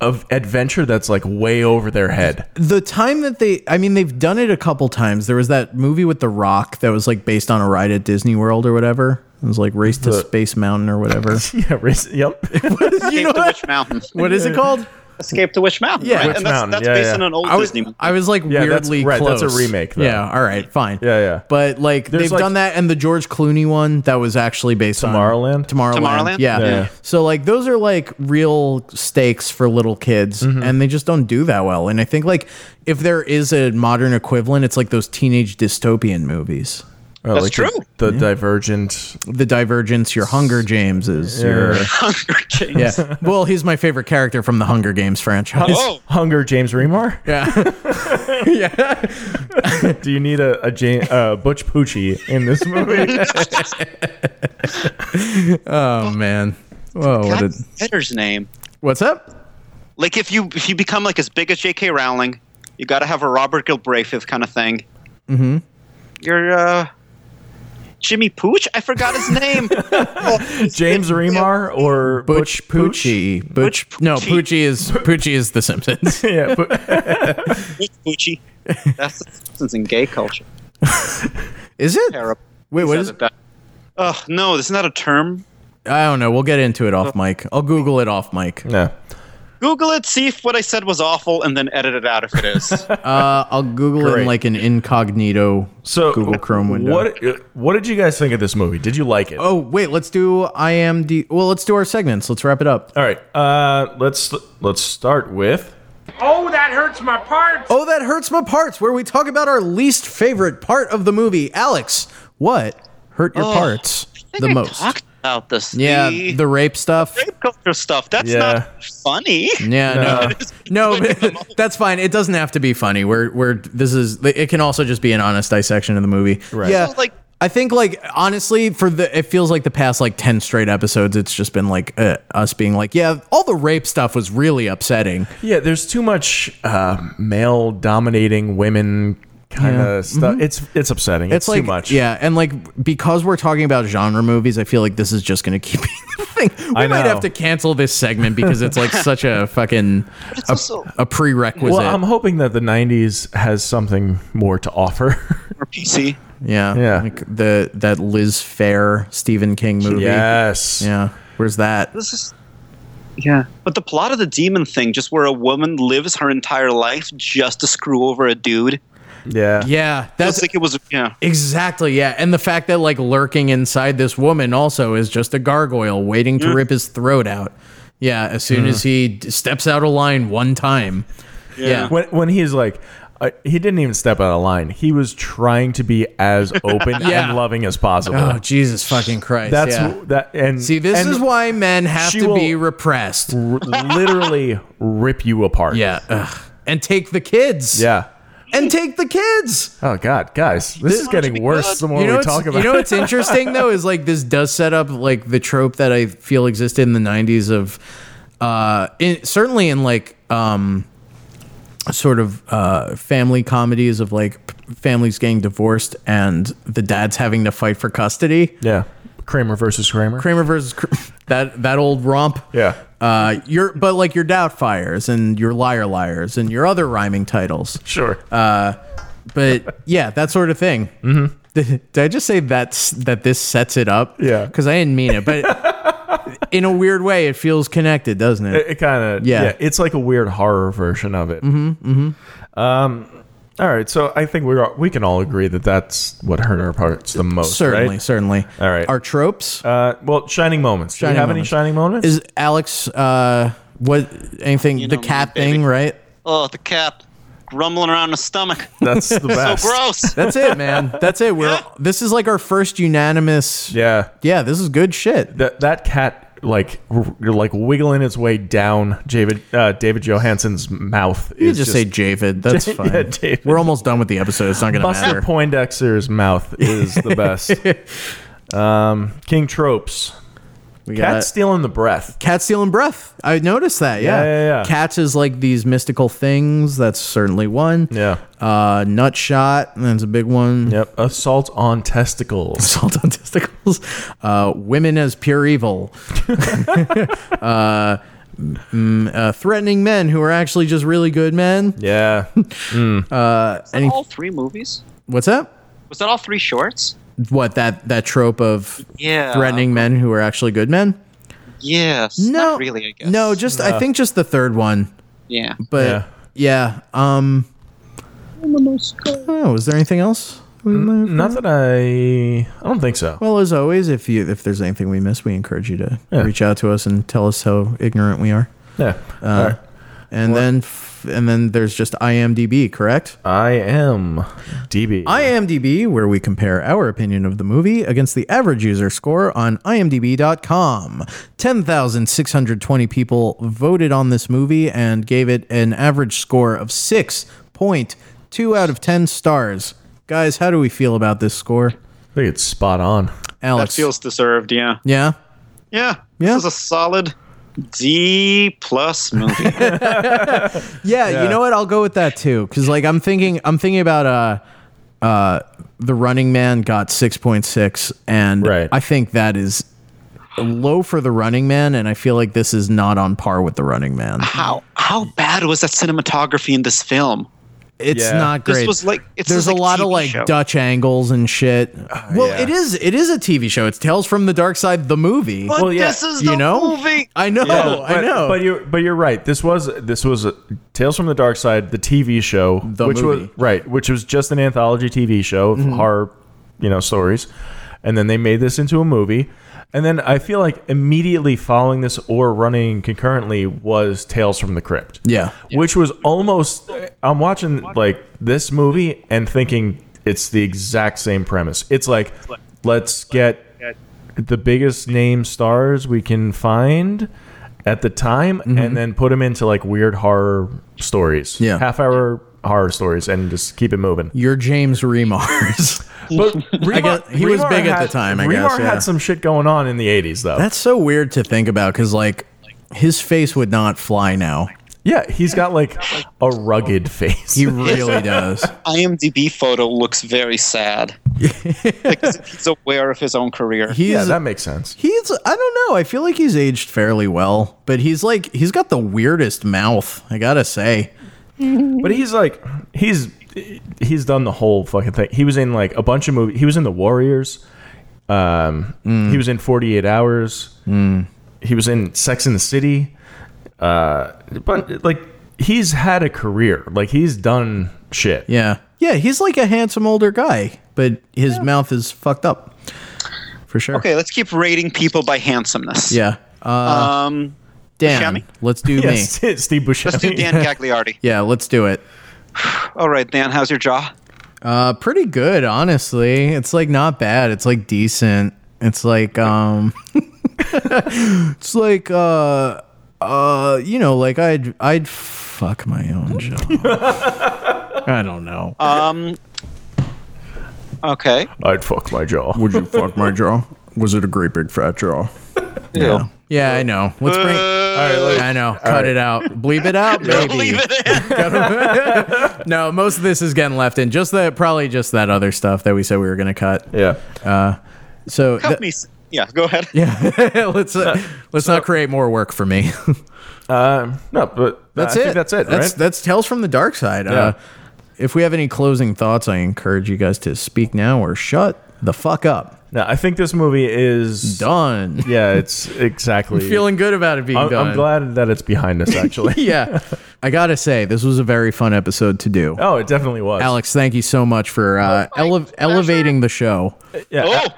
Speaker 3: of adventure that's like way over their head.
Speaker 1: The time that they, I mean, they've done it a couple times. There was that movie with The Rock that was like based on a ride at Disney World or whatever. It was like Race to
Speaker 3: The-
Speaker 1: Space Mountain or whatever.
Speaker 3: yeah, race, yep.
Speaker 1: you
Speaker 4: Escape
Speaker 1: know
Speaker 4: to
Speaker 1: what?
Speaker 4: Witch Mountain.
Speaker 1: What is it called?
Speaker 4: Escape to Witch Mountain.
Speaker 1: Yeah.
Speaker 4: right?
Speaker 1: Witch
Speaker 4: and that's,
Speaker 3: Mountain,
Speaker 4: that's
Speaker 3: yeah,
Speaker 4: based
Speaker 3: yeah.
Speaker 4: on an old
Speaker 1: I was,
Speaker 4: Disney movie.
Speaker 1: I was like
Speaker 3: Yeah, that's-
Speaker 1: weirdly
Speaker 3: right,
Speaker 1: close.
Speaker 3: that's a remake, though.
Speaker 1: Yeah, all right, fine.
Speaker 3: Yeah, yeah.
Speaker 1: But like
Speaker 3: There's,
Speaker 1: they've
Speaker 3: like-
Speaker 1: done that, and the George Clooney one that was actually based on
Speaker 3: Tomorrowland?
Speaker 1: Tomorrowland.
Speaker 4: Tomorrowland?
Speaker 1: Yeah.
Speaker 3: Yeah.
Speaker 1: So like those are like real stakes for little kids,
Speaker 3: Mm-hmm.
Speaker 1: and they just don't do that well. And I think like if there is a modern equivalent, it's like those teenage dystopian movies.
Speaker 3: Oh,
Speaker 4: That's
Speaker 3: like
Speaker 4: true.
Speaker 3: The, the Divergent.
Speaker 1: The Divergence, your Hunger Jameses, your
Speaker 4: Hunger Games.
Speaker 1: yeah. Well, he's my favorite character from the Hunger Games franchise.
Speaker 4: Whoa.
Speaker 3: Hunger James Remar.
Speaker 1: Yeah. yeah.
Speaker 3: Do you need a, a James, uh, Butch Poochie in this movie?
Speaker 1: Oh man. Whoa. What
Speaker 4: God,
Speaker 1: a,
Speaker 4: Hitler's name.
Speaker 1: what's up?
Speaker 4: Like if you if you become like as big as J.K. Rowling, you got to have a Robert Gilbraith kind of thing. Mm-hmm. You're uh, Jimmy Pooch. I forgot his name.
Speaker 3: James Remar or
Speaker 1: Butch
Speaker 3: Pooch?
Speaker 1: Poochie. Butch,
Speaker 4: Butch
Speaker 1: no,
Speaker 4: Poochie.
Speaker 1: Poochie is Poochie is The Simpsons.
Speaker 3: Yeah, but,
Speaker 4: Pooch Poochie. That's the Simpsons in gay culture.
Speaker 1: Is it?
Speaker 4: Terrible.
Speaker 1: Wait, what
Speaker 4: Said
Speaker 1: is?
Speaker 4: it best. Ugh, no, this is not a term.
Speaker 1: I don't know. We'll get into it
Speaker 3: Oh.
Speaker 1: off mic. I'll Google it off mic. Uh,
Speaker 3: no.
Speaker 4: Google it, see if what I said was awful, and then edit it out if it is.
Speaker 1: I'll Google it in
Speaker 3: Great.
Speaker 1: like an incognito
Speaker 3: So
Speaker 1: Google Chrome window.
Speaker 3: What what did you guys think of this movie? Did you like it?
Speaker 1: Oh wait, let's do IMD. Well, let's do our segments. Let's wrap it up.
Speaker 3: All right. Uh, let's let's start with
Speaker 1: Oh, that hurts my parts. Where we talk about our least favorite part of the movie. Alex, what hurt your parts
Speaker 4: I think
Speaker 1: the
Speaker 4: I
Speaker 1: most?
Speaker 4: talked about this.
Speaker 1: yeah,
Speaker 4: the,
Speaker 1: the rape stuff.
Speaker 4: rape culture stuff. That's
Speaker 3: Yeah.
Speaker 4: not funny.
Speaker 1: Yeah, no,
Speaker 4: No.
Speaker 1: no, but that's fine. It doesn't have to be funny. We're we're this is it can also just be an honest dissection of the movie. Right. Yeah,
Speaker 4: Also, like-
Speaker 1: I think like honestly for the it feels like the past like ten straight episodes it's just been like uh, us being like yeah all the rape stuff was really upsetting.
Speaker 3: yeah. There's too much uh, male dominating women kind of stuff. It's it's upsetting. Mm-hmm.
Speaker 1: It's,
Speaker 3: It's,
Speaker 1: like
Speaker 3: too much.
Speaker 1: yeah, and like because we're talking about genre movies, I feel like this is just gonna keep being the thing. We
Speaker 3: I
Speaker 1: might
Speaker 3: know.
Speaker 1: have to cancel this segment because it's like such a fucking
Speaker 4: It's also
Speaker 1: a prerequisite.
Speaker 3: Well, um, I'm hoping that the '90s has something more to offer.
Speaker 4: more PC.
Speaker 1: Yeah.
Speaker 3: Yeah.
Speaker 1: Like the that Liz Fair Stephen King movie.
Speaker 3: yes.
Speaker 1: Yeah. Where's that?
Speaker 4: This is. Yeah, but the plot of the demon thing, just where a woman lives her entire life just to screw over a dude.
Speaker 3: Yeah.
Speaker 1: Yeah.
Speaker 4: That's
Speaker 1: That's
Speaker 4: like it was. Yeah,
Speaker 1: exactly. Yeah. And the fact that like lurking inside this woman also is just a gargoyle waiting
Speaker 4: Mm.
Speaker 1: to rip his throat out. Yeah. As soon
Speaker 3: Mm.
Speaker 1: as he d- steps out of line one time. Yeah.
Speaker 3: When when he's like. Uh, he didn't even step out of line. He was trying to be as open
Speaker 1: Yeah.
Speaker 3: and loving as possible.
Speaker 1: Oh, Jesus fucking Christ.
Speaker 3: That's
Speaker 1: yeah.
Speaker 3: that. And
Speaker 1: See, this
Speaker 3: and
Speaker 1: is why men have
Speaker 3: she
Speaker 1: to be
Speaker 3: will-
Speaker 1: repressed.
Speaker 3: r- literally rip you apart.
Speaker 1: Yeah. Ugh. And take the kids.
Speaker 3: Yeah.
Speaker 1: And take the kids.
Speaker 3: Oh God, guys, this, is getting worse the more
Speaker 1: you know
Speaker 3: we
Speaker 1: what's-
Speaker 3: talk about.
Speaker 1: You know what's interesting though is like this does set up like the trope that I feel existed in the '90s of, uh, in, certainly in like um, sort of uh, family comedies of like p- families getting divorced and the dad's having to fight for custody.
Speaker 3: yeah, Kramer versus Kramer.
Speaker 1: Kramer versus Kr- that that old romp.
Speaker 3: Yeah.
Speaker 1: Uh, your but like your Doubtfires and your Liar Liars and your other rhyming titles
Speaker 3: Sure.
Speaker 1: but yeah, that sort of thing. Mm-hmm. Did I just say that's that this sets it up?
Speaker 3: Yeah.
Speaker 1: because I didn't mean it, but in a weird way, it feels connected, doesn't
Speaker 3: it
Speaker 1: it?
Speaker 3: kind of
Speaker 1: Yeah.
Speaker 3: yeah. It's like a weird horror version of it. Mm-hmm. Mm-hmm. Um. All right, so I think we are we can all agree that that's what hurt our parts the most.
Speaker 1: Certainly,
Speaker 3: right?
Speaker 1: certainly.
Speaker 3: All right.
Speaker 1: our tropes
Speaker 3: Uh, well, shining moments. Do
Speaker 1: Shining
Speaker 3: you have any
Speaker 1: moments.
Speaker 3: shining moments?
Speaker 1: is Alex. Uh, what anything? the
Speaker 4: know me,
Speaker 1: cat
Speaker 4: baby.
Speaker 1: thing, right?
Speaker 4: Oh, the cap grumbling around the stomach.
Speaker 3: that's the
Speaker 4: So
Speaker 3: best.
Speaker 4: gross.
Speaker 1: That's it, man. That's it. We're this is like our first unanimous.
Speaker 3: Yeah.
Speaker 1: Yeah, this is good shit.
Speaker 3: That that cat like r- like wiggling its way down David uh, David Johansson's mouth.
Speaker 1: You
Speaker 3: is
Speaker 1: just, say Javid. That's
Speaker 3: Yeah,
Speaker 1: fine.
Speaker 3: David.
Speaker 1: We're almost done with the episode. It's not gonna
Speaker 3: Buster
Speaker 1: matter.
Speaker 3: Poindexter's mouth is the best. um, King Tropes.
Speaker 1: We got
Speaker 3: Cat's stealing the breath.
Speaker 1: Cat stealing breath. I noticed that. Yeah.
Speaker 3: Yeah, yeah, yeah.
Speaker 1: Cats is like these mystical things. That's certainly one.
Speaker 3: Yeah.
Speaker 1: Uh, nut shot. That's a big one.
Speaker 3: Yep. Assault on testicles.
Speaker 1: Assault on testicles. Uh, women as pure evil. uh, mm, uh, threatening men who are actually just really good men.
Speaker 3: Yeah.
Speaker 1: Any-
Speaker 4: all three movies?
Speaker 1: What's up?
Speaker 4: Was that all three shorts?
Speaker 1: What that that trope of
Speaker 4: Yeah.
Speaker 1: threatening men who are actually good men?
Speaker 4: Yes.
Speaker 1: No,
Speaker 4: Not really, I guess.
Speaker 1: No, just I think just the third one.
Speaker 4: Yeah.
Speaker 1: But yeah, um, oh, is there anything else?
Speaker 3: Not that I. I don't think so.
Speaker 1: Well, as always, if you if there's anything we miss, we encourage you to
Speaker 3: Yeah.
Speaker 1: reach out to us and tell us how ignorant we are.
Speaker 3: Yeah. All
Speaker 1: Uh,
Speaker 3: right.
Speaker 1: And then f- and then there's just IMDb, correct?
Speaker 3: I am DB.
Speaker 1: IMDb, where we compare our opinion of the movie against the average user score on imdb.com. 10,620 people voted on this movie and gave it an average score of 6.2 out of 10 stars. Guys, how do we feel about this score?
Speaker 3: I think it's spot on.
Speaker 4: That
Speaker 1: Alex.
Speaker 4: feels deserved, yeah.
Speaker 1: yeah.
Speaker 4: Yeah.
Speaker 1: Yeah.
Speaker 4: This is a solid D plus movie.
Speaker 1: yeah, you know what? I'll go with that too, because like I'm thinking, I'm thinking about uh, uh, the Running Man got six point six, and
Speaker 3: Right.
Speaker 1: I think that is low for the Running Man, and I feel like this is not on par with the Running Man.
Speaker 4: how how bad was that cinematography in this film?
Speaker 1: It's
Speaker 3: Yeah.
Speaker 1: not great.
Speaker 4: This was like it's
Speaker 1: There's
Speaker 4: like
Speaker 1: a lot
Speaker 4: TV
Speaker 1: of like
Speaker 4: show.
Speaker 1: Dutch angles and shit. Well,
Speaker 3: Uh, yeah.
Speaker 1: it is it is a TV show. It's Tales from the Dark Side, the movie.
Speaker 4: But
Speaker 3: Well, yeah,
Speaker 4: this is
Speaker 1: you
Speaker 4: the
Speaker 1: know?
Speaker 4: movie.
Speaker 1: I know, I
Speaker 3: but-
Speaker 1: know.
Speaker 3: But you're but you're right. This was this was uh, Tales from the Dark Side, the TV show,
Speaker 1: The
Speaker 3: which was
Speaker 1: movie. Mm-hmm.
Speaker 3: right, which was just an anthology TV show of horror, you know, stories, and then they made this into a movie. And then I feel like immediately following this or running concurrently was Tales from the Crypt.
Speaker 1: yeah,
Speaker 3: Which was almost I'm watching like this movie and thinking it's the exact same premise. It's like let's get the biggest name stars we can find at the time and then put them into like weird horror stories.
Speaker 1: Mm-hmm. Yeah.
Speaker 3: Half hour horror stories and just keep it moving.
Speaker 1: you're James Remars.
Speaker 3: But Remar,
Speaker 1: guess- he was
Speaker 3: Remar
Speaker 1: big at
Speaker 3: had-
Speaker 1: the time, I
Speaker 3: Remar
Speaker 1: guess, yeah.
Speaker 3: had some shit going on in the 80s though.
Speaker 1: That's so weird to think about, because like his face would not fly now.
Speaker 3: yeah, he's got like a rugged face.
Speaker 1: He really does.
Speaker 4: IMDb photo looks very sad. because he's aware of his own career.
Speaker 1: He's
Speaker 3: yeah, that makes sense.
Speaker 1: he's I don't know. I feel like he's aged fairly well, but he's like he's got the weirdest mouth. I gotta say.
Speaker 3: But he's like he's he's done the whole fucking thing. He was in like a bunch of movies. He was in The Warriors. Um,
Speaker 1: Mm.
Speaker 3: he was in 48 Hours. He was in Sex in the City. Uh, but like he's had a career. Like he's done shit.
Speaker 1: Yeah, yeah. He's like a handsome older guy, but his mouth is fucked up for sure.
Speaker 4: Okay, let's keep rating people by handsomeness.
Speaker 1: Yeah. Uh,
Speaker 4: Um,
Speaker 1: Dan,
Speaker 4: Buscemi?
Speaker 1: let's do
Speaker 3: Yeah,
Speaker 1: me.
Speaker 3: St- Steve Buscemi.
Speaker 4: let's do Dan Gagliardi.
Speaker 1: Yeah, let's do it.
Speaker 4: All right, Dan, how's your jaw?
Speaker 1: Uh, pretty good, honestly. It's like not bad. It's like decent. It's like um, it's like uh, uh, you know, like I'd I'd fuck my own job. I don't know.
Speaker 4: Um, okay.
Speaker 3: I'd fuck my jaw.
Speaker 1: Would you fuck my jaw? Was it a great big fat jaw? Yeah. Yeah, I know. Let's bring. I know. Cut it out. Bleep it out, baby.
Speaker 4: Leave it in.
Speaker 1: No, most of this is getting left in. Just that, probably just that other stuff that we said we were gonna cut.
Speaker 3: Yeah.
Speaker 1: So th-
Speaker 4: Help me. s- Yeah, go ahead.
Speaker 1: let's uh, let's not create more work for me.
Speaker 3: Um, no, but
Speaker 1: That's
Speaker 3: I
Speaker 1: it.
Speaker 3: Think that's it.
Speaker 1: That's
Speaker 3: right?
Speaker 1: that's Tales from the Dark Side. Uh, if we have any closing thoughts, I encourage you guys to speak now or shut the fuck up.
Speaker 3: no, I think this movie is
Speaker 1: Done.
Speaker 3: Yeah, it's exactly.
Speaker 1: Feeling good about it being
Speaker 3: I'm,
Speaker 1: done.
Speaker 3: I'm glad that it's behind us. Actually.
Speaker 1: Yeah, I gotta say this was a very fun episode to do.
Speaker 3: Oh, it definitely was.
Speaker 1: Alex, thank you so much for uh, ele- elevating the show.
Speaker 3: Yeah,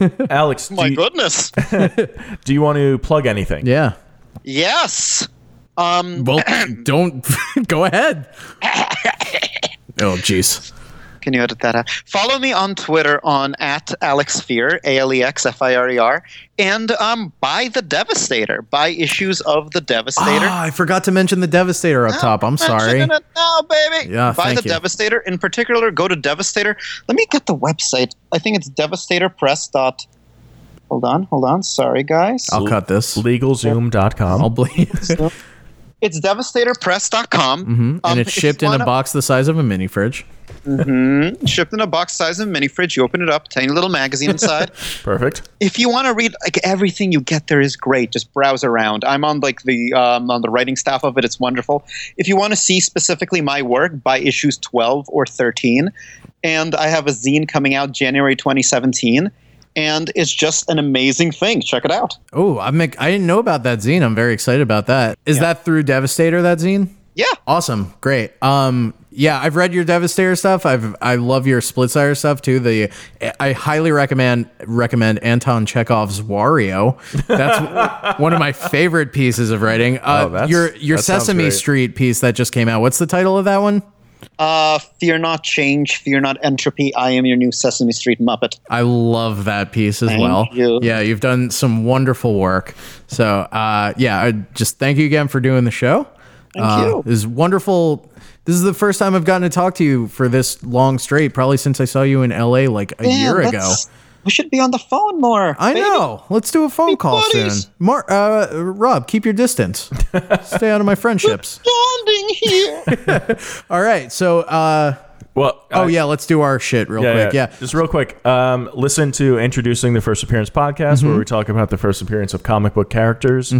Speaker 4: Oh,
Speaker 3: Alex, do
Speaker 4: my
Speaker 3: you,
Speaker 4: goodness.
Speaker 3: do you want to plug anything?
Speaker 1: Yeah.
Speaker 4: Yes. Um,
Speaker 1: Well, don't go ahead. oh, jeez.
Speaker 4: Can you edit that out? Follow me on Twitter on at Alex Fear, A L E X F I R E R, and um, buy The Devastator. Buy issues of The Devastator.
Speaker 1: Ah, I forgot to mention the Devastator up top. I'm sorry.
Speaker 4: Mentioning it now, baby.
Speaker 1: Yeah,
Speaker 4: Buy
Speaker 1: thank
Speaker 4: The
Speaker 1: you.
Speaker 4: Devastator. In particular, go to Devastator. Let me get the website. I think it's devastatorpress.com. Hold on, hold on. Sorry, guys.
Speaker 1: I'll cut this.
Speaker 3: LegalZoom.com.
Speaker 1: I'll bleed.
Speaker 4: It's DevastatorPress.com. Um,
Speaker 1: and it's shipped in
Speaker 4: one
Speaker 1: a
Speaker 4: of-
Speaker 1: box the size of a mini fridge.
Speaker 4: Shipped in a box size of mini fridge. You open it up, tiny little magazine inside.
Speaker 3: Perfect.
Speaker 4: if you want to read like everything you get there is great just browse around i'm on like the um, on the writing staff of it it's wonderful if you want to see specifically my work by issues 12 or 13 and i have a zine coming out january 2017 and it's just an amazing thing check it out
Speaker 1: Oh, I make I didn't know about that zine. I'm very excited about that. Is that through Devastator that zine?
Speaker 4: yeah
Speaker 1: Awesome. Great. Um yeah, I've read your Devastator stuff. I've I love your Splitsire stuff too. The I highly recommend recommend Anton Chekhov's Wario. That's one of my favorite pieces of writing. Uh,
Speaker 3: Oh, that's-
Speaker 1: your your
Speaker 3: that sounds
Speaker 1: Sesame
Speaker 3: great.
Speaker 1: Street piece that just came out. What's the title of that one?
Speaker 4: uh, fear not change fear not entropy i am your new sesame street muppet
Speaker 1: I love that piece as well.
Speaker 4: you.
Speaker 1: Yeah, you've done some wonderful work. So, uh, yeah, I just thank you again for doing the show. Thank
Speaker 4: you.
Speaker 1: This is wonderful. This is the first time I've gotten to talk to you for this long straight, probably since I saw you in LA like a year ago.
Speaker 4: that's- we should be on the phone more
Speaker 1: I
Speaker 4: baby.
Speaker 1: know. Let's do a phone call
Speaker 4: buddies.
Speaker 1: soon. Mar- uh, Rob, keep your distance. Stay out of my friendships.
Speaker 4: bonding here
Speaker 1: All right. So, uh,
Speaker 3: Well,
Speaker 1: oh,
Speaker 3: I-
Speaker 1: yeah, let's do our shit real quick. Yeah.
Speaker 3: Just real quick, um, listen to Introducing the First Appearance podcast,
Speaker 1: Mm-hmm.
Speaker 3: where we talk about the first appearance of comic book characters.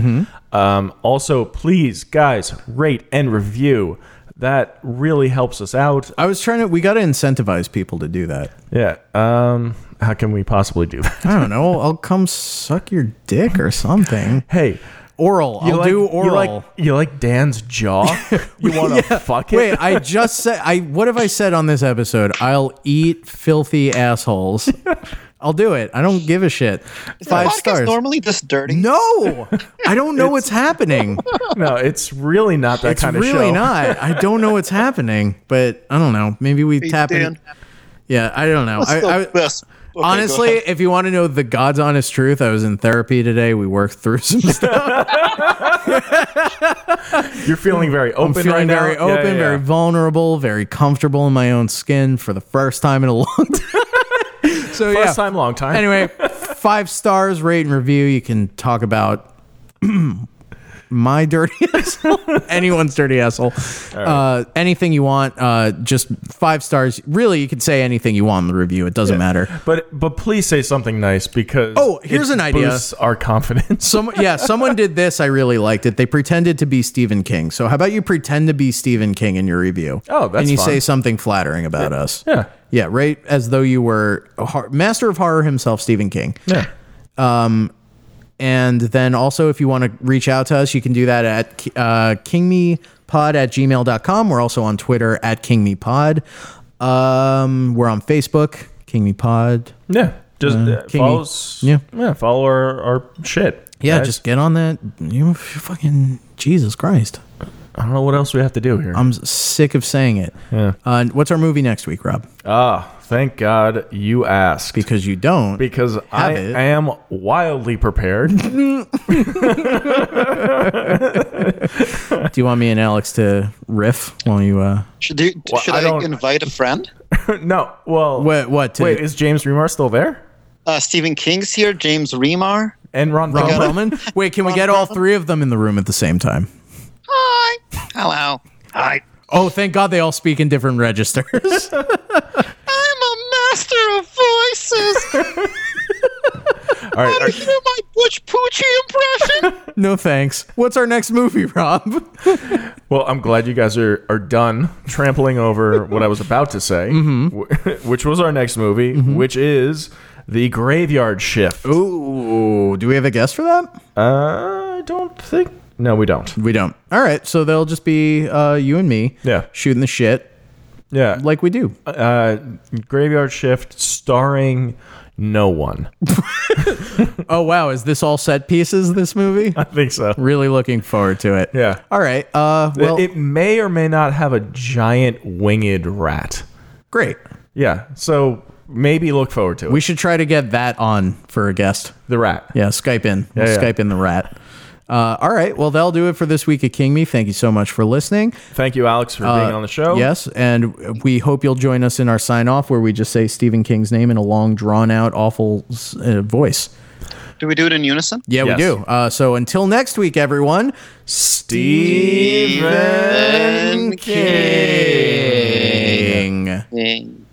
Speaker 3: Um, also, please, guys, rate and review. That really helps us out.
Speaker 1: I was trying to, we got to incentivize people to do that.
Speaker 3: Yeah. Um, how can we possibly do that?
Speaker 1: I don't know. I'll come suck your dick or something.
Speaker 3: Hey,
Speaker 1: Oral. I'll
Speaker 3: like,
Speaker 1: do oral.
Speaker 3: You like, you like Dan's jaw? you want to fuck it?
Speaker 1: Wait, I just said. I what have I said on this episode? I'll eat filthy assholes. I'll do it. I don't give a shit. Five
Speaker 4: podcast
Speaker 1: stars.
Speaker 4: normally this dirty
Speaker 1: no, I don't know what's happening.
Speaker 3: no, it's really not that
Speaker 1: It's
Speaker 3: kind of
Speaker 1: really
Speaker 3: show.
Speaker 1: not. I don't know what's happening, but I don't know. Maybe we tap in.
Speaker 4: Dan.
Speaker 1: Yeah, I don't know.
Speaker 4: What's
Speaker 1: I,
Speaker 4: the
Speaker 1: I,
Speaker 4: best- Okay, go
Speaker 1: Honestly,
Speaker 4: ahead.
Speaker 1: if you want to know the God's honest truth, I was in therapy today. We worked through some stuff.
Speaker 3: You're feeling very open
Speaker 1: I'm feeling
Speaker 3: right
Speaker 1: very
Speaker 3: now. Yeah,
Speaker 1: open,
Speaker 3: yeah,
Speaker 1: very
Speaker 3: yeah.
Speaker 1: vulnerable, very comfortable in my own skin for the first time in a long time. so yeah.
Speaker 3: First time, long time.
Speaker 1: Anyway, five stars, rate and review. You can talk about my dirty asshole, anyone's dirty asshole, uh, anything you want. Uh, just five stars. Really, you can say anything you want in the review. It doesn't matter.
Speaker 3: But but please say something nice because
Speaker 1: Oh, here's
Speaker 3: it
Speaker 1: an idea.
Speaker 3: Boosts our confidence.
Speaker 1: Some, yeah, someone did this. I really liked it. They pretended to be Stephen King. So how about you pretend to be Stephen King in your review?
Speaker 3: Oh, that's
Speaker 1: and you
Speaker 3: fun.
Speaker 1: say something flattering about us.
Speaker 3: Yeah.
Speaker 1: yeah, right. As though you were a hor- master of horror himself, Stephen King.
Speaker 3: Yeah.
Speaker 1: And then also, if you want to reach out to us, you can do that at uh, kingmepod at gmail.com. We're also on Twitter at kingmepod. Um, we're on Facebook, King Me Pod.
Speaker 3: Yeah. Just uh,
Speaker 1: Kingy.
Speaker 3: follow us.
Speaker 1: Yeah.
Speaker 3: Yeah. Follow our, our shit.
Speaker 1: Yeah,
Speaker 3: guys.
Speaker 1: just get on that. You fucking Jesus Christ.
Speaker 3: I don't know what else we have to do here.
Speaker 1: I'm sick of saying it.
Speaker 3: Yeah.
Speaker 1: Uh, what's our movie next week, Rob?
Speaker 3: ah, thank God you asked
Speaker 1: Because you don't.
Speaker 3: because I
Speaker 1: it.
Speaker 3: am wildly prepared.
Speaker 1: Do you want me and Alex to riff while you? Uh,
Speaker 4: Should, you,
Speaker 3: Well,
Speaker 4: should
Speaker 3: I
Speaker 4: I,
Speaker 3: don't-
Speaker 4: invite a friend?
Speaker 3: no. Well.
Speaker 1: Wait, what, to-
Speaker 3: wait, is James Remar still there?
Speaker 4: Uh, Stephen King's here. James Remar.
Speaker 3: And Ron
Speaker 1: Ron
Speaker 3: Perlman?
Speaker 1: Perlman? Wait, can we get all three of them in the room at the same time?
Speaker 4: Hi. Hello. Hi.
Speaker 1: Oh, thank God they all speak in different registers.
Speaker 4: I'm a master of voices.
Speaker 3: All right. all right.
Speaker 4: Hear my Butch Poochie impression?
Speaker 1: no thanks. What's our next movie, Rob?
Speaker 3: Well, I'm glad you guys are, are done trampling over what I was about to say,
Speaker 1: Mm-hmm.
Speaker 3: wh- which was our next movie, which is The Graveyard Shift.
Speaker 1: Ooh, do we have a guess for that?
Speaker 3: Uh, I don't think. No, we don't.
Speaker 1: We don't. All right, so they'll just be uh, you and me.
Speaker 3: Yeah.
Speaker 1: shooting the shit
Speaker 3: Yeah.
Speaker 1: like we do.
Speaker 3: uh, Graveyard Shift starring no one.
Speaker 1: oh wow, is this all set pieces? This movie.
Speaker 3: I think so.
Speaker 1: really looking forward to it.
Speaker 3: Yeah.
Speaker 1: All right. Uh, well,
Speaker 3: it may or may not have a giant winged rat.
Speaker 1: great.
Speaker 3: Yeah. So maybe look forward to it.
Speaker 1: We should try to get that on for a guest.
Speaker 3: the rat.
Speaker 1: Yeah, Skype in. We'll
Speaker 3: Yeah, yeah.
Speaker 1: Skype in the rat. Uh, all right. Well, that'll do it for this week at King Me. Thank you so much for listening.
Speaker 3: Thank you, Alex, for
Speaker 1: Uh,
Speaker 3: being on the show.
Speaker 1: Yes, and we hope you'll join us in our sign off where we just say Stephen King's name in a long, drawn out, awful uh, voice.
Speaker 4: Do we do it in unison?
Speaker 1: Yeah,
Speaker 3: Yes.
Speaker 1: we do. Uh, so until next week, everyone, Stephen King.
Speaker 4: Ding.